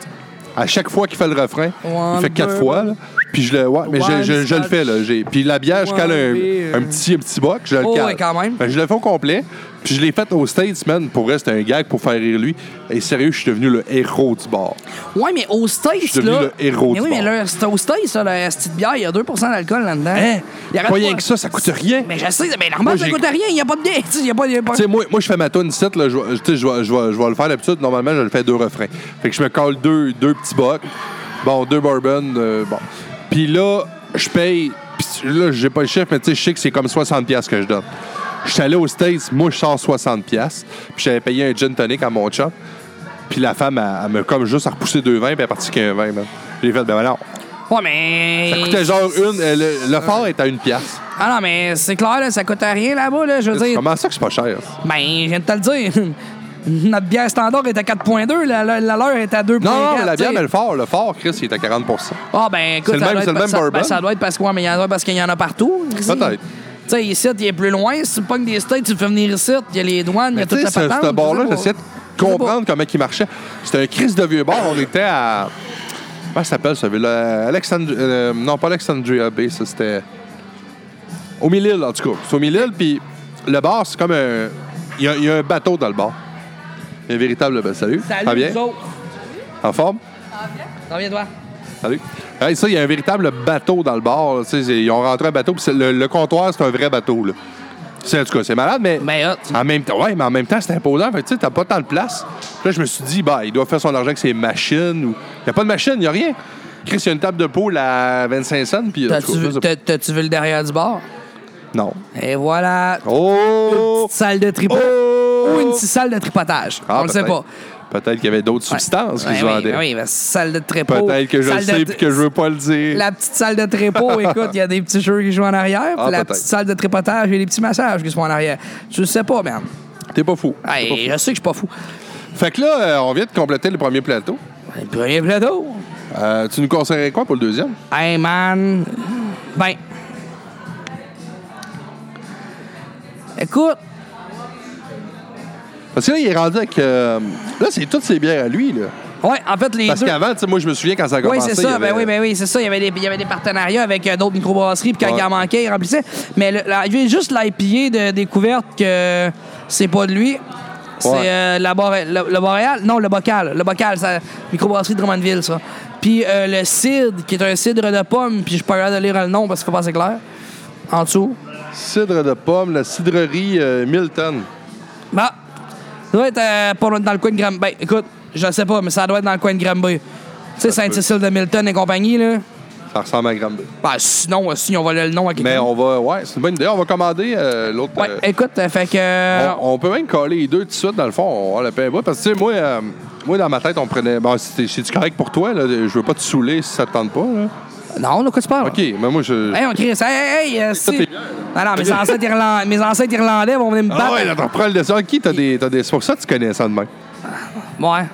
à chaque fois qu'il fait le refrain,
One
il fait quatre
bourbon.
fois. là. Puis je le, ouais, mais je,
One
je- je le
Scotch.
fais, là. J'ai- Puis la bière, je
Ouais,
cale
mais,
un,
euh,
un petit, un petit boc, je le
Oh,
cale.
ouais, quand même.
Fait que je le fais au complet. Puis je l'ai fait aux States, man. Pour vrai, c'était un gag pour faire rire lui. Et sérieux, je suis devenu le héros du bar.
Ouais, mais au States,
suis devenu
là.
le héros
mais
du
oui, mais
bar.
là, c'est au States, ça, la petite bière, il y a 2 d'alcool là-dedans.
Hein?
Il y
Pas
aurait
rien que ça, ça coûte rien.
Mais je sais, mais normal,
Moi,
ça
j'ai-
coûte rien, il n'y a pas de bière. tu sais, Il y a pas de.
Tu sais, moi, moi, je fais ma tune ici, là, je vais- tu sais, je vais je vais- je vais le faire d'habitude. Normalement, je le fais deux refrains. Fait que je me colle deux, deux petits bocs. Bon, deux bourbon, euh, bon. Puis là, je paye. Puis là, j'ai pas le chiffre, mais tu sais, je sais que c'est comme 60$ piastres que je donne. Je suis allé aux States, moi, je sors 60$. piastres. Puis j'avais payé un gin tonic à mon chum. Puis la femme, elle, elle m'a comme juste repoussé deux vins, puis elle est partie qu'un vin, man. J'ai fait, ben non.
Ouais, mais.
Ça coûtait genre une. euh, Le, le fort est à une pièce.
Ah non, mais c'est clair, là, ça coûte rien là-bas, là. Je veux dire.
Comment ça que c'est pas cher?
Ben, je viens de te le dire. Notre bière standard est à 4.2, la, la, la leur est à 2.4.
Non, non, la bière,
tu sais.
mais le fort, le fort, Chris, il est à 40
Ah, ben
C'est
écoute,
le
ça
même-
doit
c'est
être
le
pa-
même
ça- ben,
bourbon?
ça doit être parce que, ouais, mais il y en a parce qu'il y en a partout. ici.
Peut-être.
Tu sais, ici, il est plus loin. Si tu pognes des states, tu peux venir ici. Il y a les douanes, il y
Mais
a
tu
toute
sais,
la
ce,
patente.
ce bar-là,
je sais
j'essayais
pas.
de comprendre comment il marchait. C'était un Chris de vieux bar. On était à. Comment ça s'appelle, ce ville-là? Alexandria. euh, non, pas Alexandria Bay, ça c'était. Au Mille-Îles, en tout cas. C'est au Mille-Îles, puis le bar, c'est comme un. Il y, a- il y a un bateau dans le bar. Il y a Un véritable. ben, salut. Ça
Salut,
bien?
nous autres.
En forme?
Ça vient de voir.
Salut. Hey, ça, il y a un véritable bateau dans le bar. là. Tu sais, c'est- Ils ont rentré un bateau, puis c'est- le, le comptoir, c'est un vrai bateau. Là. C'est- En tout cas, c'est malade, mais.
Ben, hot.
En même temps, ouais, mais en même temps, c'est imposant. Fait que, tu sais, t'as pas tant de place. Puis là, je me suis dit, bah, il doit faire son argent avec ses machines. Ou... Il a pas de machine, il a rien. Chris, il y a une table de poule à 25 cents. Puis, en
T'as-tu
tout cas,
vu-
ça,
t'as- T'as-tu vu le derrière du bar?
c'est- Non.
Et voilà.
Oh!
Petite salle de tripotage.
Oh!
Ou une petite salle de tripotage.
Ah,
On le sait
peut-être.
pas.
Peut-être qu'il y avait d'autres substances
Ouais,
qui se
oui,
vendaient.
Oui, ben, salle de trépot.
Peut-être que je le
Salle de
sais et
tri-
que je veux pas le dire.
La petite salle de trépot, écoute, il y a des petits jeux qui jouent en arrière. puis
Ah,
la
peut-être.
petite salle de trépotage, il y a des petits massages qui sont en arrière. Je sais pas, man.
T'es pas fou.
Hey,
T'es pas
je sais que je suis pas fou.
fou. Fait que là, euh, on vient de compléter le premier plateau.
Ben, Premier plateau.
Euh, tu nous conseillerais quoi pour le deuxième?
Hey, man. Ben. Écoute,
Parce que là, il est rendu avec. euh, là, c'est toutes ses bières à lui, là.
ouais, en fait, les
Parce
deux.
qu'avant, tu sais, moi, je me souviens quand ça a
Oui,
commencé.
c'est
il y
ça.
avait-
Ben oui, ben oui, c'est ça. Il y avait des, il y avait des partenariats avec euh, d'autres microbrasseries, puis quand
Ouais.
il en manquait, il remplissait. Mais le, la- il y a juste l'IPA de découverte que c'est pas de lui. C'est
Ouais.
euh, la Boré- le, le Boréal. Non, le Bocal. Le Bocal, c'est la microbrasserie de Drummondville, ça. Puis euh, le Cid, qui est un cidre de pomme, puis je suis pas capable de lire le nom parce qu'il faut pas assez clair. En dessous.
Cidre de pomme, la cidrerie euh, Milton.
Bah, ça doit être euh, pas loin- dans le coin de Granby. Ben, écoute, je sais pas, mais ça doit être dans le coin de Granby. Tu sais,
Ça se peut.
Saint-Cécile de Milton et compagnie, là.
Ça ressemble à Granby.
Ben, sinon, euh, si on va le nom à quelqu'un.
Mais on va. Ouais, c'est une bonne idée. On va commander euh, l'autre.
Ouais,
euh,
écoute, euh, fait que. euh,
on, on peut même coller les deux tout de suite, dans le fond. On va le payer pas. Parce que, tu sais, moi, euh, moi, dans ma tête, on prenait. Bon, c'est c'est-tu correct pour toi, là. Je veux pas te saouler si ça te tente pas, là.
Non, de quoi tu parles?
OK, mais moi, je.
Hey, on crie ça. Hey, hey, euh, si.
t'es-
Non, non, mes ancêtres, Irlandais, mes ancêtres irlandais vont venir me
Ah
battre.
ouais, là, t'en prends le dessin. OK, t'as des. t'as des- C'est pour ça que tu connais ça de même.
ouais,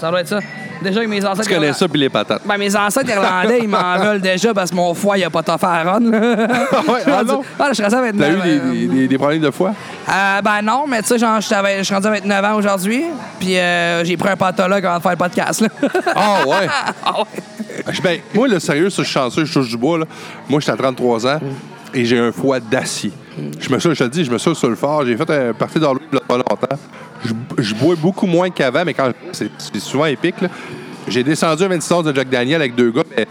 ça doit être ça. Déjà, que mes ancêtres.
Tu connais
irlandais-
ça, puis les patates.
Ben, mes ancêtres irlandais, ils m'en veulent déjà parce que mon foie, il a pas toffé à run.
Ah ouais, ah non?
je serais ça maintenant.
T'as eu des, des- des- des problèmes de foie?
Euh, ben non, mais tu sais, genre, je suis à- je suis rendu à 29 ans aujourd'hui, puis euh, j'ai pris un pathologue avant de faire le podcast. Là.
Ah ouais!
ah ouais.
Je- Ben, moi, le sérieux, ça, je suis chanceux, je touche du bois. Là. Moi, j'étais à 33 ans et j'ai un foie d'acier. Je me suis, je te le dis, je me suis sur le fort. J'ai fait un parti dans l'eau il y a pas longtemps. Je, je bois beaucoup moins qu'avant, mais quand je bois, c'est c'est souvent épique. là. J'ai descendu à 26 heures de Jack Daniel avec deux gars. mais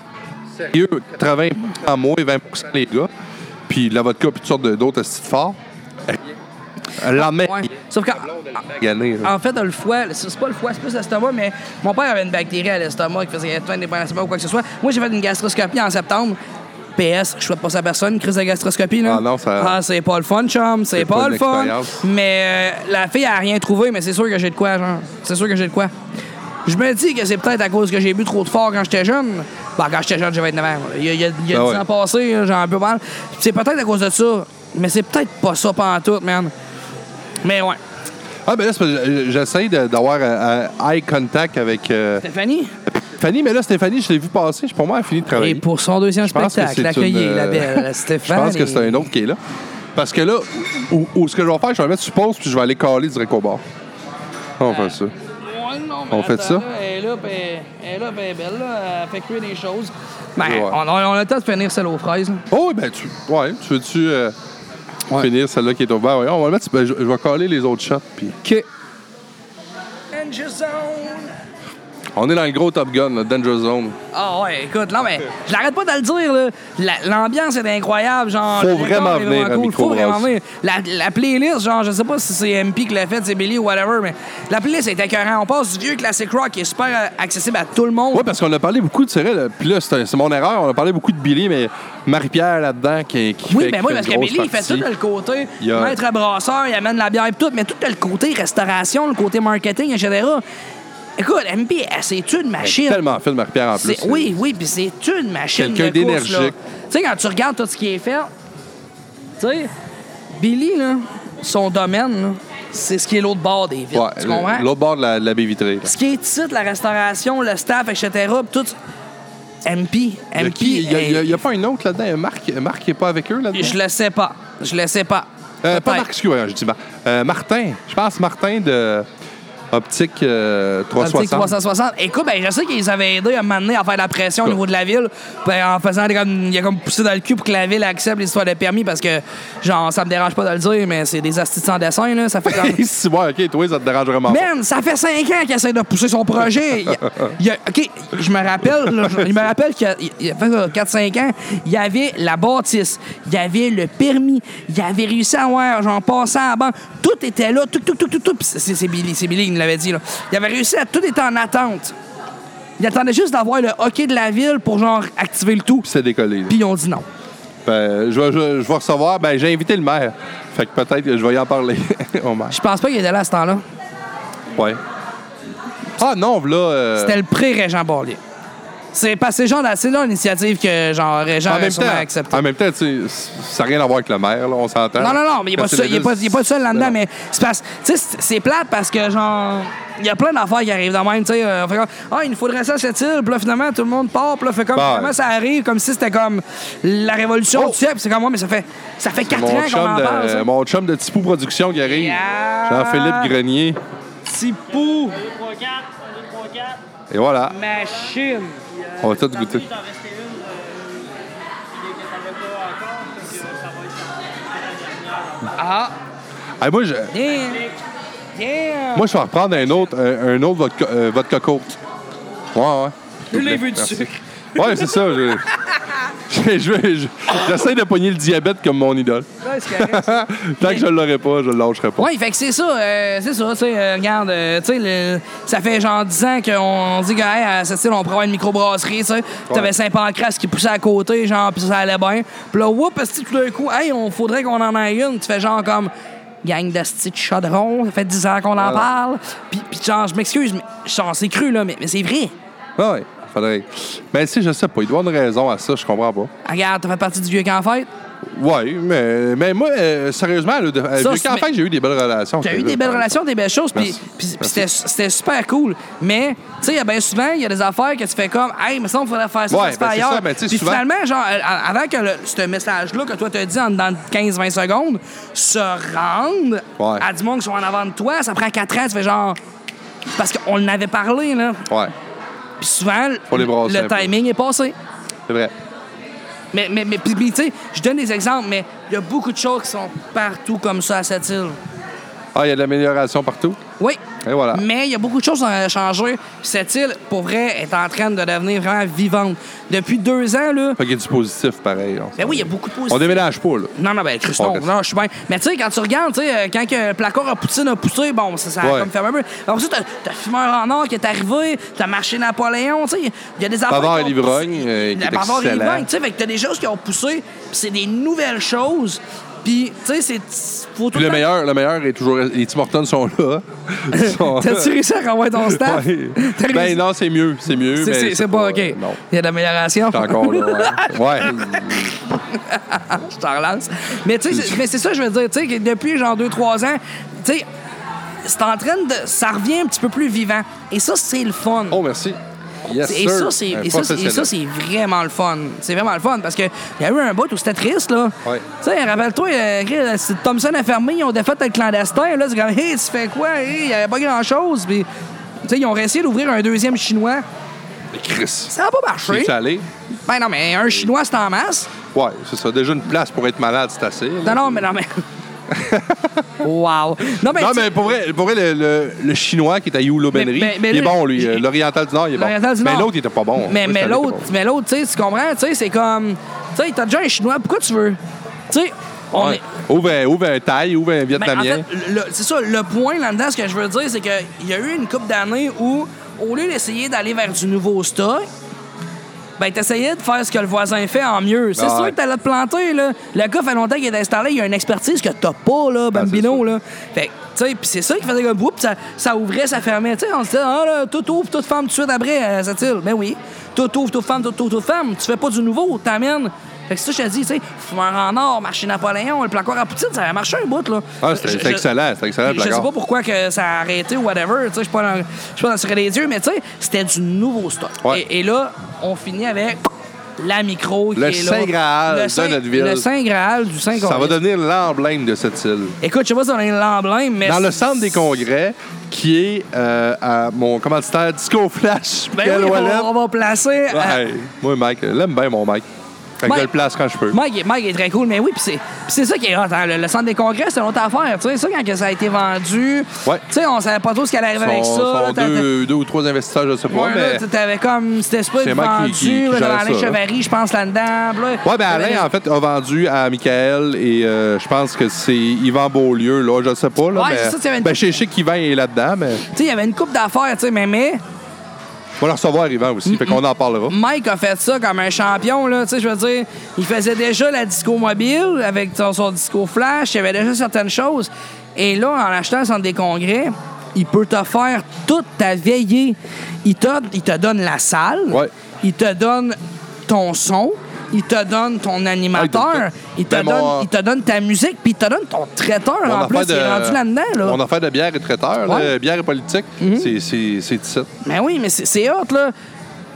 sérieux, 80 en moins, 20 les gars. Puis de la vodka, puis toutes sortes de- d'autres styles forts. Euh, La main,
Ouais. Sauf qu'en
gagné. là.
en fait, le foie, c'est c'est pas le foie, c'est plus l'estomac, mais mon père avait une bactérie à l'estomac qui faisait plein d'indépendance ou quoi que ce soit. Moi, j'ai fait une gastroscopie en septembre. PS, je souhaite pas ça à personne, une crise de gastroscopie, là.
Ah non, ça-
Ah, c'est pas le fun, chum, c'est pas,
pas une
le fun.
expérience.
Mais euh, la fille a rien trouvé, mais c'est sûr que j'ai de quoi, genre. C'est sûr que j'ai de quoi. Je me dis que c'est peut-être à cause que j'ai bu trop de fort quand j'étais jeune. Ben, quand j'étais jeune, j'ai 29 ans. Il y a, il y a- il y a
Ah
10
ouais.
ans passé, j'ai un peu mal. C'est peut-être à cause de ça, mais c'est peut-être pas ça pantoute, man. Mais ouais.
Ah, ben là, c'est parce que j'- j'essaie de- d'avoir un- un eye contact avec. euh,
Stéphanie?
Fanny, mais là, Stéphanie, je l'ai vu passer. Je- Pour moi, elle a fini de travailler.
Et pour son deuxième
Je pense que
spectacle,
c'est
l'accueillir,
une,
la
euh,
belle
Je
Stéphane.
pense que c'est un autre qui est là. Parce que là, où, où ce que je vais faire, je vais mettre sur pause puis je vais aller caler direct au bar. On
Euh.
fait ça.
Ouais, non, mais
On fait
attends,
ça?
ben, là, Elle est là, puis elle est là, puis elle est belle, là. Elle fait cuire des choses. Ben,
Ouais.
on, on a le temps de finir celle aux fraises. là.
Oh, oui, ben, tu, ouais, tu veux-tu euh,
Ouais.
finir celle-là qui est ouverte? Ouais, on va le mettre. ben, je, je vais coller les autres shots. Puis...
OK.
On est dans le gros Top Gun, le Danger Zone.
Ah ouais, écoute, non mais je l'arrête pas de le dire là. La- L'ambiance est incroyable, genre.
Faut
le décor
vraiment
est
venir à
Faut
Microbrasse.
vraiment venir. La, la playlist, genre, je sais pas si c'est MP qui l'a fait, c'est Billy ou whatever, mais la playlist est écœurante. On passe du vieux classic rock qui est super euh, accessible à tout le monde.
Oui, parce qu'on a parlé beaucoup de Cyril. euh, Puis là, c'est un- c'est mon erreur. On a parlé beaucoup de Billy, mais Marie-Pierre là-dedans qui, qui
Oui,
fait-
mais
qui fait
oui, parce
une
que
grosse
Billy, il fait
partie.
tout le côté.
Il y a-
Maître brasseur, il amène la bière et tout, mais tout le côté restauration, le côté marketing, etc. Écoute, MP, elle, c'est une machine.
Tellement fait de Marie-Pierre en plus.
C'est- Oui, oui, puis c'est une machine
Quelqu'un
de course, là.
d'énergique.
Tu sais, quand tu regardes tout ce qui est fait, tu sais, Billy, là, son domaine, là, c'est ce qui est l'autre bord des villes.
Ouais,
tu comprends?
le- l'autre bord de la, de la baie vitrée. là.
Ce qui est titre, la restauration, le staff, etc., pis tout... MP,
Il y a
MP,
qui- Il
hey,
n'y a, pas une autre là-dedans. Il y a Marc, Marc qui n'est pas avec eux là-dedans.
je le sais pas. Je le sais pas.
Euh, pas
Peut-être.
Marc, excusez-moi, je dis Mar- euh, Martin. Je pense Martin de Optique euh,
Optique
360.
360. Écoute, ben, je sais qu'ils avaient aidé à un moment donné à faire de la pression au niveau de la ville. Ben, en faisant des comme. Il a comme poussé dans le cul pour que la ville accepte l'histoire de permis parce que, genre, ça me dérange pas de le dire, mais c'est des astis sans dessin, là. Ça fait comme.
si, ouais, ok, toi, ça te dérange vraiment pas.
Man, ça fait cinq ans qu'il essaie de pousser son projet. Il y a- il y a- OK, je me rappelle, là, je, je me rappelle qu'il y a- il y a fait 4-5 ans, il y avait la bâtisse, il y avait le permis, il avait réussi à avoir, genre, passant à la banque. Tout était là, tout, tout, tout, tout, tout. Puis C'est c'est Billy, c'est Billy qui nous l'avait dit, là. Il avait réussi à... Tout était en attente. Il attendait juste d'avoir le hockey de la ville pour, genre, activer le tout.
Puis c'est décollé. là.
Puis ils ont dit non.
Ben, je, vais, je- je vais recevoir. Ben, j'ai invité le maire. Fait que peut-être que je vais y en parler au maire.
Je pense pas qu'il était là à ce temps-là.
Euh. Ouais. Ah non, là.
C'était le pré-Régent Borlier. C'est passé genre c'est là l'initiative que genre Régent
en
a
même
sûrement
temps,
acceptée.
en même temps, tu sais, ça n'a rien à voir avec le maire, là, on s'entend.
Non, non, non, mais il n'est pas,
Ah. Parce que
seul-
les
il est pas,
villes,
il est pas seul là-dedans,
non.
mais c'est parce. Tu sais, c'est- c'est plate parce que, genre, il y a plein d'affaires qui arrivent de même, tu sais. euh, on fait comme, ah, il nous faudrait ça à cette île, puis là, finalement, tout le monde part, puis là, fait comme,
Bah,
finalement,
ouais.
ça arrive comme si c'était comme la révolution
Oh!
du siècle, puis c'est comme, moi, mais ça fait, ça fait 4 ans
Mon
qu'on
chum,
en parle,
de,
ça.
mon chum de Tipou Productions qui arrive.
hein. Yeah.
Jean-Philippe Grenier.
Petit pou,
Et voilà,
machine.
on va tout goûter.
Ah,
Ah, moi, je,
damn. Damn.
moi, je vais reprendre un autre, un, un autre vodka, euh, vodka courte. Ouais, ouais.
Je l'ai vu du
Merci.
sucre.
Ouais, c'est ça. je- je- je- je- J'essaie de pogner le diabète comme mon idole.
Ouais, c'est correct.
Tant que je l'aurai pas, je le lâcherai pas.
Oui, fait que c'est ça, euh, c'est ça, tu sais, euh, regarde, euh, tu sais, le- ça fait genre 10 ans qu'on dit que, hey, à cette île, on pourrait avoir une microbrasserie, tu sais. Puis T'avais
Ouais.
Saint-Pancras qui poussait à côté, genre, puis ça allait bien. Puis là, whoop, esti, tout d'un coup, hey, on faudrait qu'on en ait une. Tu fais genre comme, gang de esti de chaudron, ça fait 10 ans qu'on en parle. Puis, puis genre, je m'excuse, mais genre, c'est cru, là, mais, mais c'est vrai.
Ah ouais, faudrait. Mais si, je sais pas, il doit avoir une raison à ça, je comprends pas.
Regarde, t'as fait partie du vieux camp fête.
Ouais, mais, mais moi, euh, sérieusement, le,
Ça,
vieux
c'est-
campagne, j'ai eu des belles relations.
T'as eu des belles relations, des belles choses, puis puis- puis c'était c'était super cool. Mais, tu sais, il y a bien souvent, il y a des affaires que tu fais comme, hey, mais ça, on faudrait faire ça,
Ouais,
ça se fait
ben, c'est
ailleurs.
ça, ben, tu sais,
Puis
souvent-
finalement, genre, euh, avant que le- ce message-là que toi t'as dit en dans 15-20 secondes se rende
Ouais.
à du monde qui sont en avant de toi, ça prend 4 ans, tu fais genre. Parce qu'on en avait parlé, là.
Ouais,
Puis souvent,
Faut les brasser
le
un peu.
timing est passé.
c'est vrai.
Mais, mais, mais puis, puis, tu sais, je donne des exemples, mais il y a beaucoup de choses qui sont partout comme ça à cette île.
Ah, il y a de l'amélioration partout.
Oui.
Et voilà.
Mais il y a beaucoup de choses qui ont changé. Puis cette île, pour vrai, est en train de devenir vraiment vivante. Depuis deux ans, là.
Fait qu'il y a du positif, pareil. on
Ben oui,
s'en-
il y a beaucoup de
On
positifs.
déménage pas, là.
Non, non, ben, Christon,
Ouais,
non, je suis bien. Mais tu sais, quand tu regardes, tu sais, euh, quand que le placard à Poutine a poussé, bon, ça, ça a
Ouais.
comme fermé un peu. Après ça, t'as- t'as Fumeur en Or qui est arrivé, t'as Marché Napoléon, tu sais, il y a des affaires.
Bavard
qui
et
ont
l'ivrogne,
poussé.
euh, qui est
Bavard et
excellent.
l'ivrogne, tu sais, fait que t'as des choses qui ont poussé, puis c'est des nouvelles choses. Puis, tu sais, c'est. Faut tout
Puis le
temps-
meilleur, le meilleur est toujours. Les Tim Hortons sont là. Ils sont-
T'as-tu réussi à renvoyer ton staff?
Ouais.
T'as réussi-
Ben non, c'est mieux, c'est mieux.
C'est-
mais
C'est c'est pas OK.
euh,
Il
Non.
y a de l'amélioration.
C'est encore là. Ouais. Ouais.
Je t'en relance. Mais tu sais, c'est- mais c'est ça que je veux dire. Tu sais, que depuis genre 2-3 ans, tu sais, c'est en train de. Ça revient un petit peu plus vivant. Et ça, c'est le fun.
Oh, merci. Yes,
Et
sir.
ça, c'est,
Un
et ça, c'est- et ça,
professionnel.
c'est vraiment le fun. C'est vraiment le fun parce qu'il y a eu un bout où c'était triste, là.
Ouais.
Tu sais, rappelle-toi, euh, Chris, si Thompson a fermé, ils ont défait le clandestin. Là, c'est comme, hey, tu fais quoi? Hey, Il n'y avait pas grand-chose. Puis, tu sais, ils ont réessayé d'ouvrir un deuxième chinois.
Mais Chris.
Ça n'a pas marché.
C'est allé?
Ben non, mais un Chinois, c'est en masse.
Ouais, c'est ça. Déjà une place pour être malade, c'est assez. là.
Non, non, mais non, mais. wow. Non, mais.
Non,
Ben, tu-
mais pour vrai, pour vrai, le, le- le Chinois qui est à Yulo
Mais-
Benry,
mais- mais
il est
là,
bon, lui.
j'ai-
Euh, L'Oriental du Nord, il est bon.
L'Oriental du
mais
Nord.
l'autre, il était pas bon.
Mais,
Moi,
mais
cette année, il était
l'autre,
pas bon.
mais l'autre, tu sais, tu comprends? Tu sais, c'est comme. Tu sais, t'as déjà un Chinois, pourquoi tu veux? Tu sais, on
Ouais.
est.
Ouvre un- ouvre un Thaï, ouvre un
Ben, en
Vietnamien.
fait, le- c'est ça, le point là-dedans, ce que je veux dire, c'est qu'il y a eu une couple d'années où, au lieu d'essayer d'aller vers du nouveau stock, ben, t'essayais de faire ce que le voisin fait en mieux. C'est
Ben Ouais.
sûr que t'allais te planter, là. Le gars fait longtemps qu'il est installé, il a une expertise que t'as pas, là,
Ben, c'est
Bambino,
sûr.
là. Fait que, tu sais, pis c'est ça qui faisait comme boum, ça, ça ouvrait, ça fermait. Tu sais, on se disait, ah, là, tout ouvre, tout ferme tout de suite après, à cette île. Ben oui. Tout ouvre, tout ferme, tout ouvre, tout ferme. Tu fais pas du nouveau, t'amènes. Fait que c'est ça, que je te dis, tu sais, fumeur en or, marché Napoléon, le placard à Poutine, ça a marché un bout, là.
Ah, c'était-
Je-
c'était
je-
excellent, hein, c'était excellent, le
Je sais
placard.
pas pourquoi que ça a arrêté ou whatever, tu sais, je suis pas dans, je suis pas dans le secret des dieux, mais tu sais, c'était du nouveau stock.
Ouais.
Et, et là, on finit avec la micro qui
Le
est là.
Saint Graal de
Saint-
notre ville.
Le Saint Graal du Saint
Ça
Graal.
va devenir l'emblème de cette île.
Écoute, je sais pas si on a l'emblème, mais...
Dans le
c'est-
centre des congrès, qui est euh, à mon commanditaire Disco Flash,
Ben
Michael
oui,
Ouellet.
on, on va placer... euh,
Ouais, moi, Mike, euh, l'aime bien, mon Mike. Fait que
Mike-
je le place quand je peux.
Mike, est- Mike est très cool, mais oui, puis c'est puis c'est ça qui est hot. hein, Le, le centre des congrès, c'est une autre affaire. Tu sais, ça, quand que ça a été vendu,
Ouais.
tu sais, on savait pas trop ce qu'elle arriver avec ça.
sont
là,
sont
t'as-
deux, deux ou trois investisseurs, je sais pas,
t'as- ouais,
mais...
là, T'avais comme cet esprit
C'est
de
Mike qui-
vendu,
qui- qui
là,
gère
dans Alain
ça, là.
Chevary, je pense, là-dedans. puis là,
Ouais, ben
t'avais des-
Alain, en fait, a vendu à Michael et euh, je pense que c'est Yvan Beaulieu, là, je sais pas, là,
Ouais, c'est ça, c'est
mais...
une-
ben, je sais qu'Yvan est là-dedans, mais
Tu sais, il y avait une coupe d'affaires, tu sais, mais, mais
on va le recevoir, Yvan, aussi,
Mm-hmm.
fait qu'on en parlera.
Mike a fait ça comme un champion, là. Tu sais, je veux dire, il faisait déjà la disco mobile avec son, son disco flash, il y avait déjà certaines choses. Et là, en achetant le centre des congrès, il peut te faire toute ta veillée. Il te, il te donne la salle,
Ouais.
il te donne ton son, il te donne ton animateur, il, te
Ben,
donne,
mon-
il te donne ta musique, puis il te donne ton traiteur
On
en
a
plus.
fait
Il est rendu là-dedans, là.
On a fait de bière et traiteur, là,
Ouais. Mm-hmm.
bière et politique, c'est- c'est c'est ici.
Ben oui, mais c'est- c'est hot, là.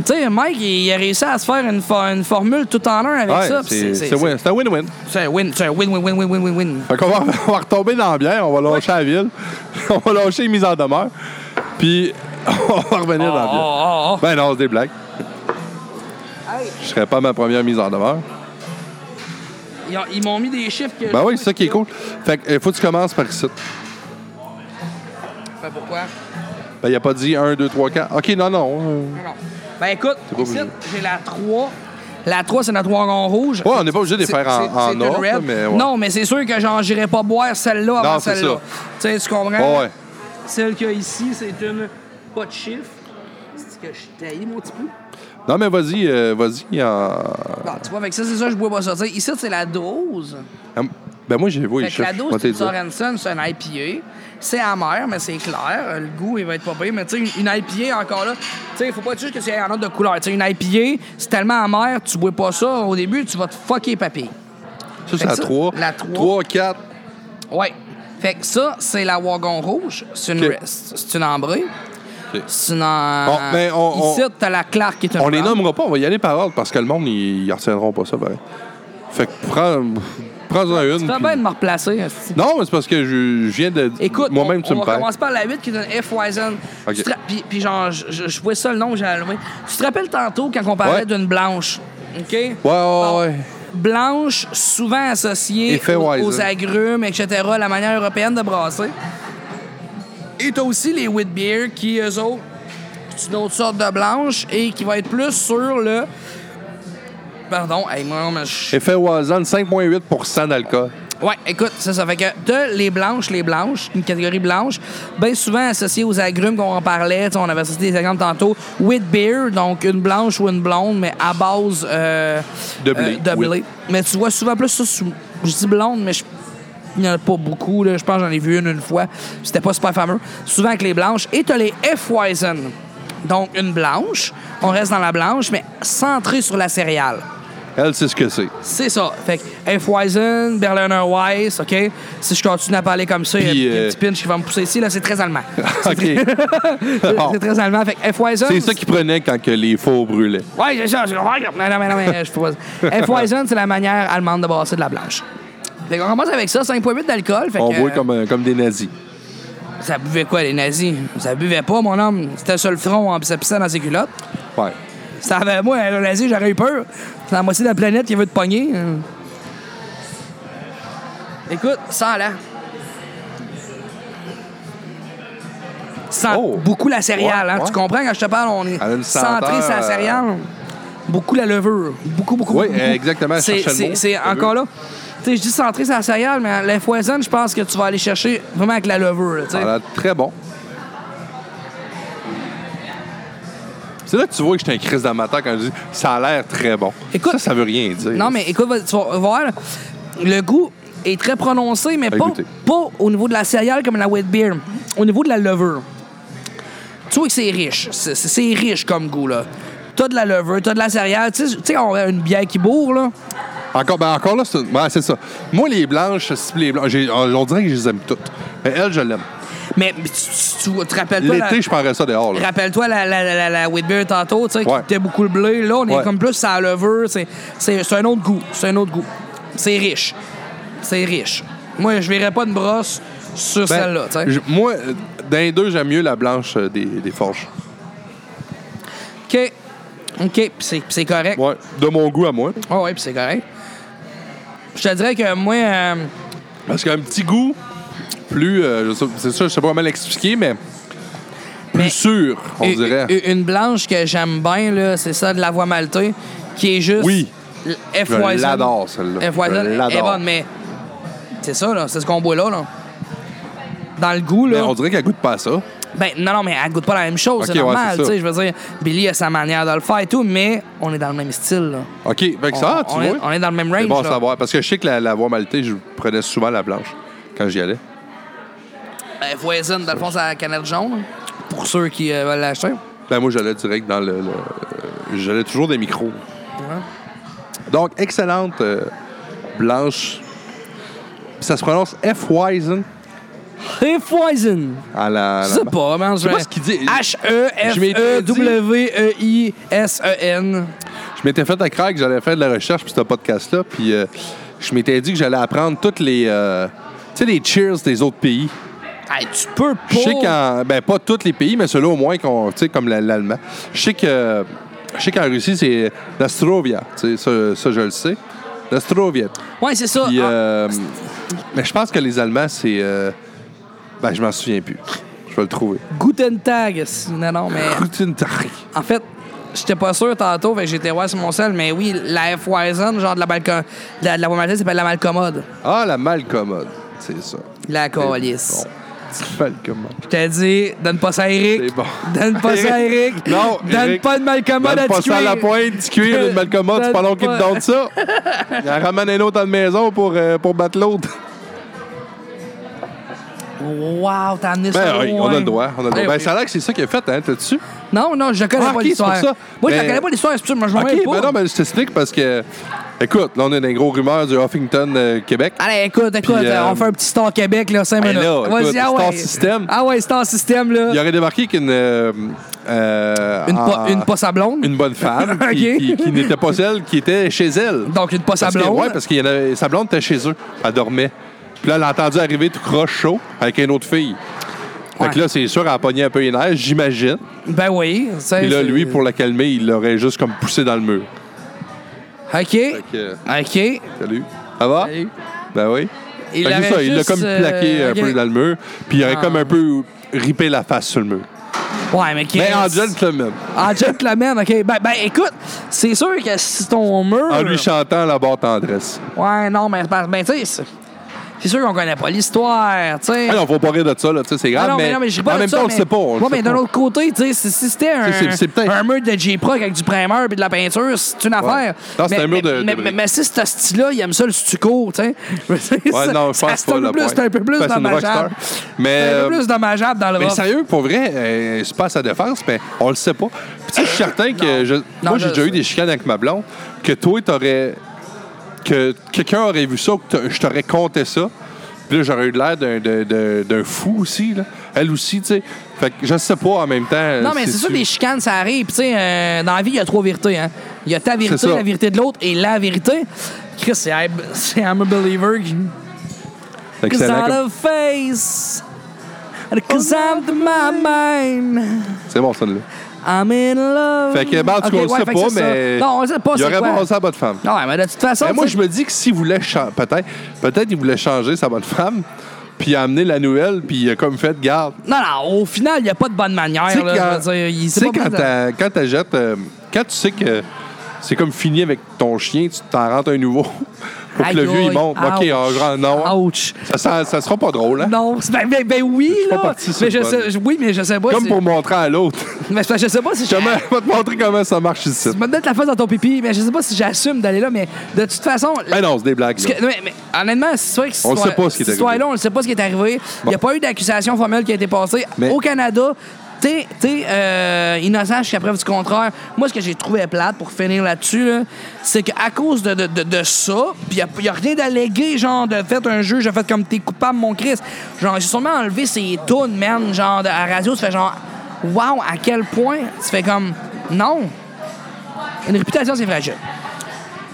Tu sais, Mike, il, il a réussi à se faire une, fo- une formule tout en un avec
Ouais,
Ben, ça.
c'est-
pis
c'est win- c'est un win-win.
c'est un win, c'est un win, win, win, win, win, win, win.
Fait qu'on va, on va retomber dans la bière, on va lâcher la ville, on va lâcher les mises en demeure, puis on va revenir dans la bière.
Oh, oh,
Ben non, c'est des blagues. Je serais pas ma première mise en demeure.
oh. Ils ont- Ils m'ont mis des chiffres que.
Ben oui, c'est ça qui est cool. Fait que, euh, faut que tu commences par ici.
Ben pourquoi?
Ben, il a pas dit 1, 2, 3, 4. OK, non, non.
Non, non. Ben écoute,
pas
ici,
obligé.
j'ai la 3. La 3, c'est notre wagon rouge.
Ouais, on n'est pas obligé de les faire en,
C'est-
en
c'est une
ordre,
red.
mais. Ouais.
Non, mais c'est sûr que genre, j'irai pas boire celle-là avant
c'est
celle-là.
ça.
Tu sais, tu comprends?
Ouais, ouais.
Celle qu'il y a ici, c'est une. Pas de chiffre. C'est que je taillé mon petit peu.
Non, mais vas-y, euh, vas-y. en-
Bon, tu vois, avec ça, c'est ça, je bois pas ça. Tu sais, ici, c'est la dose.
en- Ben, moi, j'ai vu les
Fait que
chiffres.
la
moi,
dose
t'es
de
dit.
Sorensen, c'est un IPA. C'est amer, mais c'est clair. Euh, Le goût, il va être pas pire. Mais tu sais, une une IPA, encore là, tu sais, il faut pas juste que c'est un autre de couleur. Tu sais, une IPA, c'est tellement amer, tu bois pas ça au début, tu vas te fucker papy.
Ça, c'est
que
la
ça,
3.
la trois.
3, 4.
Ouais. Fait que ça, c'est la wagon rouge. C'est une
Ok.
rest. C'est une ambrée.
Ok.
C'est une. en-
Bon, ben, on-
Ici,
on-
t'as la Clark qui est une
On les
brown.
nommera pas, on va y aller par ordre parce que le monde, ils ils retiendront pas ça, pareil. Fait que prends. Prends-en une.
Ça va
puis-
bien de me replacer. esti.
Non, mais c'est parce que je, je viens de.
Écoute,
Moi-même,
on,
tu
on
me
va
perds.
commencer par la 8 qui est une F. Wizen.
Ok.
Tu te ra- Puis, puis genre, je, je, je vois ça le nom que j'ai allumé. Tu te rappelles tantôt quand on
Ouais.
parlait d'une blanche? OK? Ouais,
Ouais, ouais, ouais.
Blanche, souvent associée
Effet
aux,
Weizen.
aux agrumes, etc., la manière européenne de brasser. Et t'as aussi les wheat beer qui, eux autres, c'est une autre sorte de blanche et qui va être plus sur le. Pardon, hey, moi, mais je-
Effet Wazan, 5,8 d'alcool.
Ouais, écoute, ça, ça fait que de les blanches, les blanches, une catégorie blanche, bien souvent associée aux agrumes qu'on en parlait, tu sais, on avait associé des agrumes tantôt, with beer, donc une blanche ou une blonde, mais à base euh,
De blé,
euh, de
oui.
blé. Mais tu vois souvent plus ça, sous- je dis blonde, mais je- il n'y en a pas beaucoup, là. je pense que j'en ai vu une une fois, c'était pas super fameux, souvent avec les blanches, et tu as les F-Weizen, donc une blanche, on reste dans la blanche, mais centrée sur la céréale.
Elle, c'est ce que c'est.
C'est ça. Fait que Hefweizen, Berliner Weiss, OK? Si je continue à parler comme ça, il y a-
Puis,
il y, a
euh,
un petit pinch qui va me pousser ici. Là, c'est très allemand.
OK.
C'est
Bon.
c'est très allemand. Fait que Hefweizen...
Oh. C'est ça qu'ils prenaient quand que les fours brûlaient.
Ouais, c'est ça. c'est- Non, non, mais non, mais euh, je peux pas... Hefweizen, c'est la manière allemande de brasser de la blanche. Fait qu'on commence avec ça, 5,8 d'alcool. Fait
On
que,
brûle
euh,
comme, euh, comme des nazis.
Ça buvait quoi, les nazis? Ça buvait pas, mon homme. C'était sur le front, en pis ça hein, pissait dans ses culottes.
Ouais.
Ça avait, moi, en Eurasie, j'aurais eu peur. C'est la moitié de la planète qui veut te pogner. Euh. Écoute, 100 là. Sans
Oh!
beaucoup la céréale,
Ouais,
hein.
ouais.
Tu comprends quand je te parle, on est
Elle a une
centré
senteur,
sur la
euh,
céréale. Beaucoup la levure. Beaucoup, beaucoup,
Oui,
beaucoup,
euh,
beaucoup.
exactement, je
C'est-
cherchais le
C'est
mot,
c'est
levure.
encore là. Tu sais, je dis centré sur la céréale, mais la foisonne, je pense que tu vas aller chercher vraiment avec la levure. là, tu sais.
Ça a l'air très bon. C'est là que tu vois que je suis un crise d'amateur quand je dis ça a l'air très bon.
Écoute-
ça, ça veut rien dire.
Non, mais écoute, va- tu vas voir, là, le goût est très prononcé, mais
À
pas,
goûter.
pas au niveau de la céréale comme la wheat beer, au niveau de la levure. Tu vois que c'est riche. C'est- C'est c'est riche comme goût, là. T'as de la levure, t'as de la céréale. Tu sais- tu sais, on a une bière qui bourre, là.
Encore, ben encore là, c'est une- ouais, c'est ça. Moi, les blanches, si les blanches, j'ai- on on dirait que je les aime toutes. Mais elle, je l'aime.
Mais tu, tu- tu- te rappelles pas.
L'été, je prendrais ça dehors. là.
Rappelle-toi la, la, la, la, la wheat beer tantôt, tu sais, qui
Ouais.
était beaucoup le blé. Là, on est
Ouais.
comme plus sans levure. C'est, c'est, c'est un autre goût. C'est un autre goût. C'est riche. C'est riche. Moi, je verrais pas de brosse sur
Ben,
celle-là, tu sais.
je- moi, euh, dans les deux, j'aime mieux la blanche euh, des, des forges.
OK. OK, puis c'est, puis c'est correct.
Ouais, de mon goût à moi.
Ah ouais, puis c'est correct. Je te dirais que moi, euh,
Parce qu'un petit goût plus. euh, je sais- c'est ça, je sais pas comment l'expliquer, mais. Plus
Mais-
sûr, on
u-
dirait.
u- une blanche que j'aime bien, là, c'est ça, de la voix maltée, qui est juste.
Oui.
l- F-Wizen.
l'adore, celle-là.
F-Wizen,
Je
elle est
l'adore.
bonne, mais c'est ça, là, c'est ce qu'on boit là, là. Dans le goût,
Mais
là.
on dirait qu'elle goûte pas à ça.
Ben, non, non, mais elle goûte pas la même chose,
Ok,
c'est
ouais,
normal,
c'est ça.
tu sais. Je veux dire, Billy a sa manière de le faire et tout, mais on est dans le même style, là.
OK, fait que ça,
on,
tu
on
vois.
est, on est dans le même range,
C'est bon à
là.
savoir. Parce que je sais que la, la voix maltée, je prenais souvent la blanche quand j'y allais.
Ben, Voisine, dans le fond, c'est la canette jaune, pour ceux qui euh, veulent l'acheter.
Ben, moi, j'allais direct dans le. le- euh, j'allais toujours des micros. Donc, excellente euh, blanche. Puis ça se prononce F-Wisen
Et Poison.
à la.
Ah, Je
la-
sais pas, man.
sais pas ce qu'il dit. Je m'étais dit- E
H-E-F-E-W-E-I-S-E-N.
Je m'étais fait à craque, j'allais faire de la recherche pour ce podcast-là. Puis euh, je m'étais dit que j'allais apprendre toutes les. euh, tu sais, les cheers des autres pays.
Hey, tu peux pas.
Je sais qu'en. Ben, pas tous les pays, mais ceux-là au moins, qu'on- tu sais, comme la- l'allemand. Je sais que. Je sais qu'en Russie, c'est l'astrovia. Tu sais, ça, ça, je le sais. L'astrovia.
Ouais, c'est ça.
Puis.
Ah,
euh, mais je pense que les Allemands, c'est. euh, ben, je m'en souviens plus. Je vais le trouver.
Guten Tag. si- Non, non, mais
Routine Tari.
en fait, j'étais pas sûr tantôt, fait que j'étais ouais sur mon sel, mais oui, la f genre de la balcon. De la, de la voie maltaise, c'est pas de la malcommode.
Ah, la malcommode. C'est ça.
La
Bon.
coalice.
Petite malcommode.
Je t'ai dit, donne pas ça à Eric.
C'est bon.
Donne pas ça à Eric.
Non,
Donne
Eric.
pas de malcommode à
Donne pas ça à la
Ticuir.
pointe du cuir, une malcommode, c'est pas long qu'il te donne ça. Il en ramène un autre à la maison pour, euh, pour battre l'autre.
Wow, t'as amené ça.
Ben oui, on a
loin.
le droit. On a le droit.
Eh
Ben,
oui.
ça a l'air que c'est ça qu'il a fait, hein, t'as-tu?
Non, non, je connais
Ah,
pas
ok,
l'histoire.
c'est pour ça.
Moi, je
Ben-
connais pas l'histoire, c'est pour ça, moi, je m'en
Ok,
mêle pas.
ben non, mais je t'explique parce que. Écoute, là, on a des gros rumeurs du Huffington euh, Québec.
Allez, écoute, écoute,
Puis, euh,
on fait un petit Star Québec, là, 5
ben
minutes.
là, écoute,
ah
Star
ouais.
System.
Ah ouais, Star System, là.
Il aurait débarqué qu'une. euh, euh,
Une, po-
en-
une posse à blonde.
une bonne femme qui-
Ok.
qui, qui n'était pas celle qui était chez elle.
Donc, une posse à
Parce que-
blonde.
ouais, parce que sa blonde était chez eux. Elle dormait. Puis là, elle a entendu arriver tout croche chaud avec une autre fille. Fait que
Ouais.
là, c'est sûr, elle a pogné un peu les nerfs, j'imagine.
Ben oui.
Et là, lui, pour la calmer, il l'aurait juste comme poussé dans le mur.
OK.
Fait que,
OK.
salut. Ça va?
Salut.
Ben oui.
Il
Fait que
l'aurait
Ben, c'est ça, il l'a
juste,
comme plaqué
euh,
un peu
ok.
dans le mur. Puis il aurait
Ah.
comme un peu ripé la face sur le mur.
Ouais, mais qui
Mais en gentleman,
En gentleman, OK. Ben, ben écoute, c'est sûr que si ton mur.
en lui chantant la barre tendresse.
Ouais, non, mais ben, ben, tu sais, c'est- c'est sûr qu'on connaît pas l'histoire, tu sais.
Ah non, faut pas rire de ça, là, tu sais, c'est grave.
Ah non, mais,
mais,
non, mais je ris
en
pas de
même
ça,
temps, on
mais-
le sait pas. on le
Ouais,
sait
mais d'un
pas.
autre côté, tu sais, si, si c'était un,
c'est- c'est peut-être-
un mur de J-Proc avec du primer et de la peinture, c'est une affaire.
Non, c'est
Mais-
un mur de-
mais-
de
Mais,
briques.
mais- mais si ce style-là, il aime ça le stucco, tu sais.
Ouais,
Ça-
non, je
ça,
pense pas,
c'est un peu
là,
plus-
ouais.
C'est un peu plus
Ben, c'est une
dommageable.
rockstar.
C'est
Mais, euh,
un peu plus dommageable dans le
Mais
rock.
sérieux, pour vrai, euh, c'est pas à sa défense, mais on le sait pas. Puis tu sais, je suis
Euh,
certain que. je- moi,
je
j'ai déjà
sais.
eu des chicanes avec ma blonde, que toi, t'aurais. que quelqu'un aurait vu ça, ou que t'a- je t'aurais compté ça. Puis là, j'aurais eu l'air d'un- d'un- d'un d'un fou aussi, là. Elle aussi, tu sais. Fait que je sais pas en même temps.
Non, mais c'est sûr,
tu-
des chicanes, ça arrive. Puis, tu sais, euh, dans la vie, il y a trois vérités. Hein. Il y a ta vérité,
C'est ça.
la vérité de l'autre et la vérité. Chris, c'est I'm, c'est I'm a believer. qui- Cause
Excellent.
I'm
comme-
the face. And Cause I'm the my mind.
C'est bon, ça, là.
I'm in love.
Fait que, ben, en tout
Ok,
cas, on le
ouais,
sait
fait que
pas,
c'est ça.
mais.
Non, on le sait pas,
Il
c'est
aurait
quoi.
pensé à votre femme.
Ouais, mais de toute façon.
Mais moi,
tu sais-
je me dis que s'il voulait changer, peut-être, peut-être il voulait changer sa bonne femme, puis il a amené la nouvelle, puis il a comme fait, garde.
Non, non, au final, il n'y a pas de bonne manière.
Tu sais,
là,
quand,
je veux dire, il-
tu
c'est
sais,
pas
quand
bon-
t'as- quand t'as jeté, euh, quand tu sais que c'est comme fini avec ton chien, tu t'en rentres un nouveau pour que
Aïe,
le vieux, il
aïe,
monte. OK,
ouch,
on rentre- non. hein.
Ouch.
Ça, sent- ça sera pas drôle, hein?
Non, c'est- ben, ben, ben oui,
suis pas
là.
parti sur
Mais je
le bon.
sais, oui, mais je sais pas
Comme
si-
pour montrer à l'autre.
Mais c'est parce que je sais pas si je...
Comment, je vais te montrer comment ça marche ici.
Tu me donnes la face dans ton pipi, mais je sais pas si j'assume d'aller là, mais de toute façon...
Ben non, c'est des blagues.
Parce
là.
que- non, mais, mais honnêtement, c'est vrai que
On
cette
sait pas ce qui est
cette
arrivé.
histoire-là, on ne sait pas ce qui est arrivé. Il n'y a pas eu d'accusation formelle qui a été passée.
Mais-
Au Canada, t'es t'es, euh, innocent jusqu'à preuve du contraire. Moi, ce que j'ai trouvé plate pour finir là-dessus, là, c'est qu'à cause de, de, de- de ça, puis il n'y a, rien d'allégué, genre, de fait un juge, j'ai fait comme t'es coupable, mon Christ. Genre, j'ai sûrement enlevé ces tunes, man, genre, de- à la radio, tu fais genre, wow, à quel point, tu fais comme, non. Une réputation, c'est fragile.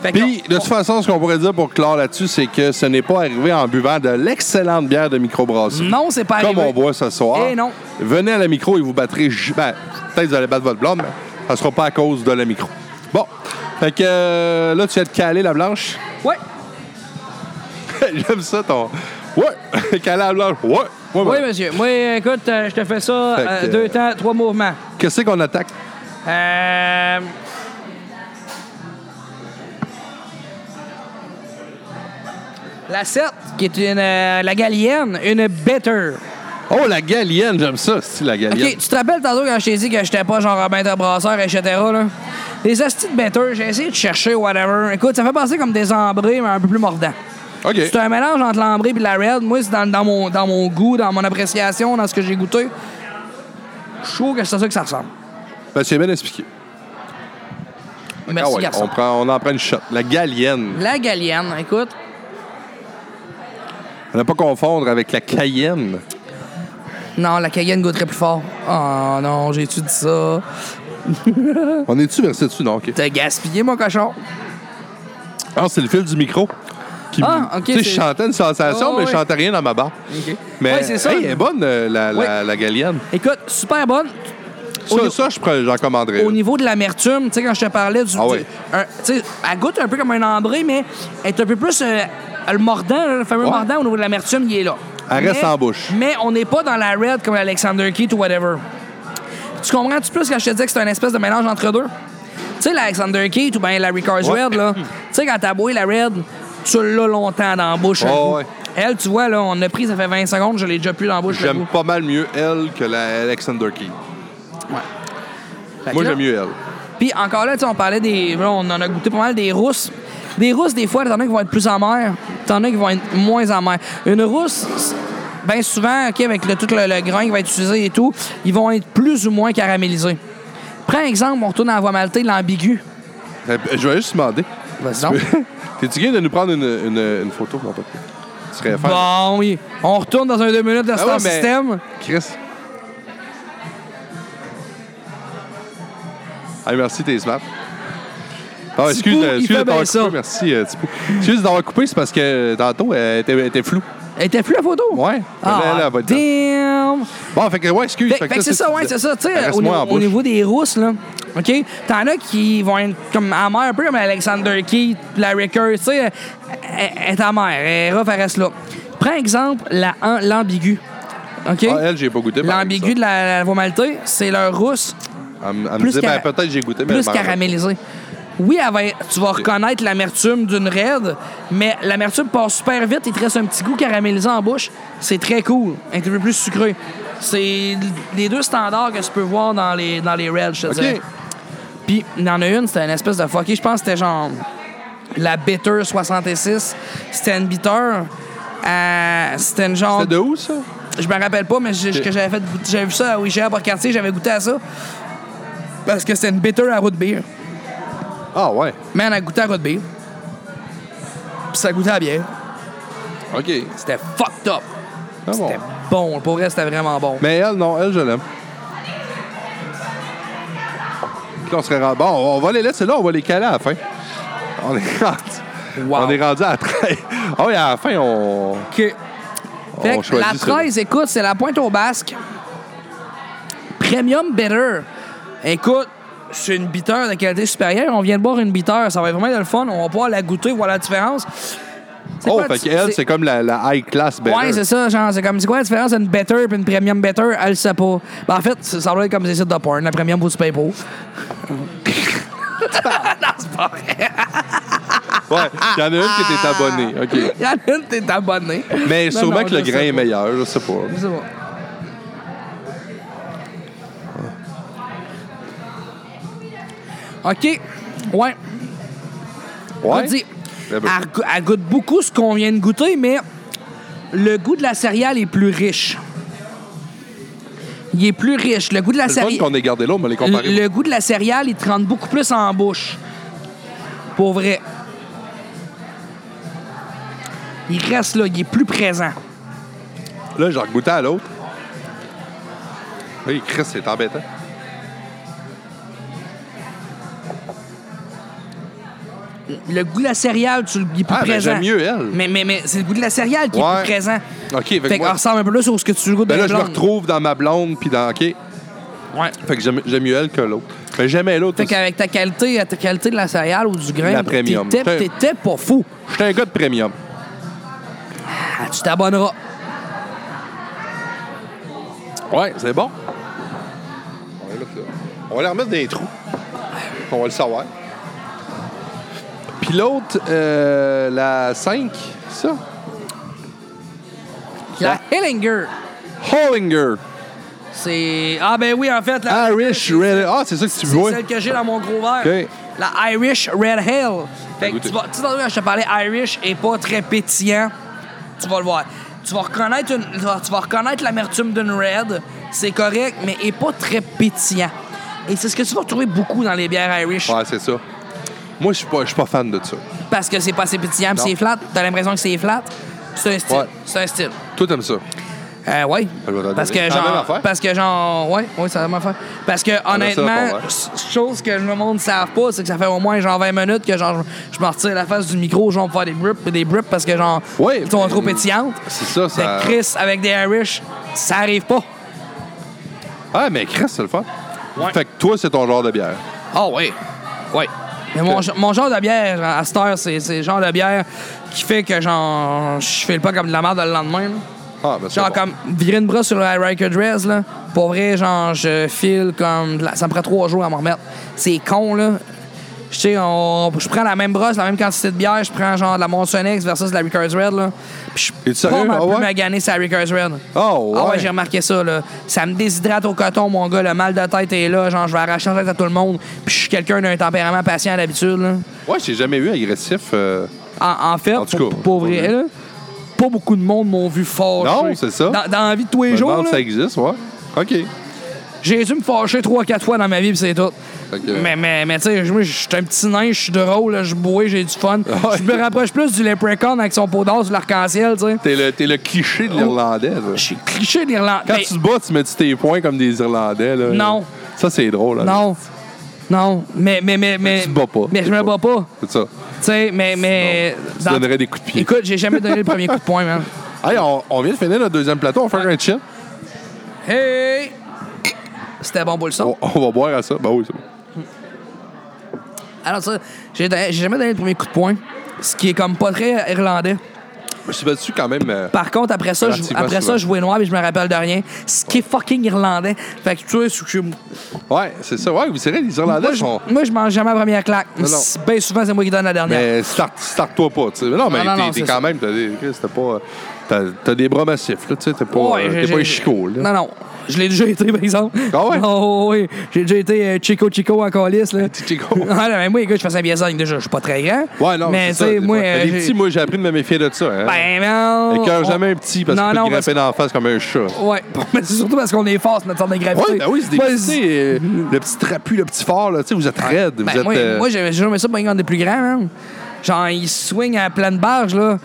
Fait que-
Puis, de toute façon, ce qu'on pourrait dire pour clore là-dessus, c'est que ce n'est pas arrivé en buvant de l'excellente bière de microbrasserie.
Non, c'est pas
Comme
arrivé.
on boit ce soir.
Eh non.
Venez à la micro et vous battrez. ju- Ben, peut-être vous allez battre votre blonde, mais ça sera pas à cause de la micro. Bon. Fait que euh, là, tu viens de caler la blanche.
ouais.
J'aime ça, ton. Ouais! caler la blanche. Ouais! Ouais,
Oui,
ouais.
monsieur. Moi, écoute, euh, je te fais ça
Fait
euh,
que, euh,
deux temps, trois mouvements.
Qu'est-ce qu'on attaque?
Euh... La 7, qui est une, euh, la galienne, une better.
Oh, la galienne, j'aime ça, c'est la
OK,
galienne.
tu te rappelles tantôt quand je t'ai dit que j'étais pas genre Robin de brasseur, etc. Là? Les astis de better, j'ai essayé de chercher, whatever. Écoute, ça fait passer comme des ambrés, mais un peu plus mordant.
OK.
C'est un mélange entre l'ambré et la red. Moi, c'est dans, dans mon, dans mon goût, dans mon appréciation, dans ce que j'ai goûté. Je trouve que c'est à ça que ça ressemble.
Ben, c'est bien expliqué.
Merci,
Ah ouais,
garçon.
on, prend, on en prend une shot. La galienne.
La galienne, écoute.
On ne pas confondre avec la cayenne.
Non, la cayenne goûterait plus fort. Oh non, j'ai-tu dit ça?
On est-tu versé dessus? Non, OK.
T'as gaspillé, mon cochon.
Ah, c'est le fil du micro. Qui
Ah,
me-
ok,
Tu sais, je
c'est-
chantais une sensation,
Ah,
mais je
ouais.
chantais rien dans ma barre. Mais
Ouais, c'est ça.
hey, elle est bonne, euh, la, la, la galienne.
Écoute, super bonne.
Ça,
niveau-
ça, je prends- j'en commanderais.
Au niveau de l'amertume, tu sais, quand je te parlais du.
Ah ouais.
un- tu sais, elle goûte un peu comme un ambré, mais elle est un peu plus. euh, le mordant, le fameux
Ouais.
mordant au niveau de l'amertume, il est là.
Elle reste en bouche.
Mais on n'est pas dans la red comme l'Alexander Keat ou whatever. Tu comprends-tu plus quand je te dis que c'est un espèce de mélange entre deux? Tu sais, l'Alexander Keat ou bien la Ricards
Ouais.
Red, là. Tu sais, quand t'as boui la red, tu l'as longtemps dans la bouche. le
Ouais,
goût.
ouais.
Elle, tu vois, là, on a pris, ça fait 20 secondes, je l'ai déjà plus dans la bouche. le
J'aime
goût.
pas mal mieux elle que la Alexander Key.
Fait que
Moi,
là-
j'aime mieux elle.
Puis encore là, tu sais, on parlait des. là, on en a goûté pas mal des rousses. Des rousses, des fois, t'en as qui vont être plus amères, t'en as qui vont être moins amères. Une rousse, bien souvent, OK, avec le, tout le, le grain qui va être utilisé et tout, ils vont être plus ou moins caramélisés. Prends exemple, on retourne à la voie maltée, l'ambigu.
Euh, Je vais juste demander.
Vas-y donc.
T'es-tu gay de nous prendre une, une, une photo? Non, pas de- Tu serais fan.
Bon, oui. On retourne dans un deux minutes de
Ah
Star
ouais, mais-
System.
Chris. Ah, merci, t'es smart. Non, excuse,
Tipou,
euh,
il
excuse
fait
de t'avoir
bien ça.
coupé, merci. euh, Tipou. excuse d'avoir coupé, c'est parce que euh, tantôt, elle était, elle était floue.
Elle était plus la photo?
Ouais.
Ah,
Elle, elle, elle va être-
damn!
Bon, fait que, ouais, excuse.
Fait, fait que c'est ça, ouais, c'est ça. Tu sais, au,
ben, Reste-moi en
niveau- au
bouche.
niveau des rousses, là, OK? T'en as qui vont être comme amères, un peu comme Alexander Keith, la Ricker, tu sais, elle- elle elle est amère, elle est rough, elle reste là. Prends exemple la- en- l'ambigu. OK?
Ah, elle, j'ai pas goûté. par
l'ambigu de
exemple.
la, la voie maltaise, c'est leur rousse
Elle, me- elle me
plus
disait,
cara-
ben, peut-être j'ai goûté, mais
plus
elle m'en-
caramélisée. Oui, elle va être- tu vas reconnaître l'amertume d'une raide, mais l'amertume passe super vite et te reste un petit goût caramélisé en bouche. C'est très cool. Un petit peu plus sucré. C'est les deux standards que tu peux voir dans les, dans les raids, je te
OK.
dirais. Puis, il y en a une, c'était une espèce de fucky. Je pense que c'était genre la Bitter 66. C'était une bitter. Euh, c'était une genre.
C'était de où, ça?
Je me rappelle pas, mais j'ai- que j'avais fait goûter- j'avais vu ça à Ouija à Port-Cartier, j'avais goûté à ça. Parce que c'était une bitter à root beer.
Ah, ouais.
Mais on a goûté à root beer. Puis ça goûtait à la bière.
OK.
C'était fucked up.
Ah, bon.
C'était bon. Pour vrai, c'était vraiment bon.
Mais elle, non, elle, je l'aime. Puis on serait rendu- Bon, on va les laisser là, on va les caler à la fin. On est rendu,
Wow.
on est rendu à 13. Ah oui, à la fin, on.
OK. Fait
on
que la
choisit celui-là.
13, écoute, c'est la pointe au basque. Premium Better. Écoute, c'est une biteur de qualité supérieure. On vient de boire une biteur. Ça va être vraiment de le fun. On va pouvoir la goûter, voir la différence. C'est
Oh,
quoi la
fait
di-
qu'elle, c'est comme la, la high class better.
Ouais, c'est ça, genre, c'est comme, c'est quoi la différence entre better et une premium better? Elle le sait pas. Ben, en fait, ça semble être comme des sites de porn. La premium, vous tu payes pas. non, c'est pas vrai.
Ouais, il y en a une qui était abonnée. OK.
Il y en a une, t'es abonné.
Mais
Ah. Non,
sûrement
non,
que le
je
grain
sais
est
pas.
meilleur, je sais pas.
Je sais pas.
Ah.
OK. Ouais. On dit.
Eh
Elle,
ben.
go- elle goûte beaucoup ce qu'on vient de goûter, mais le goût de la céréale est plus riche. Il est plus riche. Le goût de la
C'est le
céréale.
fun qu'on ait gardé là, on va les comparer.
Le goût de la céréale, il te rentre beaucoup plus en bouche. Pour vrai. Il reste là, il est plus présent.
Là, j'en goûtais à l'autre. Oui, Chris, c'est embêtant.
Le goût de la céréale, tu le il est plus
Ah, ben,
présent.
j'aime mieux elle.
Mais, mais, mais c'est le goût de la céréale qui
Ouais.
est plus présent.
OK, fait que
Fait qu'on
moi,
ressemble un peu plus à ce que tu goûtes
ben
de
là,
la
je me
blonde.
retrouve dans ma blonde, puis dans... OK. Fait
Ouais.
que j'aime j'aime mieux elle que l'autre. Mais j'aimais l'autre
Fait
aussi.
qu'avec ta qualité, ta qualité de la céréale ou du grain,
La premium.
t'étais
T'es-
t'étais pas fou.
J'étais un gars de premium.
Ah, tu t'abonneras.
Ouais, c'est bon. On va les mettre là. On va les remettre dans les trous. On va le savoir. Puis l'autre, euh, la 5, ça? Hein?
La Hellinger,
Hollinger.
c'est... Ah ben oui, en fait, la
Irish Red. Ah, c'est ça que tu
C'est
vois.
celle que j'ai dans mon gros verre.
OK.
La Irish Red Hell. Fait que
goûter.
tu vas. Tu sais, tantôt, quand je te parlais Irish et pas très pétillant. Tu vas le voir. Tu vas reconnaître, une- tu vas- tu vas reconnaître l'amertume d'une Red. C'est correct, mais est pas très pétillant. Et c'est ce que tu vas retrouver beaucoup dans les bières Irish.
Ouais, c'est ça. Moi, je suis pas, je suis pas fan de ça.
Parce que c'est pas assez pétillant, pis
Non.
c'est flat. T'as l'impression que c'est flat. C'est un style.
Ouais.
C'est un style.
Toi, t'aimes ça.
Euh, oui.
Je vais te
Parce
donner.
que
C'est la même
genre.
affaire?
Parce que genre. Ouais, ouais, c'est la même affaire. Parce que
laisse ça
honnêtement,
pour moi.
s- chose que le monde ne savent pas, c'est que ça fait au moins genre 20 minutes que genre je je me retire la face du micro, genre pour faire des grips des grips parce que genre.
Ouais,
Ils sont
mais-
trop pétillantes.
C'est ça,
Fait
ça.
que Chris avec des Irish, ça arrive pas.
Ah, mais Chris, c'est le fun.
Ouais.
Fait que toi, c'est ton genre de bière.
Ah oui. Oui. Mais mon, ge- mon genre de bière à cette heure, c'est c'est le genre de bière qui fait que genre je file pas comme de la merde le lendemain. là.
Ah, ben c'est
Genre
bon.
comme virer une brosse sur le Riker Dress, là. Pour vrai, genre, je file comme. de la- Ça me prend trois jours à m'en remettre. C'est con, là. Je sais, on... je prends la même brosse, la même quantité de bière, je prends genre de la Monson X versus de la Ricker's Red, là. Puis je
Es-tu
suis pas
sérieux?
mal
Ah
plus
ouais?
magané sur la Ricker's Red.
Oh, ouais.
Ah ouais, j'ai remarqué ça, là. Ça me déshydrate au coton, mon gars. Le mal de tête est là. Genre, je vais arracher la tête à tout le monde. Puis je suis quelqu'un d'un tempérament patient d'habitude, là.
Ouais, j'ai jamais eu agressif. euh,
En, en fait,
En tout
pour,
cas,
pour
pas
vrai,
vu.
là, pas beaucoup de monde m'ont vu fort.
Non, c'est ça.
Dans, dans la vie de tous
je
les
me
jours,
demande si ça
là,
existe, ouais. OK.
j'ai dû me fâcher 3-4 fois dans ma vie, pis c'est tout.
Fait que-
Mais, mais, mais tu sais, moi, je suis un petit nain, je suis drôle, là, je bois, j'ai du fun.
Ah Ouais.
Je me rapproche plus du leprechaun avec son pot d'or sur l'arc-en-ciel, tu sais.
T'es le, t'es le cliché de l'Irlandais, là.
Oh. Je suis cliché d'Irlande.
Quand
Ben,
tu te bats, tu mets tes points comme des Irlandais, là.
Non.
Ça, c'est drôle, hein. là.
Non. Non, mais, mais, mais, mais.
te bats pas.
Mais je me bats pas.
C'est ça.
Tu sais, mais, mais.
Tu
dans-
donnerais des coups de pied.
Écoute, j'ai jamais donné le premier coup de poing, man.
Hey, on, on vient de finir notre deuxième plateau. On fait un chill.
Hey! C'était bon pour le son.
On, on va boire à ça. Ben oui, c'est bon.
Alors ça, j'ai j'ai jamais donné le premier coup de poing, ce qui est comme pas très irlandais.
Je me suis battu quand même. euh,
Par contre, après ça, je,
Relativement
après
souvent.
ça, je jouais noir et je me rappelle de rien, ce qui est fucking irlandais. Fait que tu sais, c'est que je-
Ouais, c'est ça. Ouais, vous savez, les Irlandais
moi, je,
sont.
moi, je mange jamais la première claque.
Ah, Non, non.
C'est- Ben souvent, c'est moi qui donne la dernière.
Mais start, start-toi pas, tu sais. Mais Non, mais
non, non,
t'es, t'es
c'est
quand
ça.
même, t'as des, Chris, t'as pas, euh, t'as, t'as des bras massifs, là, tu sais. T'es pas,
Ouais,
euh,
j'ai-
t'es pas un
j'ai-
chicot, là.
Non, non. Je l'ai déjà été, par exemple.
Ah ouais?
Non, oui. J'ai déjà été euh, Chico Chico en calice, là.
Petit Chico.
Ouais, non, mais moi, les gars, je faisais bien ça déjà. Je suis pas très grand.
Ouais, non,
mais
c'est
tu
ça,
sais,
des
moi.
fois. Mais
euh,
les
j'ai-
petits, moi, j'ai appris de me méfier de ça. Hein.
Ben, non.
Écoeure
on-
jamais un petit parce qu'il
Non,
peut
non,
te grimper dans la face comme un chat.
Ouais, mais c'est surtout parce qu'on est fort, c'est notre sorte de gravité.
Ouais, ben oui, c'est des
Moi,
petits, euh, le petit trapu, le petit fort, là, tu sais, vous êtes raide, vous
ben,
êtes...
moi,
euh,
moi, j'ai j'ai jamais ça pour un des plus grands, man. Genre, il swing à pleine barge, là.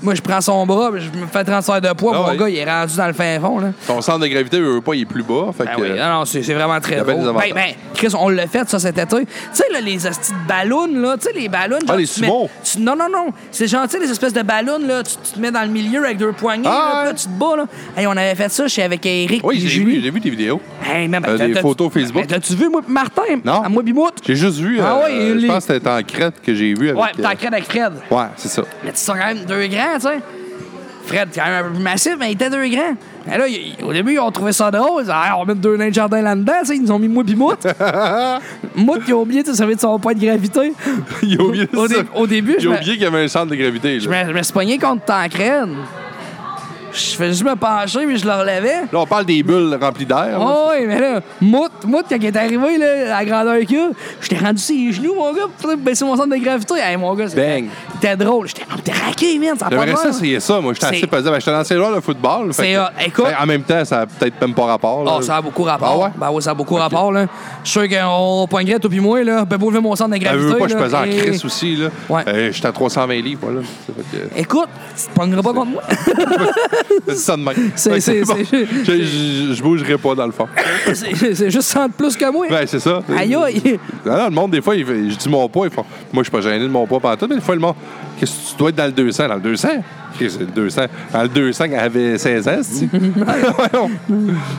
Moi, je prends son bras, puis je me fais transfert de poids.
Ah
mon
ouais.
gars, il est rendu dans le fin fond, là.
Son centre de gravité, il veut pas, il est plus bas, fait
Ben
que...
oui, non, non, c'est c'est vraiment très
y a bien
drôle.
des avantages.
Ben, ben, Chris, on l'a fait, ça, cet été. Tu sais, là, les hosties de ballons, là, tu sais, les ballons. genre,
Ah, les
tu mets-
sumo.
tu- Non, non, non. C'est gentil, les espèces de ballons, là. Tu, tu te mets dans le milieu avec deux poignées,
Ah,
là, puis là,
ouais.
tu te bats, là. Hey, on avait fait ça, je suis avec Eric.
Oui,
puis
j'ai
Julie.
vu, j'ai vu tes vidéos.
Hey, man,
Euh,
t'as-
des
t'as-
photos Facebook.
Ben, T'as-tu vu, moi, pis Martin?
Non.
À moi, Bimout?
J'ai juste vu.
Ah
euh,
ouais,
je
les-
pense que c'était en crête que j'ai vu avec.
Ouais, t'as
euh,
crête avec Fred.
Ouais, c'est ça.
Mais tu sont quand même deux grands, tu sais. Fred, quand même un peu plus massif, mais il était deux grands. Mais là, il- au début, ils ont trouvé ça drôle. Ils ont dit, Ah, on va mettre deux nains de jardin là-dedans, tu sais. Ils nous ont mis moi pis Mout. Mout, il a oublié de se servir de son point de gravité.
Il a oublié
Au,
ça.
dé- au début,
Il
je
a
me,
oublié qu'il y avait un centre de gravité.
je
Là,
me- je me suis pogné contre Tancred. Je fais juste me pencher, puis je le relevais.
Là, on parle des bulles remplies d'air. là.
Oh oui, mais là, Mout, Mout, quand il est arrivé, là, à la grandeur qu'il a, j'étais rendu sur les genoux, mon gars, pour baisser mon centre de gravité. Hey, mon gars, c'était-
Bang.
c'était drôle. J'étais ah, t'es raqué, man, ça a pas de
J'aimerais ça
mal.
essayer ça, moi. J'étais assez
C'est-
pesé. Ben, j'étais lancé loin le football. fait
C'est
que-
hot. Écoute-
Ben, en même temps, ça a peut-être même pas rapport. là.
Ah, ça a beaucoup rapport.
Ah ouais?
Ben oui, ça a beaucoup rapport, là. Je suis sûr qu'on poignerait, toi puis moi, là. Ben, pour lever mon centre de
Elle
gravité.
veut pas, je
là,
pesais en
et-
crise aussi. là.
Ouais.
Euh, J'étais à 320 livres, voilà. Ça fait que-
Écoute, tu te pogneras pas contre moi.
C'est ça de même.
C'est-
Fait que
c'est-
bon.
c'est-
Je- Je je bougerai pas, dans le fond.
c'est c'est juste 100 de plus que moi.
Ben, c'est ça.
Aïe, aïe.
Non, non, le monde, des fois, il fait- je dis mon poids, ils font. Moi, je suis pas gêné de mon poids pendant tout, mais des fois, le monde. Qu'est-ce que tu dois être dans le 200? Dans le 200? Qu'est-ce que c'est le 200? Dans le 200, quand elle avait 16 ans, c'est-tu? Voyons.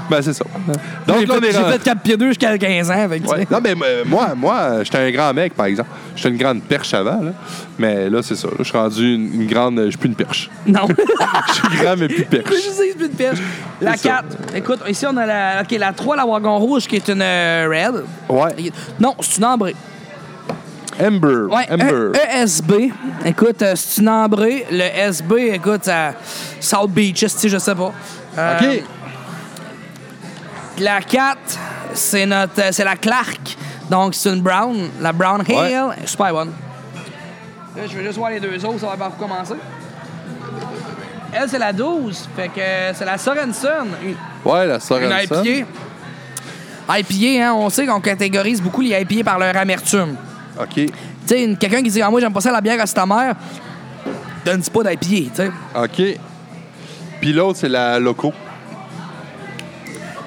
ben, c'est ça.
J'ai
Donc, là, on
fait-
est
j'ai
rendu-
fait 4 pieds 2 jusqu'à 15 ans. Avec,
Ouais. Non, mais euh, moi, moi j'étais un grand mec, par exemple. J'étais une grande perche avant, là. Mais là, c'est ça. là, je suis rendu une, une grande. Je suis plus une perche.
Non.
Je suis grand, mais plus
Je
perche.
sais, c'est plus de pêche. La
C'est ça.
4. Écoute, ici, on a la, ok, la 3, la wagon rouge, qui est une euh, red.
Ouais.
Non, c'est une ambrée.
Amber.
Ouais,
Amber.
E- ESB. Écoute, euh, c'est une ambrée. Le SB, écoute, ça, South Beach, si je sais pas. Euh,
OK.
La 4, c'est notre, euh, c'est la Clark. Donc, c'est une brown. La brown
Ouais.
Hill. Super bonne. Là, je vais juste voir les deux autres, ça va bien recommencer. Elle, c'est la 12. Fait que euh, c'est la Sorensen. Une-
Ouais, la sœur
Une
Hanson.
IPA. IPA, hein, on sait qu'on catégorise beaucoup les IPA par leur amertume.
OK.
Tu sais, une- quelqu'un qui dit Ah, moi, j'aime pas ça la bière à ta mère, donne-tu pas d'IPA, tu sais.
OK. Puis l'autre, c'est la loco.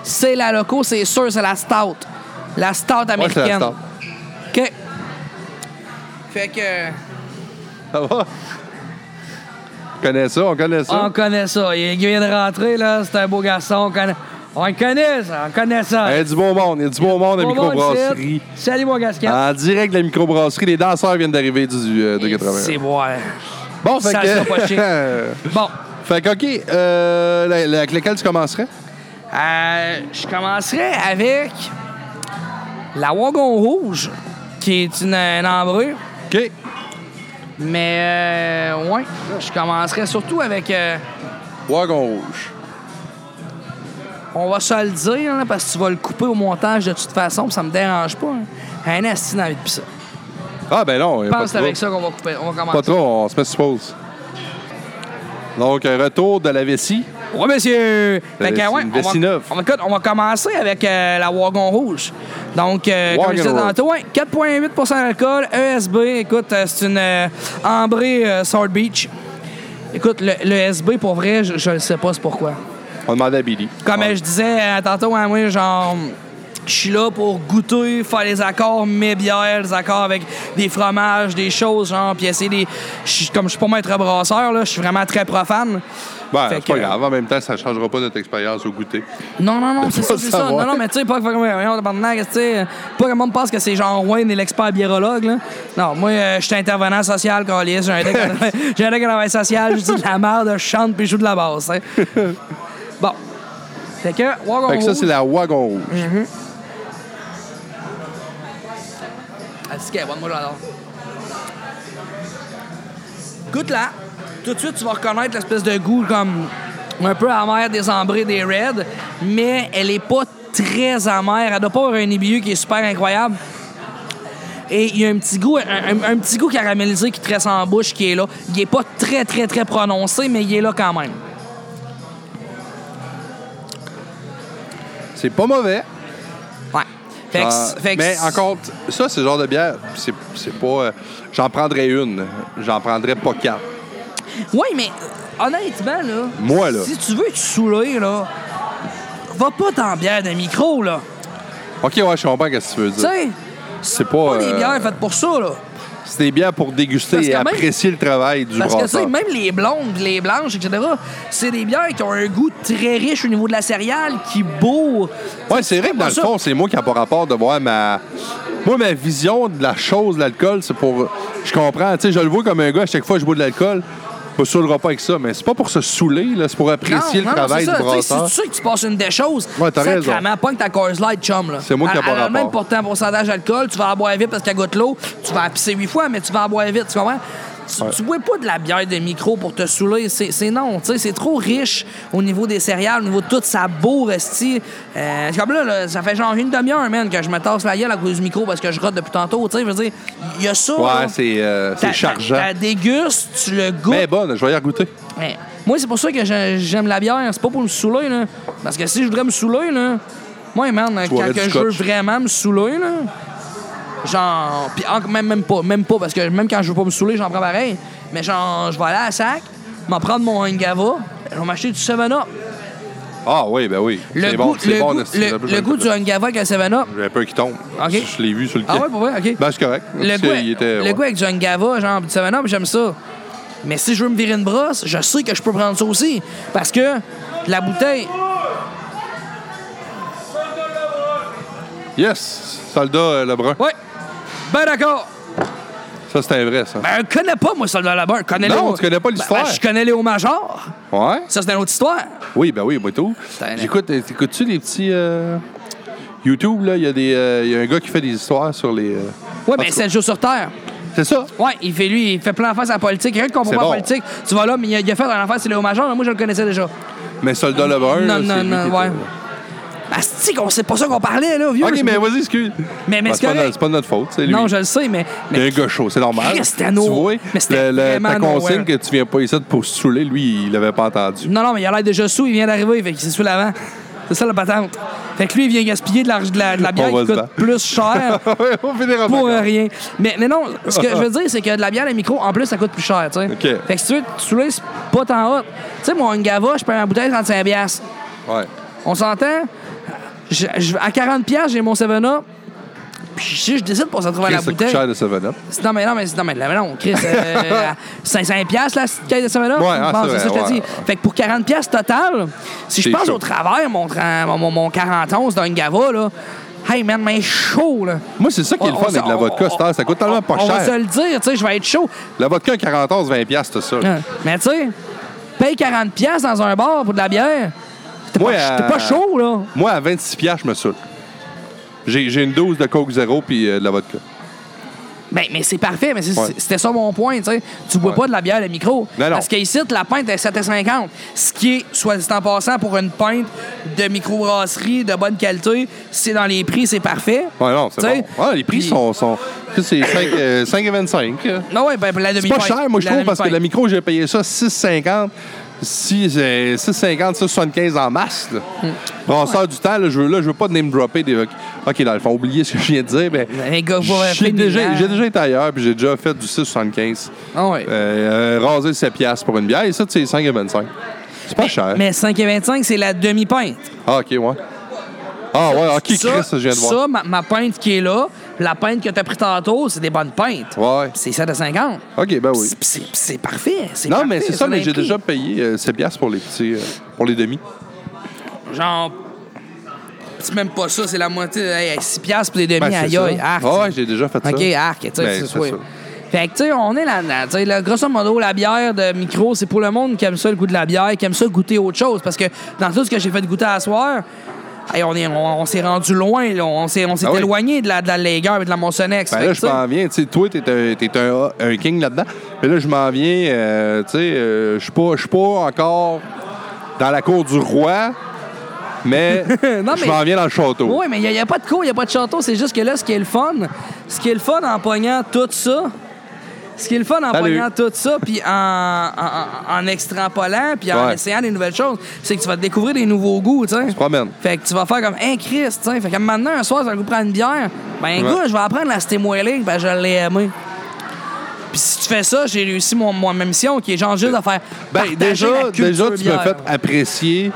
C'est la loco, c'est sûr, c'est la stout. La stout
Ouais, c'est la
américaine.
star.
OK. Fait que.
Ça va? On connaît ça, on connaît ça.
Ah, On connaît ça. Il vient de rentrer, là. C'est un beau garçon. On connaît, on le connaît ça. On connaît ça.
Il y a du bon monde, il y a du bon monde à
Bon, bon,
microbrasserie.
le site. Salut, mon gascon.
En direct de la microbrasserie, les danseurs viennent d'arriver du euh, de 80.
C'est bon.
Bon, fait
ça
que.
sera pas Bon.
fait que, OK, euh, la- la- avec laquelle tu commencerais?
Euh, je commencerai avec la Wagon Rouge, qui est une, une ambrée.
OK.
Mais, euh, ouais, je commencerai surtout avec. euh,
Wagon rouge.
on va se le dire, là, parce que tu vas le couper au montage de toute façon, puis ça me dérange pas. hein. Un asti dans la vie de pis ça.
Ah, ben non, il y
Je
a pas
pense que
de
c'est avec
trouble.
ça qu'on va couper. On va
Pas
commencer.
trop, on se met sur pause. Donc, un retour de la vessie.
Ouais, monsieur! Fait que,
Euh, c'est
ouais,
une
on va,
vessie neuve.
on, va, écoute, on va commencer avec euh, la Wagon Rouge. Donc, euh, comme je disais
Wagon Rouge.
tantôt, ouais, 4,8 d'alcool, ESB. Écoute, euh, c'est une euh, ambrée euh, South Beach. Écoute, le, le SB, pour vrai, je- je ne sais pas c'est pourquoi.
On demande à Billy.
Comme
Ouais.
je disais euh, tantôt, hein, moi, genre, je suis là pour goûter, faire les accords, mes bières, les accords avec des fromages, des choses, genre, puis essayer des. je suis- Comme je suis pas maître brasseur, là, je suis vraiment très profane.
Ben,
Fait
c'est pas
que-
grave. En même temps, ça ne changera pas notre expérience au goûter.
Non, non, non, c'est ça,
pas
c'est ça.
savoir.
Non, non, mais tu sais, pas que voyons, tabarnak, tu sais, pas que le monde pense que c'est genre Wayne et l'expert biérologue, là. Non, moi, euh, je suis intervenant social, Carlis, j'ai un deck en- j'ai un deck en travail social, je dis de la merde, je chante puis je joue de la basse, hein. Bon. Fait que, Wagon
Fait que ça,
Rouge,
c'est la wagon rouge.
Mm. Ah, c'est qu'elle est bonne, moi j'adore. Goûte-la. Tout de suite, tu vas reconnaître l'espèce de goût comme un peu amer des ambrés des reds, mais elle est pas très amère. Elle doit pas avoir un IBU qui est super incroyable. Et il y a un petit goût, un, un- un petit goût caramélisé qui tresse en bouche qui est là. Il est pas très, très, très prononcé, mais il est là quand même.
C'est pas mauvais.
Ouais. Fait que,
Euh,
fait que-
mais encore, t- ça, c'est le genre de bière. C'est c'est pas. euh, J'en prendrais une. J'en prendrais pas quatre.
Oui, mais euh, honnêtement, là.
Moi, là.
Si tu veux te saouler, là, va pas dans la bière de micro, là.
OK, ouais, je comprends ce que tu veux
Tu
dire.
sais,
C'est pas.
pas des
euh,
bières faites pour ça, là.
c'est des bières pour déguster
Parce
et
que même-
apprécier le travail du
Parce que, tu sais,
brasseur.
même les blondes, les blanches, etc., c'est des bières qui ont un goût très riche au niveau de la céréale, qui bourre.
Ouais, c'est vrai que dans le
ça.
fond, c'est moi qui n'ai pas rapport de voir ma. Moi, ma vision de la chose, de l'alcool, c'est pour. Je comprends. Tu sais, je le vois comme un gars, à chaque fois que je bois de l'alcool, je me saoulera pas avec ça. Mais c'est pas pour se saouler, là, c'est pour apprécier le
Non, non,
travail
c'est ça.
du
Tu sais, Si
brasseur.
tu sais que tu passes une des choses,
Ouais, t'as raison.
sacrément, pogne ta Coors Light, chum. là.
C'est moi qui
Elle-
a pas
elle a le même
rapport.
pourtant pourcentage d'alcool, tu vas en boire vite parce qu'elle goûte l'eau, tu vas en pisser huit fois, mais tu vas en boire vite, tu comprends? Tu, tu bois pas de la bière de micro pour te saouler, c'est c'est non, tu sais, c'est trop riche au niveau des céréales, au niveau de toute sa beau esti. Euh, c'est comme là, là, ça fait genre une demi-heure, man, que je me tasse la gueule à cause du micro parce que je rote depuis tantôt, tu sais, je veux dire, il y a ça. là.
Ouais, c'est euh, c'est
T'as-
chargeant.
t'as- t'as dégustes, tu le goûtes.
Mais bonne, je vais y regoûter.
Ouais. Moi, c'est pour ça que j'ai- j'aime la bière. C'est pas pour me saouler, là. Parce que si je voudrais me saouler, là... Moi, man,
boirais
quand
du
que je veux
scotch.
vraiment me saouler, là... Genre... Puis en- même, même pas, même pas. Parce que même quand je veux pas me saouler, j'en prends pareil. Mais genre, je vais aller à la sac, m'en prendre mon Ngava, je vais m'acheter du 7-Up.
Ah oui, ben oui.
Le
C'est
goût,
bon,
le
c'est bon.
goût-
c'est-
le, le goût du Ngava avec un 7-Up...
J'avais peur qu'il tombe.
Ok.
Je l'ai vu sur le
Ah
quai.
ouais, pour vrai? OK.
Ben, c'est correct.
Le
Parce
goût,
qu'il était-
le
ouais.
goût avec du Angava, genre du 7 j'aime ça. Mais si je veux me virer une brosse, je sais que je peux prendre ça aussi. Parce que la bouteille.
Yes, soldat euh, Lebrun.
Ouais! Ben d'accord!
Ça, c'est un vrai, ça.
Ben, je connais pas, moi, Soldat Labeur. Connais
Non,
Léo-
tu connais pas l'histoire.
Ben, ben, je connais Léo Major.
Ouais?
Ça, c'est une autre histoire.
Oui, ben oui, moi tout.
Putain,
J'écoute, euh, t'écoutes-tu les petits. euh, YouTube, là, il y, a des, euh, il y a un gars qui fait des histoires sur les. euh,
Ouais,
en
mais
tout
c'est le jeu sur Terre.
cas, C'est ça?
Ouais, il fait lui, il fait plein face à la politique. Quelqu'un qui comprend
C'est
pas la
bon.
politique, tu vas là, mais il a, il a fait un affaire, c'est Léo Major, mais moi, je le connaissais déjà.
Mais Soldat Lebrun.
non,
là, c'est
non,
lui
non,
qui
ouais.
était-
Ben, c'est qu'on c'est pas ça qu'on parlait, là, vieux.
Ok, mais vas-y, excuse.
Mais- mais
Ben,
c'est
c'est pas,
correct.
notre- c'est pas notre faute, c'est lui.
Non, je le sais, mais.
Il
mais
y a un gars chaud, c'est normal.
Cristiano.
Tu vois,
Mais c'était
le- le-
vraiment
ta consigne
nowhere.
que tu viens pas ici pour se saouler, lui, il l'avait pas entendu.
Non, non, mais il a l'air déjà sous, il vient d'arriver, fait qu'il s'est sous l'avant. C'est ça la patente. Fait que lui, il vient gaspiller de la, de la, de la bière
On va
qui
se
coûte
battre.
plus cher
Ouais, on finira
pour euh,
par-
rien. Mais, mais non, ce que je veux dire, c'est que de la bière à micro, en plus, ça coûte plus cher, tu sais.
OK.
Fait que si tu veux te saouler, c'est pas tant hot. Tu sais, mon Ngava, je paye ma bouteille 35$. piastres.
Ouais.
On s'entend? Je- je- à 40$, piastres, j'ai mon 7-Up. Puis si je décide pour se trouver la
Ça coûte
bouteille.
cher de 7-Up.
C'est- Non, mais non, mais, non, mais, non, mais non, Chris, euh, à 500 piastres, la petite caisse de semaine là
Ouais, ah, c'est
c'est ça que
vrai,
je te dis.
ouais.
Fait que pour 40 piastres total, si je
C'est
passe
chaud.
au travers mon, tra- mon, mon, mon 41 dans une gava, là, hey man, mais chaud, là.
Moi, c'est ça qui est le
On-
fun
on-
avec la
on-
vodka,
on-
c'est ça coûte tellement pas
on va se
cher.
le dire, tu sais, je vais être chaud.
La vodka, 14, 20 piastres, c'est ça.
Hein. Mais tu sais, paye 40 piastres dans un bar pour de la bière, t'es
Moi, euh,
pas, ch-
à-
t'es pas chaud, là.
Moi, à 26 piastres, je me saoule. J'ai j'ai une dose de Coke Zéro puis euh, de la vodka.
Ben, mais c'est parfait, mais c'est-
Ouais.
c'était ça mon point, tu sais. Tu bois
Ouais.
pas de la bière à micro.
Non, non.
Parce qu'ici, la pinte est 7,50. Ce qui est, soit dit en passant, pour une pinte de microbrasserie de bonne qualité, c'est dans les prix, c'est parfait.
Ouais, non, c'est
Tu sais,
bon. Ah, les prix
puis-
sont... sont... ça, C'est 5, euh, 5,25.
Non, ouais, ben, la
C'est pas
demi-pinte.
cher, moi, je
la
trouve, parce que la
demi-pinte.
micro, j'ai payé ça 6,50. Si, euh, 6,50, 6,75 en masse. Là.
Hmm.
Brasseur du temps, là, je veux, là, je veux pas name dropper des. OK, dans le fond, oubliez ce que je viens de dire. Mais
Mais gars, vous avez fait
j'ai
des
déjà,
bières.
j'ai déjà été ailleurs, puis j'ai déjà fait du 6,75.
Ah ouais.
Euh, euh, raser 7 piastres pour une bière, et ça, c'est 5,25. C'est pas cher.
Mais 5,25, c'est la demi-pinte.
Ah, OK, ouais. Ah, ouais, OK, Chris, ça, je viens de voir.
ça, ma, ma pinte qui est là, la pinte que t'as pris tantôt, c'est des bonnes pintes.
Ouais.
C'est 7,50.
OK, ben oui.
Puis C'est puis c'est parfait. c'est
Non,
parfait,
mais c'est ça,
dans
mais
les
j'ai
prix.
déjà payé euh, 7 piastres pour les petits, euh, pour les demi.
Genre. C'est même pas ça, c'est la moitié. Hey, hey, 6 piastres pour les demi,
Ben, c'est
aïe
ça.
aïe, arc.
Ah ouais, j'ai déjà fait ça.
Ok, arc, tu
Ben,
sais, c'est
c'est
ça.
ça.
Fait que, tu sais, on est là-dedans. Tu sais, là, grosso modo, la bière de micro, c'est pour le monde qui aime ça, le goût de la bière, qui aime ça goûter autre chose. Parce que dans tout ce que j'ai fait goûter à soir, hey, on est- on- on s'est rendu loin, là. On s'est on s'est
Ah oui.
éloigné de la, de la Lager et de la Monsonex.
Ben
Fait
là,
que,
je
tu sais,
m'en viens. Tu sais, toi, t'es un, t'es un, un king là-dedans. Mais là, je m'en viens. euh, tu sais, euh, je suis pas, je suis pas encore dans la cour du roi, mais
Non,
je
mais-
m'en viens dans le château.
Oui, mais il n'y a, pas de cours, il n'y a pas de château. C'est juste que là, ce qui est le fun, ce qui est le fun en pognant tout ça, ce qui est le fun en
Salut.
pognant tout ça, puis en, en, en- en extrapolant, puis en
Ouais.
essayant des nouvelles choses, c'est que tu vas découvrir des nouveaux goûts, tu sais.
se promène.
Fait que tu vas faire comme, hein, Chris, tu sais. Fait que maintenant, un soir, ça va prendre une bière.
Ouais.
Ben, gars, je vais apprendre la Steam Whaling, ben, je l'ai aimé. Puis si tu fais ça, j'ai réussi mon, mon ma mission qui est genre juste de faire.
Ben,
partager la
déjà,
culture
déjà, tu m'as
bière.
fait apprécier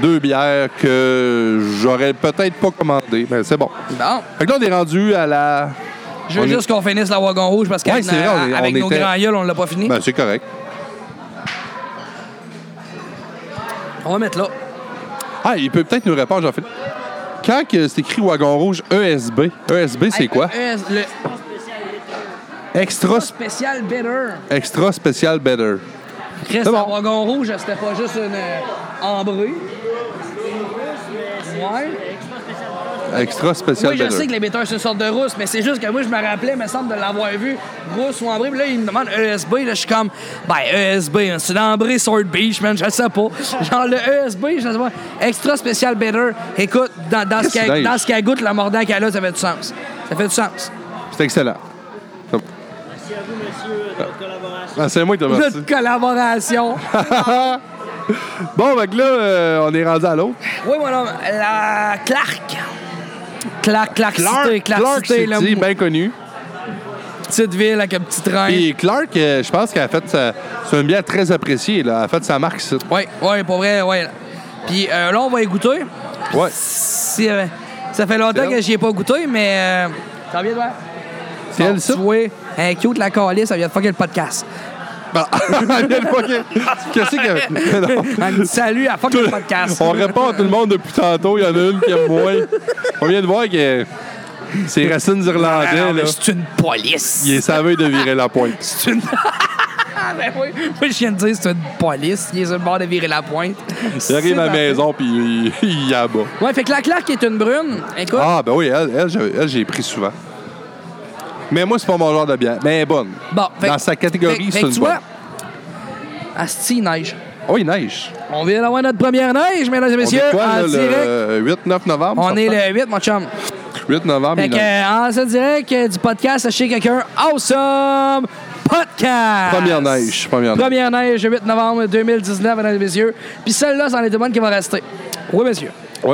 deux bières que j'aurais peut-être pas commandées, mais c'est bon.
Bon.
Fait que là, on est rendu à la.
Je veux
On est-
juste qu'on finisse la wagon rouge parce
Ouais,
qu'avec
c'est vrai, on est-
avec
on
nos
était-
grands gueules, on l'a pas fini.
Ben, c'est correct.
On va mettre là.
Ah, il peut peut-être nous répondre, Jean-Philippe. Quand que c'est écrit wagon rouge E ESB, ESB, c'est quoi?
Euh, le
Extra, sp-
spécial bitter.
extra spécial better. C'est
Reste
bon.
la wagon rouge, c'était pas juste une euh, ambrée. Ouais.
Extra spécial
Moi, je
better.
sais que les bitters, c'est une sorte de rousse, mais c'est juste que moi, je me rappelais, me semble, de l'avoir vu rousse ou ambrée. Puis là, il me demande ESB. Là, je suis comme, ben, ESB, hein, c'est une ambrée Sword Beach, man, je sais pas. Genre, le ESB, je sais pas. Extra spécial bitter. Écoute, dans, dans ce
Qu'est-ce que
qu'elle
c'est?
dans ce qu'elle goûte, la mordant qu'elle a, ça fait du sens. Ça fait du sens.
C'est excellent.
Merci à vous, monsieur, de votre collaboration.
Ah, c'est moi qui te remercie.
Notre collaboration.
Bon, fait que là, euh, on est rendu à l'autre.
Oui, mon homme, la Clark. Clark, Clark, Cité, Clark,
Clark
Cité, là,
City, ben
mou-
bien connu.
petite ville avec un petit train.
Et Clark, euh, je pense qu'elle a fait sa... C'est une bière très appréciée, là. Elle a fait sa marque, ça.
Oui, oui, pour vrai, oui. Puis euh, là, on va y goûter.
Ouais.
Si, euh, ça fait longtemps
C'est
que j'y ai pas goûté, mais... Euh, ça vient de voir.
C'est elle, ça?
Tu vois, un cute, la calice, ça vient de fucker le podcast.
Bon. Ah. Elle vient de fucker. Qu'est-ce que... Non.
Un petit salut à fucker le podcast.
On répond à tout le monde depuis tantôt. Il y en a une qui aime moins. On vient de voir que ses racines
Ah, non,
irlandaises, là,
mais c'est une police.
il est saveux de virer la pointe.
C'est une... Ah, ben oui. Moi, je viens de dire, c'est une police. Il est sur le bord de virer la pointe.
Il arrive à la
C'est
maison, puis il, il y abat.
Ouais, fait que la Clark est une brune. Écoute,
Ah, ben oui, elle, elle, je- elle, j'ai pris souvent. Mais moi, c'est pas mon genre de bière. Mais elle est bonne.
Bon, fait
Dans
que-
sa catégorie,
fait- fait
c'est
que
une
tu
bonne.
vois, Asti, il neige.
Oh, il neige.
On vient d'avoir notre première neige, mesdames et
On est
messieurs,
quoi,
en
là,
direct.
le 8-9 novembre?
On
ça
est
fait?
le 8, mon chum.
8 novembre,
Fait
il
que,
neige.
euh, en ce direct euh, du podcast, sachez quelqu'un, Awesome Podcast!
Première neige, première neige.
Première neige, 8 novembre 2019, mesdames et messieurs. Puis celle-là, c'en est une bonne qui va rester. Oui, messieurs.
Ouais.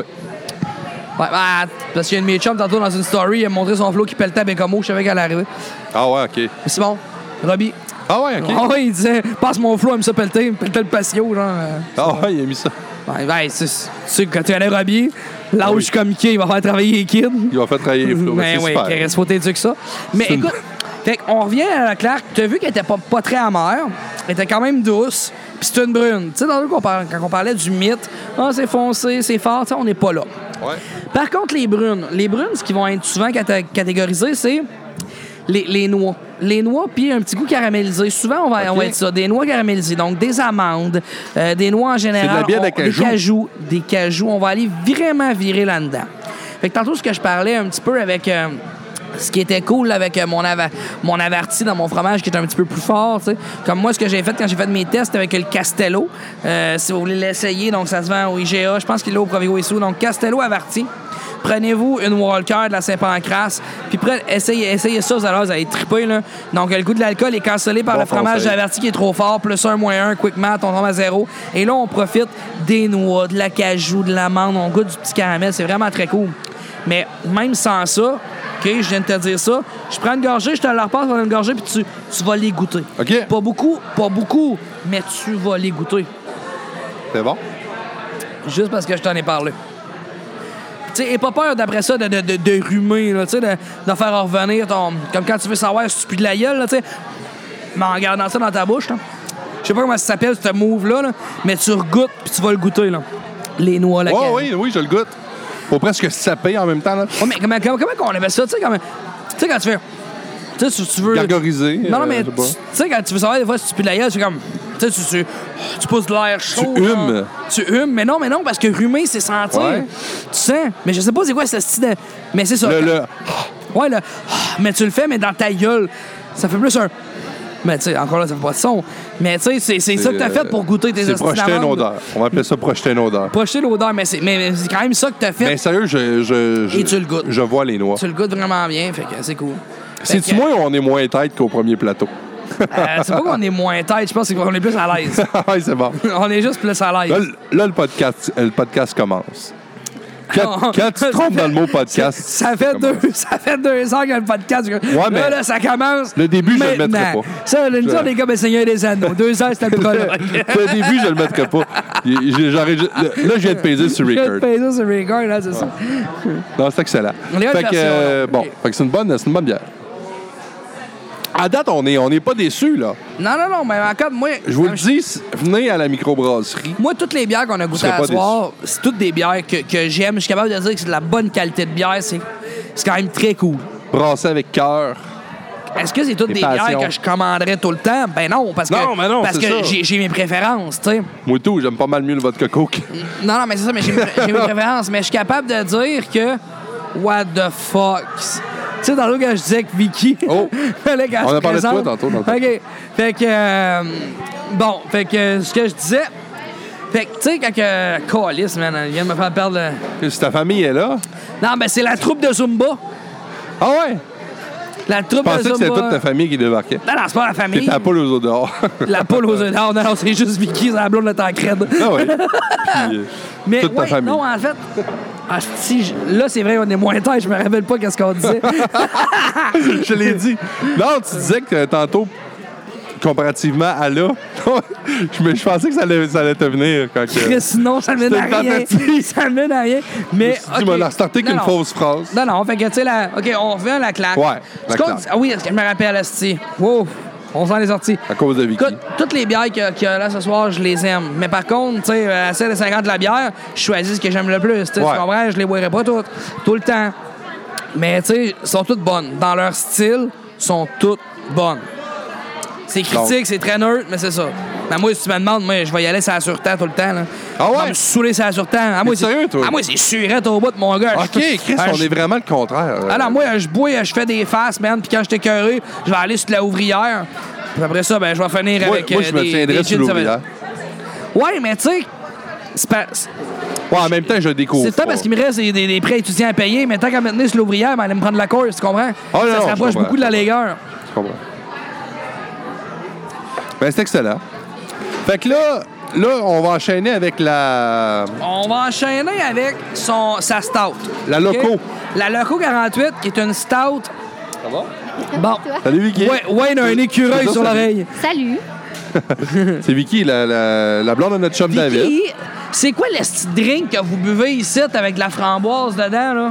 Ouais, bah, parce qu'il y a une de mes chums, tantôt, dans une story, il a montré son flow qui pelletait à Bécamo. Je savais qu'elle allait arriver.
Ah ouais, OK.
Mais c'est bon. Robbie.
Ah ouais, OK.
Ah ouais, il disait, passe mon flow, elle me ça pelleter, elle me pelletait le patio, genre. euh.
Ah ouais, il a mis ça.
Ouais, ben, tu sais- tu sais, quand tu connais Robbie, là où
Ah Oui.
je suis comme qui, il va faire travailler les kids.
Il va faire travailler les flots.
Ben
c'est
oui,
super.
qu'il reste faut t'éduquer que ça. Mais
C'est une-
écoute, fait on revient à la Clark. Tu as vu qu'elle était pas, pas très amère, elle était quand même douce, puis c'est une brune. Tu sais, dans le qu'on parle- quand on parlait du mythe, ah, c'est foncé, c'est fort, tu sais, on n'est pas là.
Ouais.
Par contre, les brunes, les brunes, ce qui vont être souvent cata- catégorisées, c'est les, les noix. Les noix, puis un petit goût caramélisé. Souvent, on va, on va être ça. Des noix caramélisées, donc des amandes, euh, des noix en général.
bière de
on-
cajou.
Des cajous. Des cajous. On va aller vraiment virer là-dedans. Fait que tantôt, ce que je parlais un petit peu avec... euh, ce qui était cool avec euh, mon, ava- mon averti dans mon fromage qui est un petit peu plus fort. tu sais. Comme moi, ce que j'ai fait quand j'ai fait mes tests avec le Castello, euh, si vous voulez l'essayer, donc ça se vend au IGA, je pense qu'il est là au Provigo Issou. Donc Castello averti. Prenez-vous une Walker de la Saint-Pancras, puis pre- essayez, essayez ça, vous allez, vous allez triper. Là. Donc, le goût de l'alcool est cancellé par
Bon
le fromage
conseil.
averti qui est trop fort, plus 1, moins 1, quick math, on tombe à zéro. Et là, on profite des noix, de la cajou, de l'amande, on goûte du petit caramel, c'est vraiment très cool. Mais même sans ça, OK, je viens de te dire ça, je prends une gorgée, je te la repasse, je prends une gorgée, puis tu, tu vas les goûter.
OK.
Pas beaucoup, pas beaucoup, mais tu vas les goûter.
C'est bon?
Juste parce que je t'en ai parlé. Tu sais, et pas peur d'après ça de, de, de, de rumer, là, tu sais, de, de faire revenir ton. Comme quand tu veux savoir si tu pues de la gueule, là, tu sais. Mais en gardant ça dans ta bouche, là. Je sais pas comment ça s'appelle, ce move-là, là, mais tu regoutes puis tu vas le goûter, là. Les noix, là.
Ouais, oui, oui, je le goûte. Faut presque saper en même temps, là.
Ouais, mais comment, comment, comment on avait ça, tu sais, comme. Tu sais, quand tu fais. Tu sais, si tu veux.
Gargariser.
Non, non,
euh,
mais
je
tu
sais pas.
tu sais, quand tu veux savoir des fois si tu pues de la gueule, c'est comme. Tu sais, tu, tu, tu pousses de l'air chaud.
Tu
là.
humes.
Tu humes, mais non, mais non, parce que rumer, c'est sentir.
Ouais.
Tu sens. Mais je sais pas c'est quoi ce style de. Mais c'est ça.
Le, le-
Ouais, le. ah, Mais tu le fais, mais dans ta gueule. Ça fait plus un. Mais tu sais, encore là, ça fait pas de son. Mais tu sais, c'est- c'est ça que t'as
euh,
fait pour goûter tes
C'est
hosties
projeter une
d'amandes.
odeur. On va appeler ça projeter une odeur.
Projeter l'odeur, mais c'est mais- mais c'est quand même ça que t'as fait.
Mais sérieux, je, je, je-
Et tu le goûtes.
Je vois les noix.
Tu le euh, goûtes vraiment bien, fait que c'est cool. Fait
C'est-tu
que-
moins ou on est moins tête qu'au premier plateau?
Euh, c'est pas qu'on est moins tête, je pense qu'on est plus à l'aise.
Ah ouais, c'est bon.
on est juste plus à
Là,
l'aise.
le- là, le, podcast, le podcast commence. Quand, quand tu te trompes dans le mot podcast.
Ça fait,
c'est
deux,
comme-
ça fait deux ans qu'il y a le podcast. là,
mais-
là, ça commence.
Le début, je le mettrai
maintenant.
pas.
Ça, là, nous
Je-
autres, les gars, ben, Seigneur des Anneaux. Deux ans, c'était le prologue.
Le début, je le mettrai pas. Il- j'ai- j'aurais ju- le- Là, je viens de peser sur
Je vais te
record.
payer ça sur Record, là, c'est ça.
Non, c'est excellent.
On est à une
Fait que,
version,
euh,
là.
bon,
Ok.
fait que c'est une bonne, c'est une bonne bière. À date, on est, on n'est pas déçus, là.
Non, non, non, mais encore, moi,
Je vous le dis, si- venez à la microbrasserie.
moi, toutes les bières qu'on a goûtées
serais
à
pas
soir, c'est toutes des bières que, que j'aime. Je suis capable de dire que c'est de la bonne qualité de bière. C'est c'est quand même très cool.
Brasser avec cœur.
Est-ce que c'est toutes
Des
des
passions.
bières que je commanderais tout le temps? Ben non, parce que,
Non, ben non,
parce
c'est ça.
que j'ai j'ai mes préférences, tu sais.
Moi, tout, j'aime pas mal mieux le vodka coke.
Non, non, mais c'est ça, mais j'ai mes j'ai mes préférences. Mais je suis capable de dire que. What the fuck? Tu sais, tantôt, quand je disais que Vicky.
Oh!
fallait qu'elle
On
se
a parlé de toi
présente.
tantôt, dans le temps.
OK. Fait que. euh, bon, fait que euh, ce que je disais. Fait que, tu sais, quand que. Calice, man, elle vient de me faire perdre le.
Si ta famille est là.
Non, ben, c'est la troupe de Zumba.
Ah ouais?
La troupe
Je pensais
de
que
Zumba.
c'était toute ta famille qui débarquait.
Non, non, c'est pas la famille.
T'étais à poule aux eaux dehors.
La poule aux œufs d'or. Non, non, c'est juste Vicky, c'est la blonde de Tancred.
ah ouais. Puis, euh,
Mais
toute ta
ouais,
famille.
non, en fait. asti, je- là, c'est vrai, on est moins tard, je me rappelle pas qu'est-ce qu'on disait.
Je l'ai dit. Non, tu disais que euh, tantôt, comparativement à là, je, me- je pensais que ça allait, ça allait te venir quand que.
Chris, non, ça mène à
C'était une
rien.
tentative.
Ça mène à rien. Mais.
Tu m'as la starté
Non,
qu'une
non.
fausse phrase.
Non, non, fait que, tu sais, la... OK, on revient à la claque.
Ouais,
Ce
la
qu'on
claque.
dit- Ah oui, est-ce que je me rappelle, Asti? Wow, on s'en est sorti.
À cause de Vicky.
Écoute, toutes les bières qu'il y a- qu'il y a là ce soir, je les aime. Mais par contre, tu sais, euh, à 7,50 de la bière, je choisis ce que j'aime le plus. tu sais, Tu
Ouais.
comprends? Je les boirai pas toutes, tout le temps. Mais, tu sais, sont toutes bonnes. Dans leur style, sont toutes bonnes. C'est critique, c'est très neutre, mais c'est ça. Mais moi, si tu me demandes, moi, je vais y aller, c'est la sûreté tout le temps. Là.
Ah ouais?
Je vais me saouler, c'est la sûreté. À moi, c'est-
sérieux, toi?
À moi, c'est surette au bout de mon gars.
OK,
Je-
Chris,
Ah,
on
je-
est vraiment le contraire. euh,
ah non, moi, je bois, je fais des faces, man. Puis quand je suis écœuré, je vais aller sur de la ouvrière. Puis après ça, ben, je vais finir
moi,
avec.
moi,
euh,
je me
des-
tiendrais hein.
des
sur
gins, ça va-
l'ouvrière.
Ouais, mais tu sais. C'est pas- c'est-
Ouais, en même temps, je découvre.
c'est le temps parce qu'il me reste des, des- des prêts étudiants à payer, mais tant qu'à me tenir sur l'ouvrière, ben, elle me prendre la course, tu comprends?
Ah non, non,
ça se
je
rapproche
comprends.
beaucoup de la légère.
Je comprends. Ben, c'est excellent. Fait que là, là, on va enchaîner avec la.
On va enchaîner avec son, sa stout.
La Loco.
OK? La Loco 48, qui est une stout.
Ça va?
Bon.
Salut, Vicky.
Ouais, Wayne a un
C'est
écureuil
ça,
sur
ça-
l'oreille.
Salut.
C'est Vicky, la, la- la blonde de notre chum David.
Vicky, c'est quoi le petit drink que vous buvez ici avec de la framboise dedans, là?
Euh,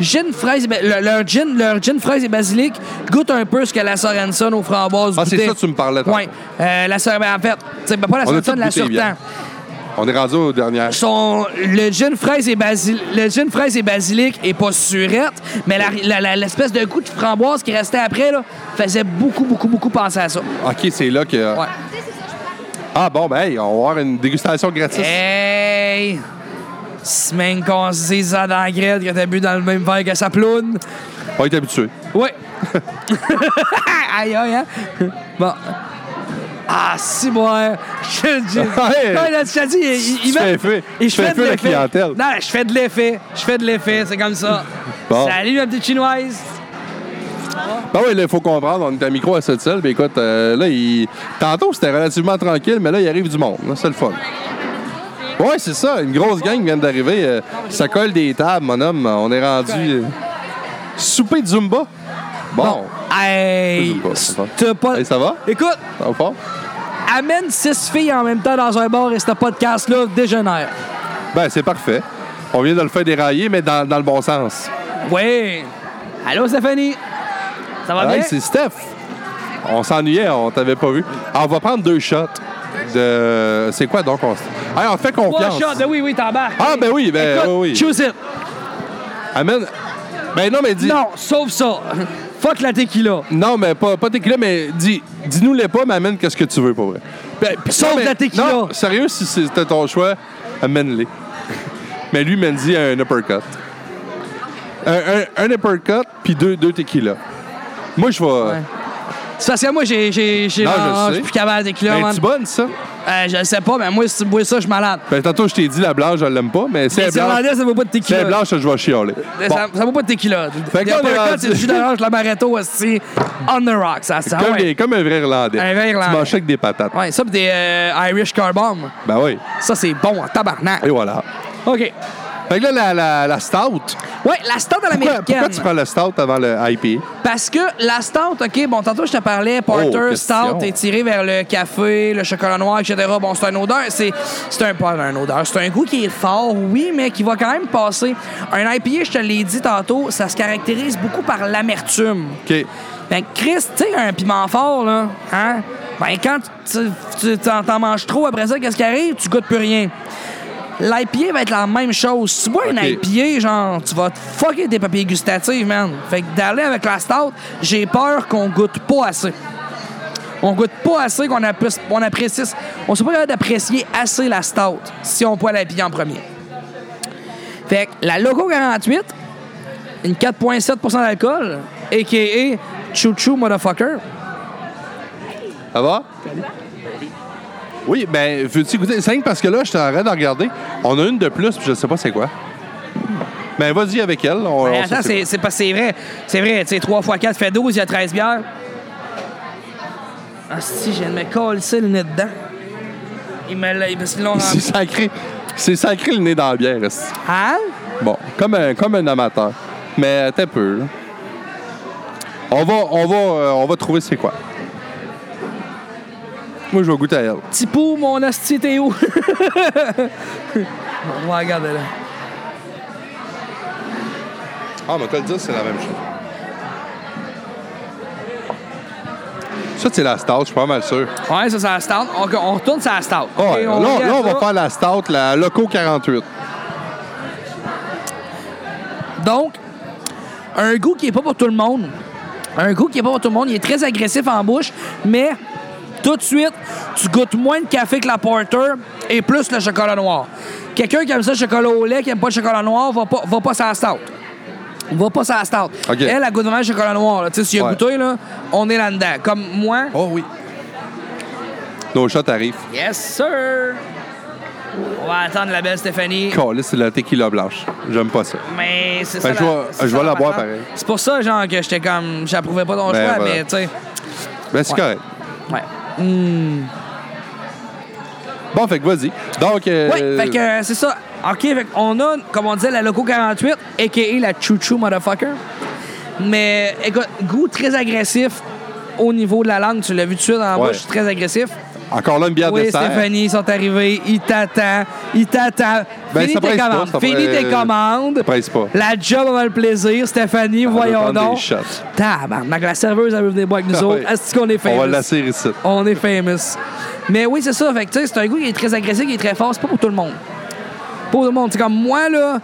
Gin, fraise et ba- le- leur, gin, leur gin, fraise et basilic goûte un peu ce que la Sorenson aux framboises
Ah, c'est
goûtait.
ça que tu me parlais tantôt.
Oui. la Sorenson, en fait, c'est pas la
On a
Sorenson,
tout
la
goûté,
Surtan.
bien. On est rendu aux dernières.
Son, le gin fraise et basilic, le gin fraise et basilic est pas surette, mais l'espèce la, la- l'espèce de goût de framboise qui restait après là, faisait beaucoup beaucoup beaucoup penser à ça.
OK, c'est là que.
Ouais.
Ah bon, ben, hey, on va avoir une dégustation gratis.
Hey! Semaine qu'on se dise ça dans la grêle, que t'as bu dans le même verre que sa ploune.
On va être habitué.
Oui. aïe, aïe, hein? Bon. Ah, si, moi. Je je-
Hey.
Non, là, tu t'as dit, il, il
Tu
met-
fais effet.
et
Tu fais
de
effet la
l'effet.
clientèle.
Non, je fais de l'effet. Je fais de l'effet, c'est comme ça.
Bon.
Salut, ma petite chinoise.
Ben oui, là, il faut comprendre, on est à micro à cette salle. Ben écoute, euh, là, il... tantôt, c'était relativement tranquille, mais là, il arrive du monde. Là, c'est le fun. Ouais, c'est ça. Une grosse gang vient d'arriver. euh, ça colle des tables, mon homme. On est rendu. euh, Souper de Zumba. Bon.
Hey.
Pas, ça va.
T'as pas.
Hey, ça va?
Écoute,
Ça va fort?
amène six filles en même temps dans un bar et ce podcast-là dégénère.
Ben, c'est parfait. On vient de le faire dérailler, mais dans, dans le bon sens.
Ouais. Allô, Stéphanie? Ça va
Ah, Hey,
bien?
c'est Steph. On s'ennuyait, on t'avait pas vu. Ah, on va prendre deux shots de. C'est quoi donc? On, Hey, on te fait
Trois
confiance.
shots. Ben oui, oui, t'embarques.
Ah, ben oui, ben
Écoute,
oui. oui.
choose it.
Amène. Ben non, mais dis.
Non, sauf ça. Fuck la tequila.
Non, mais pas, pas tequila, mais dis, dis-nous-les pas, mais amène qu'est-ce que tu veux, pour vrai. Ben, pis
Sauf
non, mais-
de la tequila.
Non, sérieux, si c'était ton choix, amène-les. mais lui, Mendy a un uppercut. Un, un, un uppercut, puis deux, deux tequila. Moi, je vais.
C'est parce que moi, j'ai. j'ai, j'ai
Non, je
ah,
le
je suis
sais.
plus capable de tequila,
Ben,
man.
tu bonne, ça?
Euh, je le sais pas, mais moi, si tu bois ça, je suis malade.
Ben, tantôt, je t'ai dit, la blanche, je l'aime pas, mais c'est
Mais
la
C'est
blanche.
irlandais, ça vaut pas de
C'est
tequila.
la blanche, je vais chialer.
Ça-
Bon,
Ça, vaut pas de tequila.
Fait que
Le
là, on est
uppercut,
rendu-
c'est le jus d'orange, l'amaretto aussi. On the rocks, ça, ça.
comme,
ouais.
des- comme un vrai Irlandais.
Un vrai
Tu
Irlandais.
manges avec des patates.
Ouais, ça, pis des euh, Irish Car Bomb.
Ben oui.
Ça, c'est bon en tabarnak.
Et voilà.
OK.
Fait que là, la, la, la stout.
Ouais, la stout à
Pourquoi,
l'américaine.
pourquoi tu prends la stout avant le IPA?
Parce que la stout, OK, bon, tantôt, je te parlais, Porter,
question.
stout est tiré vers le café, le chocolat noir, etc. Bon, c'est une odeur, c'est c'est un pas une odeur, c'est un goût qui est fort, oui, mais qui va quand même passer. Un IPA, je te l'ai dit tantôt, ça se caractérise beaucoup par l'amertume.
OK.
Ben, Chris, tu sais, un piment fort, là, hein? Ben, quand tu, tu- t'en, t'en manges trop après ça, qu'est-ce qui arrive? Tu goûtes plus rien. L'IPA va être la même chose. Si tu bois
Ok.
un IPA, genre, tu vas te fucker tes papiers gustatifs, man. Fait que d'aller avec la stout, j'ai peur qu'on goûte pas assez. On goûte pas assez qu'on apprécie. On, apprécie, on sait pas capable d'apprécier assez la stout si on boit l'IPA en premier. Fait que la Loco 48, une 4,7 d'alcool, a.k.a. Chou Chou Motherfucker.
Ça va? Oui, ben, veux-tu goûter? C'est rien que parce que là, je t'arrête de regarder. On a une de plus, puis je sais pas c'est quoi. Ben, vas-y avec elle. On,
Mais
on sait
attends, c'est c'est pas c'est vrai. C'est vrai, tu sais, 3 x 4 fait 12, il y a 13 bières. Ah si, je viens de me coller le nez dedans. Il me l'a... Parce qu'ils l'ont...
C'est sacré. C'est sacré le nez dans la bière. esti.
Hein?
Bon, comme un, comme un amateur. Mais t'es peu, là. On va, on va, euh, on va trouver c'est quoi. Moi, je vais goûter à elle.
Tipou, mon asti, t'es où? On va regarder là.
Ah, mais t'as le dire, c'est la même chose. Ça, c'est la stout, je suis pas mal sûr.
Ouais, ça, c'est la stout. On, on retourne sur la stout.
Ah
OK,
ouais, là,
regarde
là, on va
ça.
faire la stout, la Loco 48.
Donc, un goût qui est pas pour tout le monde. Un goût qui est pas pour tout le monde. Il est très agressif en bouche, mais tout de suite, tu goûtes moins de café que la porter et plus le chocolat noir. Quelqu'un qui aime ça le chocolat au lait, qui aime pas le chocolat noir, va pas, va pas sur la stout. Va pas sur la stout.
OK.
Elle, a goûte vraiment le chocolat noir. là. Tu sais, si tu as
Ouais.
goûté, là, on est là-dedans. Comme moi...
Oh oui. Nos shots arrivent.
Yes, sir! On va attendre la belle Stéphanie.
Calais, c'est de la tequila blanche. J'aime pas ça.
Mais c'est
Ben,
ça.
je
la-
vais-
c'est
je
ça
vais la boire
patente.
pareil.
C'est pour ça, genre, que j'étais comme. J'approuvais pas ton
Ben,
choix,
voilà.
mais tu sais.
Ben, c'est
Ouais.
correct.
Ouais.
Bon, fait que vas-y. Donc, euh,
Oui, fait que euh, c'est ça. OK, fait on a, comme on disait, la Loco 48, a.k.a. la Chouchou Motherfucker. Mais, écoute, goût très agressif au niveau de la langue. Tu l'as vu tout de suite en
Ouais.
bouche, très agressif.
encore là, une bière
Oui,
de serre.
Stéphanie, ils sont arrivés. Ils t'attendent. Ils t'attendent.
Ben,
Finis
ça
tes
presse pas,
commandes.
ça
Finis
presse-
tes commandes.
ça presse pas.
La job va le plaisir, Stéphanie.
va
voyons
prendre
donc.
des shots.
Tabarnak, la serveuse, elle veut venir boire avec nous
Ah,
autres.
oui.
Est-ce qu'on est famous?
On va l'assurer ici.
On est famous. Mais oui, c'est ça. Fait que, tu sais, c'est un goût qui est très agressif, qui est très fort. C'est pas pour tout le monde. Pas pour tout le monde. C'est comme moi, là,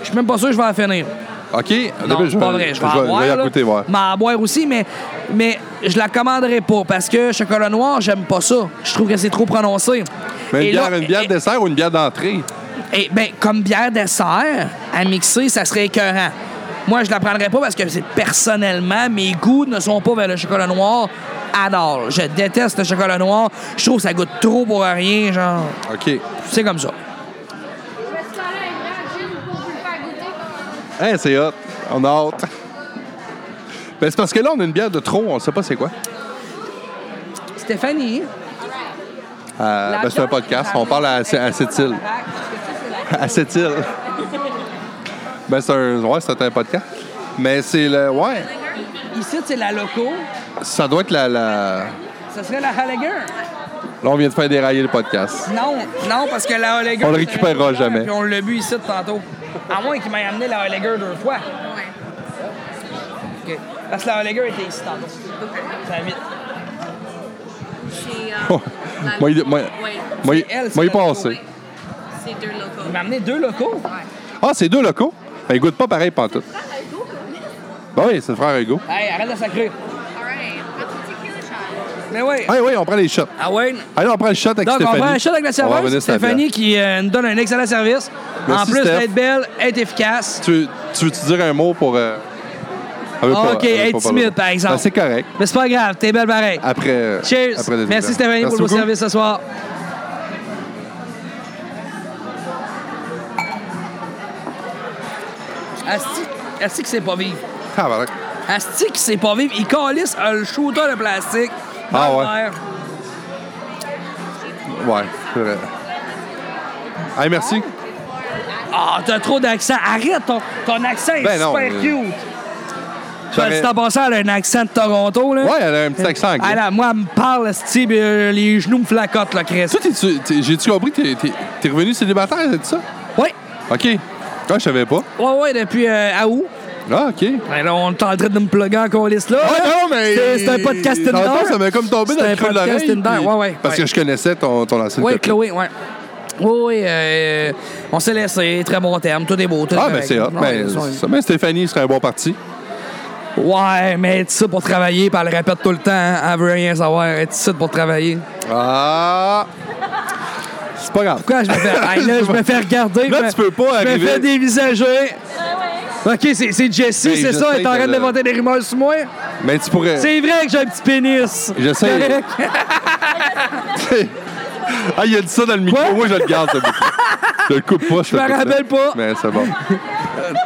je suis même pas sûr que je vais en finir.
OK?
Non,
D'abord,
c'est pas vrai. Je vais en boire.
vais la
là.
goûter, voir.
Je vais en boire aussi, mais, mais je la commanderai pas parce que chocolat noir, j'aime pas ça. Je trouve que c'est trop prononcé.
Mais
Et
une bière,
là- eh,
une bière
et-
de serre ou une bière d'entrée?
et, ben, comme bière dessert, à mixer, ça serait écœurant. Moi, je la prendrais pas parce que c'est personnellement, mes goûts ne sont pas vers le chocolat noir à all. Je déteste le chocolat noir. Je trouve que ça goûte trop pour rien, genre.
OK.
C'est comme ça.
Je vais te parler un grand gin pour vous le faire goûter.
Hein, c'est hot. On a hâte. Ben, c'est parce que là, on a une bière de trop. On sait pas c'est quoi.
Stéphanie.
Euh, ben, c'est un podcast. On parle à, à cette île. à cette île. Ben, c'est un, ouais, c'est un podcast. Mais c'est le. Ouais,
Ici, c'est la loco.
ça doit être la. la...
Ça serait la Halliger.
Là, on vient de faire dérailler le podcast.
Non, non, parce que la Halliger.
On le
c'est un
récupérera
autre
jamais.
Puis on l'a bu ici tantôt. À moins qu'il m'ait amené la Halliger deux fois. OK. Parce que la Halliger était ici tantôt. Ça va vite.
Chez, euh,
Oh,
la-
moi, il- moi,
Ouais.
moi, il-
C'est elle, c'est
moi, il
la
est
Ouais.
passé.
C'est deux locaux.
Il m'a amené deux locaux.
Ah, c'est deux locaux? Ben, ils goûtent pas pareil pantoute. Ben oui, c'est le frère Hugo.
Hey, arrête de sacrer.
All right. That's a tequila shot.
Mais oui.
Ah oui, on prend les shots.
Ah ouais.
Allez, on prend le shot avec
Donc,
Stéphanie.
on prend un shot avec la
On va revenir
serveuse.
sur la bière.
Stéphanie qui euh, nous donne un excellent service.
Merci,
en plus
Steph.
d'être belle, être efficace.
Tu, tu veux-tu dire un mot pour. euh, elle veut
Ah,
pas-
ok,
elle veut
être
pas parler.
timide, par exemple.
Ben, c'est correct.
Mais c'est pas grave, t'es belle pareil.
Après. euh,
Cheers.
après les
Merci
événements.
Stéphanie pour
Merci
le beau
beaucoup.
service ce soir. Asti, Asti qui sait pas vivre.
Ah, voilà.
Asti qui sait pas vivre. Il calisse un shooter de plastique. dans
Ah ouais.
le verre.
Ouais, c'est vrai. Hey, merci.
Ah, t'as trop d'accent. Arrête, ton, ton accent est
Ben non,
super
euh,
cute.
j'aurais-
Si t'as passé, elle a un accent de Toronto, là.
Ouais, elle a un petit accent anglais.
Ah là, moi, elle me parle, esti, puis, euh, les genoux me flacotent, là, Chris.
Toi, t'es-tu- t'es- j'ai-tu compris que t'es- t'es- t'es revenu célibataire, c'est ça?
Ouais,
OK. Ah, je savais pas.
ouais, ouais, depuis euh, à août.
Ah, OK.
Ben là, on est en train de me plugger encore liste là. hein?
Ah non, mais.
C'est c'est un podcast
Dans
Tinder.
le fond, ça m'a comme tombé dans
C'est
le
un
creux de
podcast
l'oreille.
Tinder,
puis-
ouais, ouais.
Parce
ouais.
que je connaissais ton, ton ancienne
Oui,
copine.
Chloé, ouais. Oui, oui, euh, on s'est laissé, très bon terme, tout est beau, tout est
Ah, ben
correct.
c'est hot.
Ouais,
Ben,
ouais.
ça- ben, Stéphanie serait un bon parti.
Ouais, mais être ici pour travailler, puis elle le répète tout le temps, hein, elle veut rien savoir, être ici pour travailler.
Ah! C'est pas grave.
Pourquoi je me fais, Hey, là, je me fais regarder?
Là,
je me-
tu peux pas
Je me
arriver. Ben,
fais dévisager. Ok, c'est c'est Jessie,
Hey,
c'est ça, elle
j'essaie
est en train
de
de
le-
inventer des rumeurs sur moi.
Mais Ben, tu pourrais.
C'est vrai que j'ai un petit pénis.
J'essaie-
Correct.
Ah, il a dit ça dans le micro.
Quoi?
Moi, je le garde, ce micro. Je le coupe pas, je
m'en rappelle pas.
Mais c'est bon.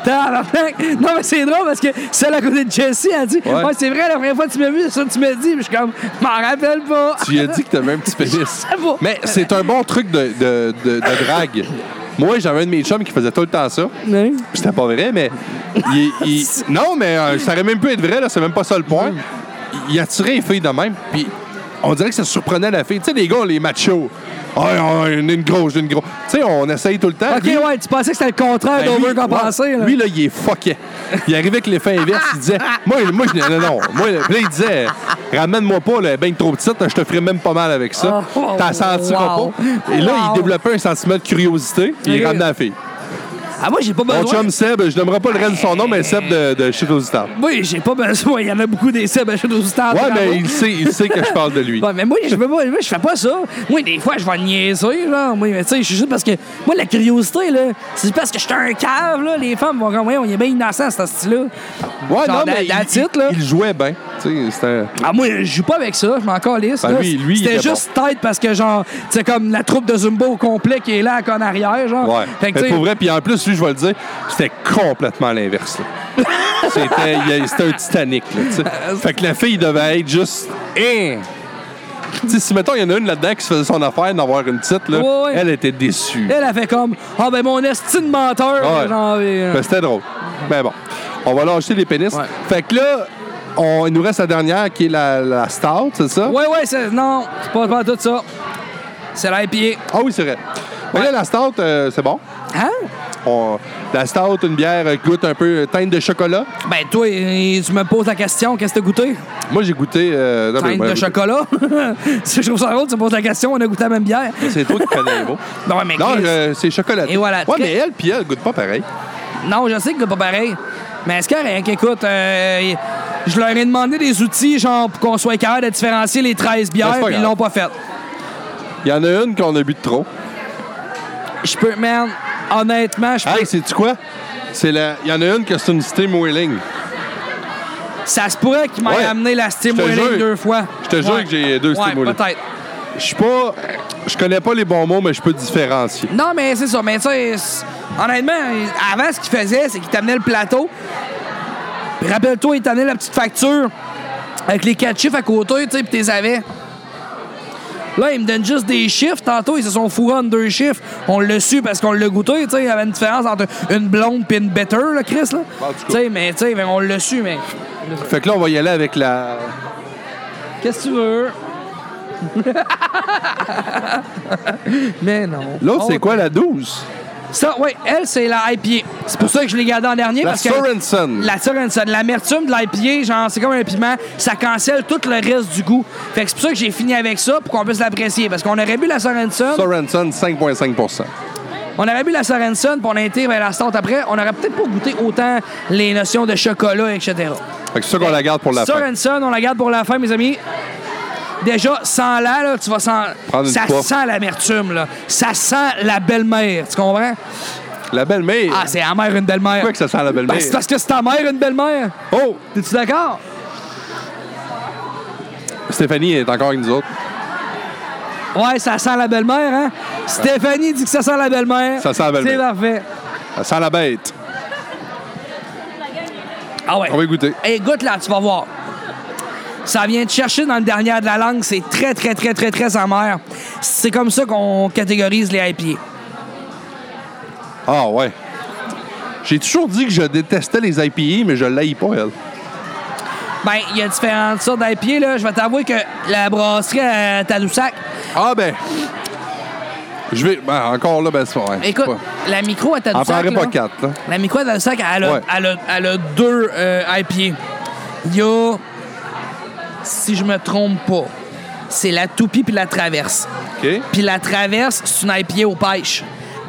Tabarnak. Non, mais c'est drôle parce que celle à côté de Jessie a dit
Ouais.
Ouais, c'est vrai, la première fois que tu m'as vu, c'est ça que tu m'as dit. Puis je suis comme M'en rappelle pas.
Tu lui as dit que t'avais un petit pénis.
pas.
Mais c'est un bon truc de, de, de, de drague. Moi, j'avais un de mes chums qui faisait tout le temps ça. Puis
Non.
C'était pas vrai, mais. il- il- Non, mais euh, ça aurait même pu être vrai, là. C'est même pas ça le point. Il il attirait les filles de même, puis on dirait que ça surprenait la fille. Tu sais, les gars, les machos. Ah, ah, une une grosse, une grosse. Tu sais, on essaye tout le temps.
Ok,
Lui,
ouais, tu pensais que c'était le contraire
Ben,
d'Over
lui,
qu'on
ouais,
pensait. là.
Lui, là, il est fucké. Il arrivait avec l'effet inverse. Il disait Moi, moi je. Non, non. Moi, là, il disait Ramène-moi pas, là, ben trop petite, je te ferai même pas mal avec ça.
Oh,
T'en sentiras
wow.
pas. Et là,
Wow.
il développait un sentiment de curiosité. Il
Ok.
ramenait la fille.
Ah, moi, j'ai pas
Mon
besoin.
chum Seb, je n'aimerais pas le reste de son nom, mais Seb de, de chez Rosie Tard.
Moi, j'ai pas besoin. Il y en a beaucoup des Seb à Shadow Star.
Ouais,
Ah, bravo.
mais il sait, il sait que je parle de lui.
Ouais, mais moi, je veux pas, moi, je fais pas ça. Moi, des fois, je vais niaiser, là. Moi, mais tu sais, je suis juste parce que. Moi, la curiosité, là, c'est parce que je suis un cave, là. Les femmes vont comme, ouais, on est bien innocent, ce style-là.
Ouais,
Genre,
non, mais.
la- la
il-
titre, là.
Il jouait bien. Tu sais, c'était.
Ah, moi, je joue pas avec ça, je m'en calisse.
Ben,
là.
lui- lui, il
C'était
était
juste tête parce que, genre, c'est comme la troupe de Zumba au complet qui est là, en arrière, genre.
Ouais.
Ah. Fait que,
Mais
tu sais,
pour vrai, puis en plus, lui, je vais le dire, c'était complètement l'inverse. là. c'était, il y a- c'était un Titanic. Là, tu
Ah,
sais. fait que la fille devait être juste. Hein! Tu sais, si mettons, il y en a une là-dedans qui se faisait son affaire d'avoir une petite, là,
Ouais, ouais.
elle était déçue.
elle, elle fait comme, ah, ben, mon estime menteur,
Ouais.
genre. et, euh,
Ben, c'était drôle. Mais bon, on va lâcher les pénis.
Ouais.
Fait que là, on, il nous reste la dernière qui est la, la stout, c'est ça?
Ouais, ouais, c'est. Non, c'est pas, pas tout ça. C'est l'IPA.
Ah oui, c'est vrai. Fait que là, la stout, euh, c'est bon.
Hein?
On- la stout, une bière euh, goûte un peu teinte de chocolat.
Ben, toi, eh, tu me poses la question, qu'est-ce que t'as goûté?
Moi, j'ai goûté. euh, non, mais
Teinte
moi,
de
j'ai goûté-
chocolat? Si je trouve ça drôle, tu me poses la question, on a goûté la même bière.
C'est toi qui connais les mots.
Non, mais
Non,
Chris-
euh, c'est chocolaté.
Et voilà.
Ouais, mais elle, puis elle, goûte pas pareil.
Non, je sais que c'est pas pareil. Mais est-ce que, écoute, euh, je leur ai demandé des outils, genre, pour qu'on soit capable de différencier les 13
Ben,
bières,
c'est pas
puis ils
grave.
l'ont pas fait.
Il y en a une qu'on a bu de trop.
Je peux, man, honnêtement, je peux-
Hey, c'est-tu quoi? C'est la... Il y en a une que c'est une Steam Wheeling.
ça se pourrait qu'ils m'aient
Ouais.
amené la Steam
Je te
Wheeling
jure.
deux fois.
Je te jure que j'ai deux
ouais,
Steam Wheeling.
peut-être.
Je suis pas. Je connais pas les bons mots, mais je peux différencier.
Non, mais c'est ça. Mais tu sais, c'est- honnêtement, avant, ce qu'il faisait, c'est qu'il t'amenait le plateau. Puis Rappelle-toi, il t'amenait la petite facture avec les quatre chiffres à côté, tu sais, puis t'es avais. Là, ils me donnent juste des chiffres. Tantôt, ils se sont fourrés en deux chiffres. On l'a su parce qu'on l'a goûté, tu sais. Il y avait une différence entre une blonde et une better, là, Chris, là.
En tout cas.
Tu sais, mais tu sais, mais on l'a su, mais...
Fait que là, on va y aller avec la.
Qu'est-ce que tu veux? mais non.
L'autre, c'est
Oh,
quoi, la 12?
Ça, oui, elle, c'est la IPA. C'est pour ça que je l'ai gardée en dernier.
La
parce que
Sorensen.
La Sorensen. L'amertume de l'IPA, genre, c'est comme un piment. Ça cancelle tout le reste du goût. Fait que c'est pour ça que j'ai fini avec ça, pour qu'on puisse l'apprécier. Parce qu'on aurait bu la Sorensen,
Sorensen, 5,5
on aurait bu la Sorensen, puis on a été vers la Start après. On aurait peut-être pas goûté autant les notions de chocolat, etc.
Fait que c'est ça qu'on la garde pour la fin.
Sorensen, on la garde pour la fin, mes amis. Déjà, sans la, là, tu vas sans...
Prendre une
Ça
poire.
sent l'amertume, là. Ça sent la belle-mère, tu comprends?
La belle-mère.
Ah, c'est la mère, une belle-mère.
Pourquoi que ça sent la
Ben,
belle-mère?
c'est parce que c'est ta mère, une belle-mère.
Oh!
T'es-tu d'accord?
Stéphanie est encore avec nous autres.
Ouais, ça sent la belle-mère, hein? Stéphanie dit que ça sent la belle-mère.
Ça sent la belle-mère.
C'est parfait.
Ça sent la bête.
Ah ouais.
On va y goûter.
Hey, goûte là, tu vas voir. Ça vient te chercher dans le dernier de la langue. C'est très, très, très, très, très amer. C'est comme ça qu'on catégorise les IPA.
Ah ouais. J'ai toujours dit que je détestais les IPA, mais je l'haïs pas, elle.
Ben, il y a différentes sortes d'IPA, là. Je vais t'avouer que la brasserie à Tadoussac,
Ah ben. Je vais. ben, encore là, ben c'est pas. ouais,
écoute,
pas-
la micro à
En
Tadoussac.
prendrait
là,
pas quatre, hein. là.
La micro à Tadoussac, elle a,
Ouais.
elle a- elle a deux euh, IPA. Il y a, si je me trompe pas, c'est la toupie puis la traverse.
OK?
Puis la traverse, c'est une IPA aux pêches.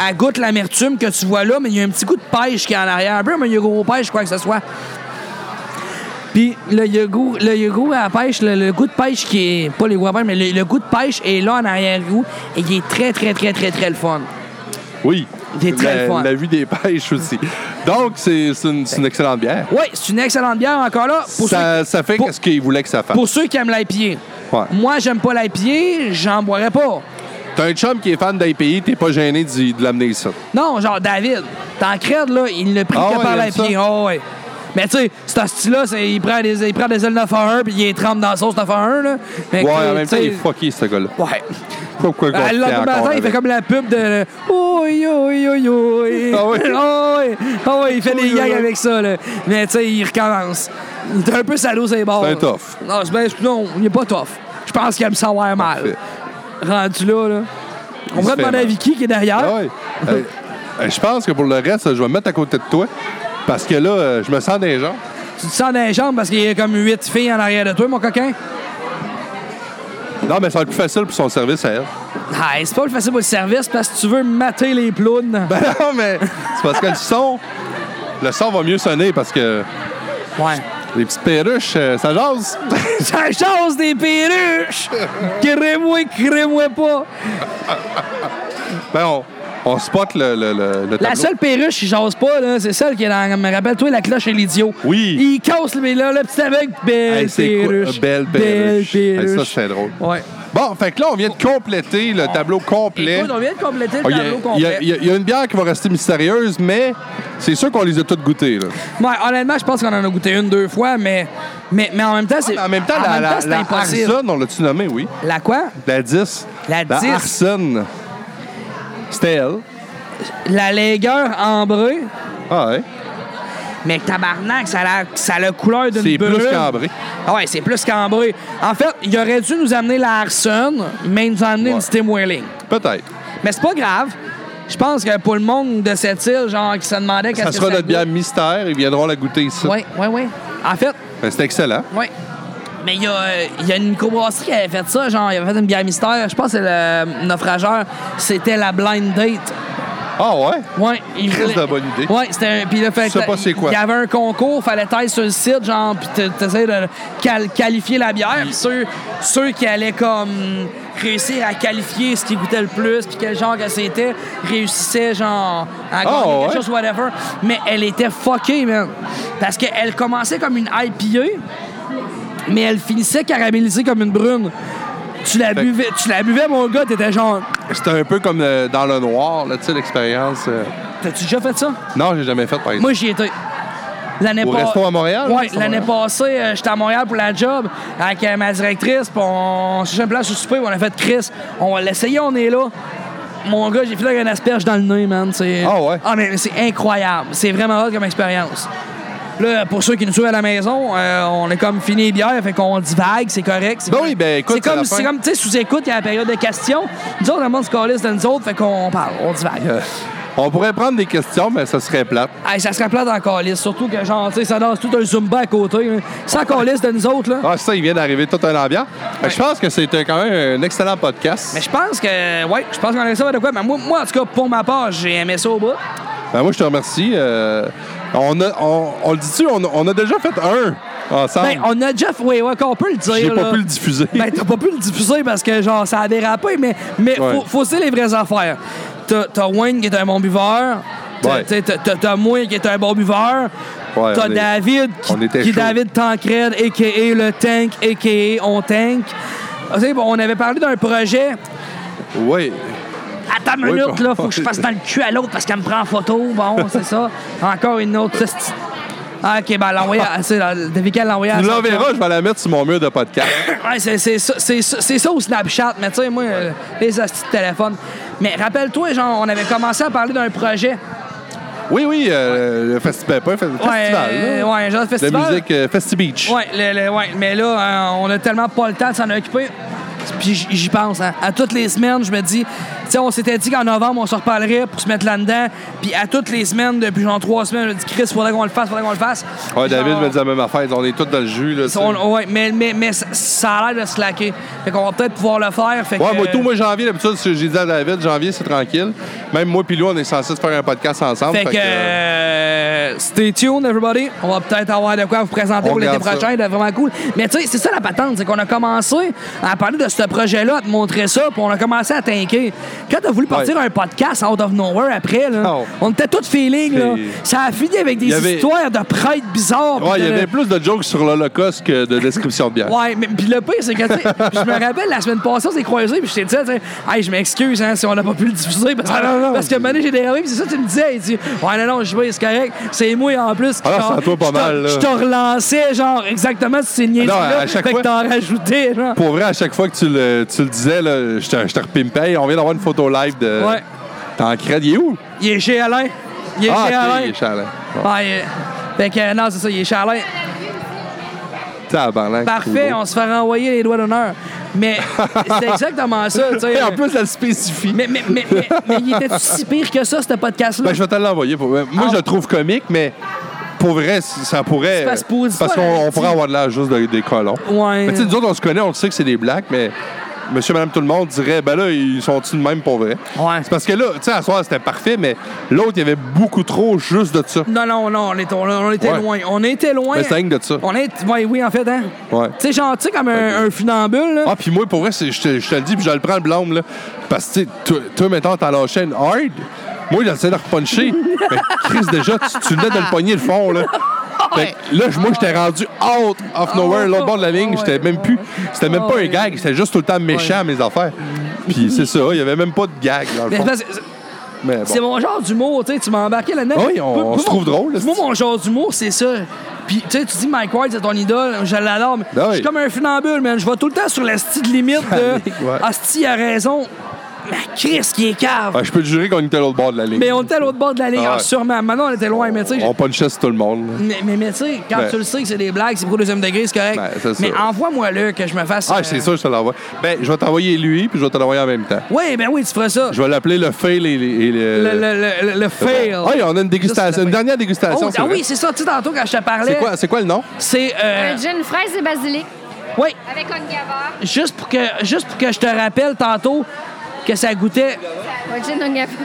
Elle goûte l'amertume que tu vois là, mais il y a un petit goût de pêche qui est en arrière. Un peu mais il y a gros pêche, quoi que ce soit. Puis le yogourt, le yogourt à la pêche, le, le goût de pêche qui est. Pas les goûts à pêche, mais le, le goût de pêche est là en arrière-goût et il est très, très, très, très, très le fun.
Oui.
Il est très
la,
fun.
la vue des pêches aussi. Donc, c'est c'est une, c'est une excellente bière.
Oui, c'est une excellente bière encore là. Pour,
Ça,
ceux,
ça fait
pour-
ce qu'il voulait que ça fasse.
pour ceux qui aiment l'IPA.
Ouais.
Moi, j'aime pas l'IPA, j'en boirais pas.
T'as un chum qui est fan d'IPA, t'es pas gêné d'y- de l'amener ici.
Non, genre David, t'en crèdes, là, il ne prie
Ah
que
ouais,
par
il
la
aime ça?
pied. Ah ouais. Mais tu sais, cet hostie-là, c'est- il prend des, il prend des ailes 9 à 1 puis il les trempe dans la sauce 9 à 1. Là. Fait que,
Ouais, en même temps, il est
tu sais,
fucké, ce gars-là.
Ouais.
Pourquoi qu'on
Euh,
fait
Le lendemain
encore
matin, il
avec?
fait comme la pub de. Oui, oui, oui, oui.
Ah ouais?
Ah ouais. Ah ouais, il fait
Oui,
des
oui,
gags
oui.
avec ça, là. Mais tu sais, il recommence. Il est un peu salaud, c'est bon.
C'est un tough.
Non, c'est ben, non, il est pas tough. Je pense qu'il aime savoir mal. Rendu là, là. On
Il
pourrait
se fait
demander à
mal.
Vicky qui est derrière.
Ah ouais. Euh, euh, je pense que pour le reste, je vais me mettre à côté de toi. Parce que là, euh, je me sens des gens.
Tu te sens dans les jambes parce qu'il y a comme huit filles en arrière de toi, mon coquin.
Non, mais ça va être plus facile pour son service à elle.
Ah, c'est pas le facile pour le service parce que tu veux mater les plounes.
Ben non, mais c'est parce que le son, le son va mieux sonner parce que
Ouais.
les petites perruches, euh, ça jase.
Ça chasse des perruches! crée-moi, crée-moi pas!
Ben, on, on spot le, le, le, le
La
tableau.
seule perruche qui jase pas, là, c'est celle qui est dans. Me rappelle-toi, la cloche et l'idiot.
Oui.
Il casse, mais là, le petit aveugle, belle
Hey, c'est quoi- euh,
perruche.
belle perruche. Hey, ça, c'est drôle.
Ouais.
Bon, fait que là, on vient de compléter le tableau complet.
Écoute, on vient de compléter le
Ah, Il y,
tableau
a- il y
complet.
a- il y a- il y a une bière qui va rester mystérieuse, mais c'est sûr qu'on les a toutes goûtées. Là.
Ouais, honnêtement, je pense qu'on en a goûté une, deux fois, mais, mais, mais en même temps, c'est.
Ah, En même temps, la,
même
la,
c'est
la
impossible.
Arson, on l'a-tu nommée, oui?
La quoi?
La 10.
La 10.
Arson. C'était elle.
La laigueur ambrée,
Ah ouais.
mais tabarnak, ça a, la- ça a la couleur d'une
C'est
brune.
plus cambré.
Ah ouais, c'est plus cambré. En fait, il aurait dû nous amener la Arson, mais il nous a amené
Ouais.
une Steam Whaling.
Peut-être.
Mais c'est pas grave. Je pense que pour le monde de cette île, genre, qui se demandait qu'est-ce
Ça
que
sera notre
goûte.
bière mystère. Ils viendront la goûter ici.
Oui, oui, oui. En fait,
Ben, c'est excellent.
oui. Mais il y, a, euh, il y a une microbrasserie qui avait fait ça, genre, il avait fait une bière mystère. Je pense que c'est le naufrageur. C'était la blind date.
Ah ouais?
Ouais, il
Christ
voulait-
de bonne idée.
Ouais, c'était un. Puis là, fait
Je sais
que
pas
là,
c'est
il-
quoi.
Il y avait un concours, fallait tailler sur le site, genre, puis t- t'essayes de cal- qualifier la bière. Puis ceux, ceux qui allaient comme réussir à qualifier ce qui goûtait le plus, puis quel genre que c'était, réussissaient, genre, à gagner quelque
Ah, ouais?
chose, whatever. Mais elle était fuckée, man. Parce qu'elle commençait comme une IPA, mais elle finissait caramélisée comme une brune. Tu la,
Fait-
buvais, tu la buvais, mon gars, t'étais genre.
C'était un peu comme euh, dans le noir, là, tu sais, l'expérience. euh.
T'as-tu déjà fait ça?
Non, j'ai jamais fait, par exemple.
Moi, j'y étais. L'année
Au
pas-
resto à Montréal,
Ouais,
hein, c'est
l'année
Montréal.
passée, euh, j'étais à Montréal pour la job avec euh, ma directrice. Puis on cherchait une place au souper. puis On a fait Chris. On va l'essayer, on est là. Mon gars, j'ai fait avec une asperge dans le nez, man. c'est-
Ah ouais?
Ah, mais c'est incroyable. C'est vraiment hot comme expérience. Là, pour ceux qui nous suivent à la maison, euh, on est comme fini bien, fait qu'on divague, c'est correct. c'est
Ben
correct.
oui, ben écoute,
C'est
c'est
comme,
la
c'est
fin.
comme, tu sais, sous écoute, il y a la période de questions. Nous autres, le monde se calisse de nous autres, fait qu'on parle, on divague.
Euh, on pourrait prendre des questions, mais ça serait plate.
Hey, ça serait plate en calice, surtout que genre, tu sais, ça danse tout un zumba à côté. hein. Sans calice de nous autres, là.
Ah, ça, il vient d'arriver tout un ambiant. Fait que Je pense que c'était quand même un excellent podcast.
Mais je pense que, ouais, je pense qu'on a ça de quoi. Mais moi, moi, en tout cas, pour ma part, j'ai aimé ça au bout.
Ben, moi, je te remercie. Euh, on, a, on, on le dit-tu, on, on a déjà fait un ensemble.
Ben, on a déjà, oui, ouais, qu'on peut le dire.
J'ai pas
là.
pu le diffuser.
Ben, t'as pas pu le diffuser parce que, genre, ça a dérapé, mais, mais
Ouais.
faut, faut se dire les vraies affaires. T'as, t'as Wayne qui est un bon buveur. T'as,
Ouais.
t'sais, t'as- t'as- t'as moi qui est un bon buveur.
Ouais,
t'as
on est-
David qui,
on était
qui est
chaud.
David Tancred, a.k.a. le tank, a.k.a. on tank. Tu sais, bon, on avait parlé d'un projet.
Oui.
Attends une
Oui,
minute,
bon.
là, faut que je fasse dans le cul à l'autre parce qu'elle me prend en photo. Bon, c'est ça. Encore une autre. esti- Ah, ok, ben, l'envoyer à. C'est la- David Kell l'envoyer à.
Tu me
son
l'enverras, je vais la mettre sur mon mur de podcast.
Ouais, c'est, c'est ça, c'est, ça- c'est ça au Snapchat, mais tu sais, moi, euh, les hosties de téléphone. Mais rappelle-toi, genre, on avait commencé à parler d'un projet.
Oui, oui, euh, le festival, pas un fe- festival.
euh,
là.
ouais, un genre de festival.
La musique euh, Festi Beach.
Ouais, le- le- ouais, mais là, hein, on a tellement pas le temps de s'en occuper. Puis j- j'y pense, hein. À toutes les semaines, je me dis, tu sais, on s'était dit qu'en novembre, on se reparlerait pour se mettre là-dedans. Puis à toutes les semaines, depuis genre trois semaines, je me dis, Chris, faudrait qu'on le fasse, faudrait qu'on le fasse.
Ouais,
Puis
David
genre,
me dit la même affaire. On est tous dans le jus. Là, tu sais.
on- ouais, mais, mais, mais ça- ça a l'air de se laquer. Fait qu'on va peut-être pouvoir le faire. Fait
Ouais,
que-
moi, tout, moi, janvier, d'habitude, c'est- j'ai dit à David, janvier, c'est tranquille. Même moi, puis lui, on est censé se faire un podcast ensemble.
Fait que, euh, stay tuned, everybody. On va peut-être avoir de quoi vous présenter
On
pour l'été
regarde ça.
prochain. C'est vraiment cool. Mais tu sais, c'est ça la patente. C'est qu'on a commencé à parler de ce projet-là, à te montrer ça, puis on a commencé à t'inquiéter. Quand t'as voulu partir
Ouais.
un podcast out of nowhere après, là,
Oh.
on était tout feeling. Là.
Et-
Ça a fini avec des
y avait-
histoires de prêtres bizarres. puis
Ouais, il y
de-
avait plus de jokes sur l'Holocauste que de description de bière.
Ouais, mais puis le pire, c'est que, tu sais, je me rappelle la semaine passée, on s'est croisés, puis je t'ai dit, tu sais, hey, je m'excuse hein, si on n'a pas pu le diffuser, parce que,
Ah, non, non.
parce que maintenant, j'ai dérapé, puis c'est ça, tu me disais, il dit, ouais, non, non, je vois, c'est correct, c'est moi en plus.
Ah, non, c'est à toi pas
je te-
mal, là. Ah
Je te relançais, genre, exactement, tu sais, niais
Non, à
là, fait
chaque
que
fois-
t'en rajoutais, genre.
Pour vrai, à chaque fois que tu le, tu le disais, là, je te, je te repimpais. On vient d'avoir une photo live de.
Ouais.
T'en crête, il est où?
Il est chez Alain. Il est
ah,
chez
ok,
Alain.
il est chalin. Bon,
Ouais, euh, fait que, euh, non, c'est ça, il est chez Alain.
tabarnak, c'est
Parfait,
beau.
on se fait renvoyer les doigts d'honneur. Mais c'est exactement ça, tu sais.
Et en plus, elle spécifie.
Mais, mais, mais, mais, mais il était si pire que ça, ce podcast-là?
Ben, je vais te l'envoyer. pour- Moi,
Ah.
je le trouve comique, mais pour vrai, ça pourrait.
C'est parce que pour une
Parce
fois,
qu'on
là,
on
tu-
pourrait avoir de l'air juste de- des colons.
Ouais.
Mais tu sais, nous autres, on se connaît, on le sait que c'est des blacks, mais monsieur, madame, tout le monde dirait, ben là, ils sont-ils de même pour vrai?
Ouais.
C'est parce que là, tu sais, à soir, c'était parfait, mais l'autre, il y avait beaucoup trop juste de ça.
Non, non, non, on, est- on- on était
Ouais.
loin. On était loin.
Mais c'est dingue de ça.
On est, ouais, oui, en fait, hein?
Ouais.
Tu sais, genre, tu sais, comme un, un funambule, là.
Ah, puis moi, pour vrai, c'est- je te, je te le dis, puis je le prends le blâme, là. Parce que, tu sais, toi- toi, mettons, t'as lâché une hard. Moi, j'essaie de repuncher. Mais Chris, déjà, tu, tu venais de le pogner le fond, là. Fait que là, je- moi, j'étais rendu out of nowhere, l'autre bord de la ligne.
Ah ouais.
J'étais même plus. C'était même pas un
Ouais.
gag, c'était juste tout le temps méchant à mes affaires. Puis c'est ça, il y avait même pas de gag, dans le
Mais
fond.
c'est parce que c'est-
Mais bon.
C'est mon genre d'humour, tu sais, tu m'as embarqué là-dedans.
Oui, on-
Moi,
on
moi,
se trouve
mon-
drôle,
Moi,
c'est-
mon genre d'humour, c'est ça. Puis, tu sais, tu dis Mike Ward, c'est ton idole, je l'adore, mais
Ben oui.
je suis comme un funambule, man. Je vais tout le temps sur la style limite de.
Ouais.
Ah, il a raison. Mais Chris, qui est cave.
Ah, je peux te jurer qu'on était à l'autre bord de la ligne.
Mais on était à l'autre bord de la ligne,
Ah ouais.
ah, sûrement. Maintenant, on était loin, mais tu sais, j'ai-
On punchait sur tout le monde. là.
Mais, mais, mais tu sais, quand
Ben.
tu le sais que c'est des blagues, c'est pour le deuxième degré, c'est correct.
Ben, c'est
mais
ça.
envoie-moi-le que je me fasse. euh,
Ah, c'est sûr, je te l'envoie. Ben, je vais t'envoyer lui, puis je vais te l'envoyer en même temps.
Oui, ben oui, tu feras ça.
Je vais l'appeler le fail et, le- et le.
Le, le, le, le- le fail.
Ah, oui, on a une
Juste
dégustation,
le
une
fail.
dernière dégustation.
Oh,
c'est
ah
vrai.
oui, c'est ça, tu sais, tantôt quand je te parlais.
C'est quoi, c'est quoi le nom?
C'est. euh,
Un gin fraise et basilic
oui,
avec un gava.
juste pour, que, juste pour que je te rappelle tantôt que ça goûtait.
Un gin on gava.
Tu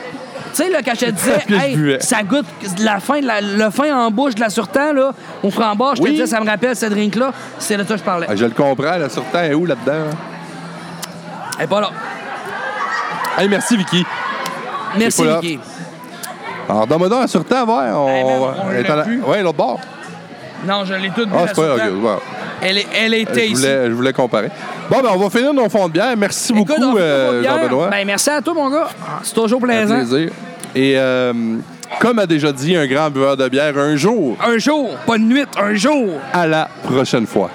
sais, là, quand je te disais,
Que je
hey,
buvais.
ça goûte la fin, de la- le fin en bouche de la surtan, là, au frambord, je te
Oui.
disais, ça me rappelle ce drink-là. C'est de ça que je parlais.
Ah, je le comprends, la surtemps est où là-dedans? hein?
Et pas là.
Hey, merci Vicky.
Merci,
pas là.
Vicky.
Alors, dans mon nom, la surtemps, ouais, on,
Hey, man, on
est
l'a
à la-
plus.
Ouais, l'autre bord.
Non, je l'ai tout bu.
Ah,
la
c'est pas
Surtan.
ok, ouais.
Elle, est- elle était
je,
ici.
voulais, je voulais comparer. Bon, ben, on va finir nos fonds de bière. Merci
Écoute, on
beaucoup,
fait
euh,
pas de bière.
Jean-Benoît.
Ben, merci à toi, mon gars. C'est toujours
Un
plaisant.
plaisir. Et euh, comme a déjà dit un grand buveur de bière, un jour,
Un jour, pas de nuit, un jour.
à la prochaine fois.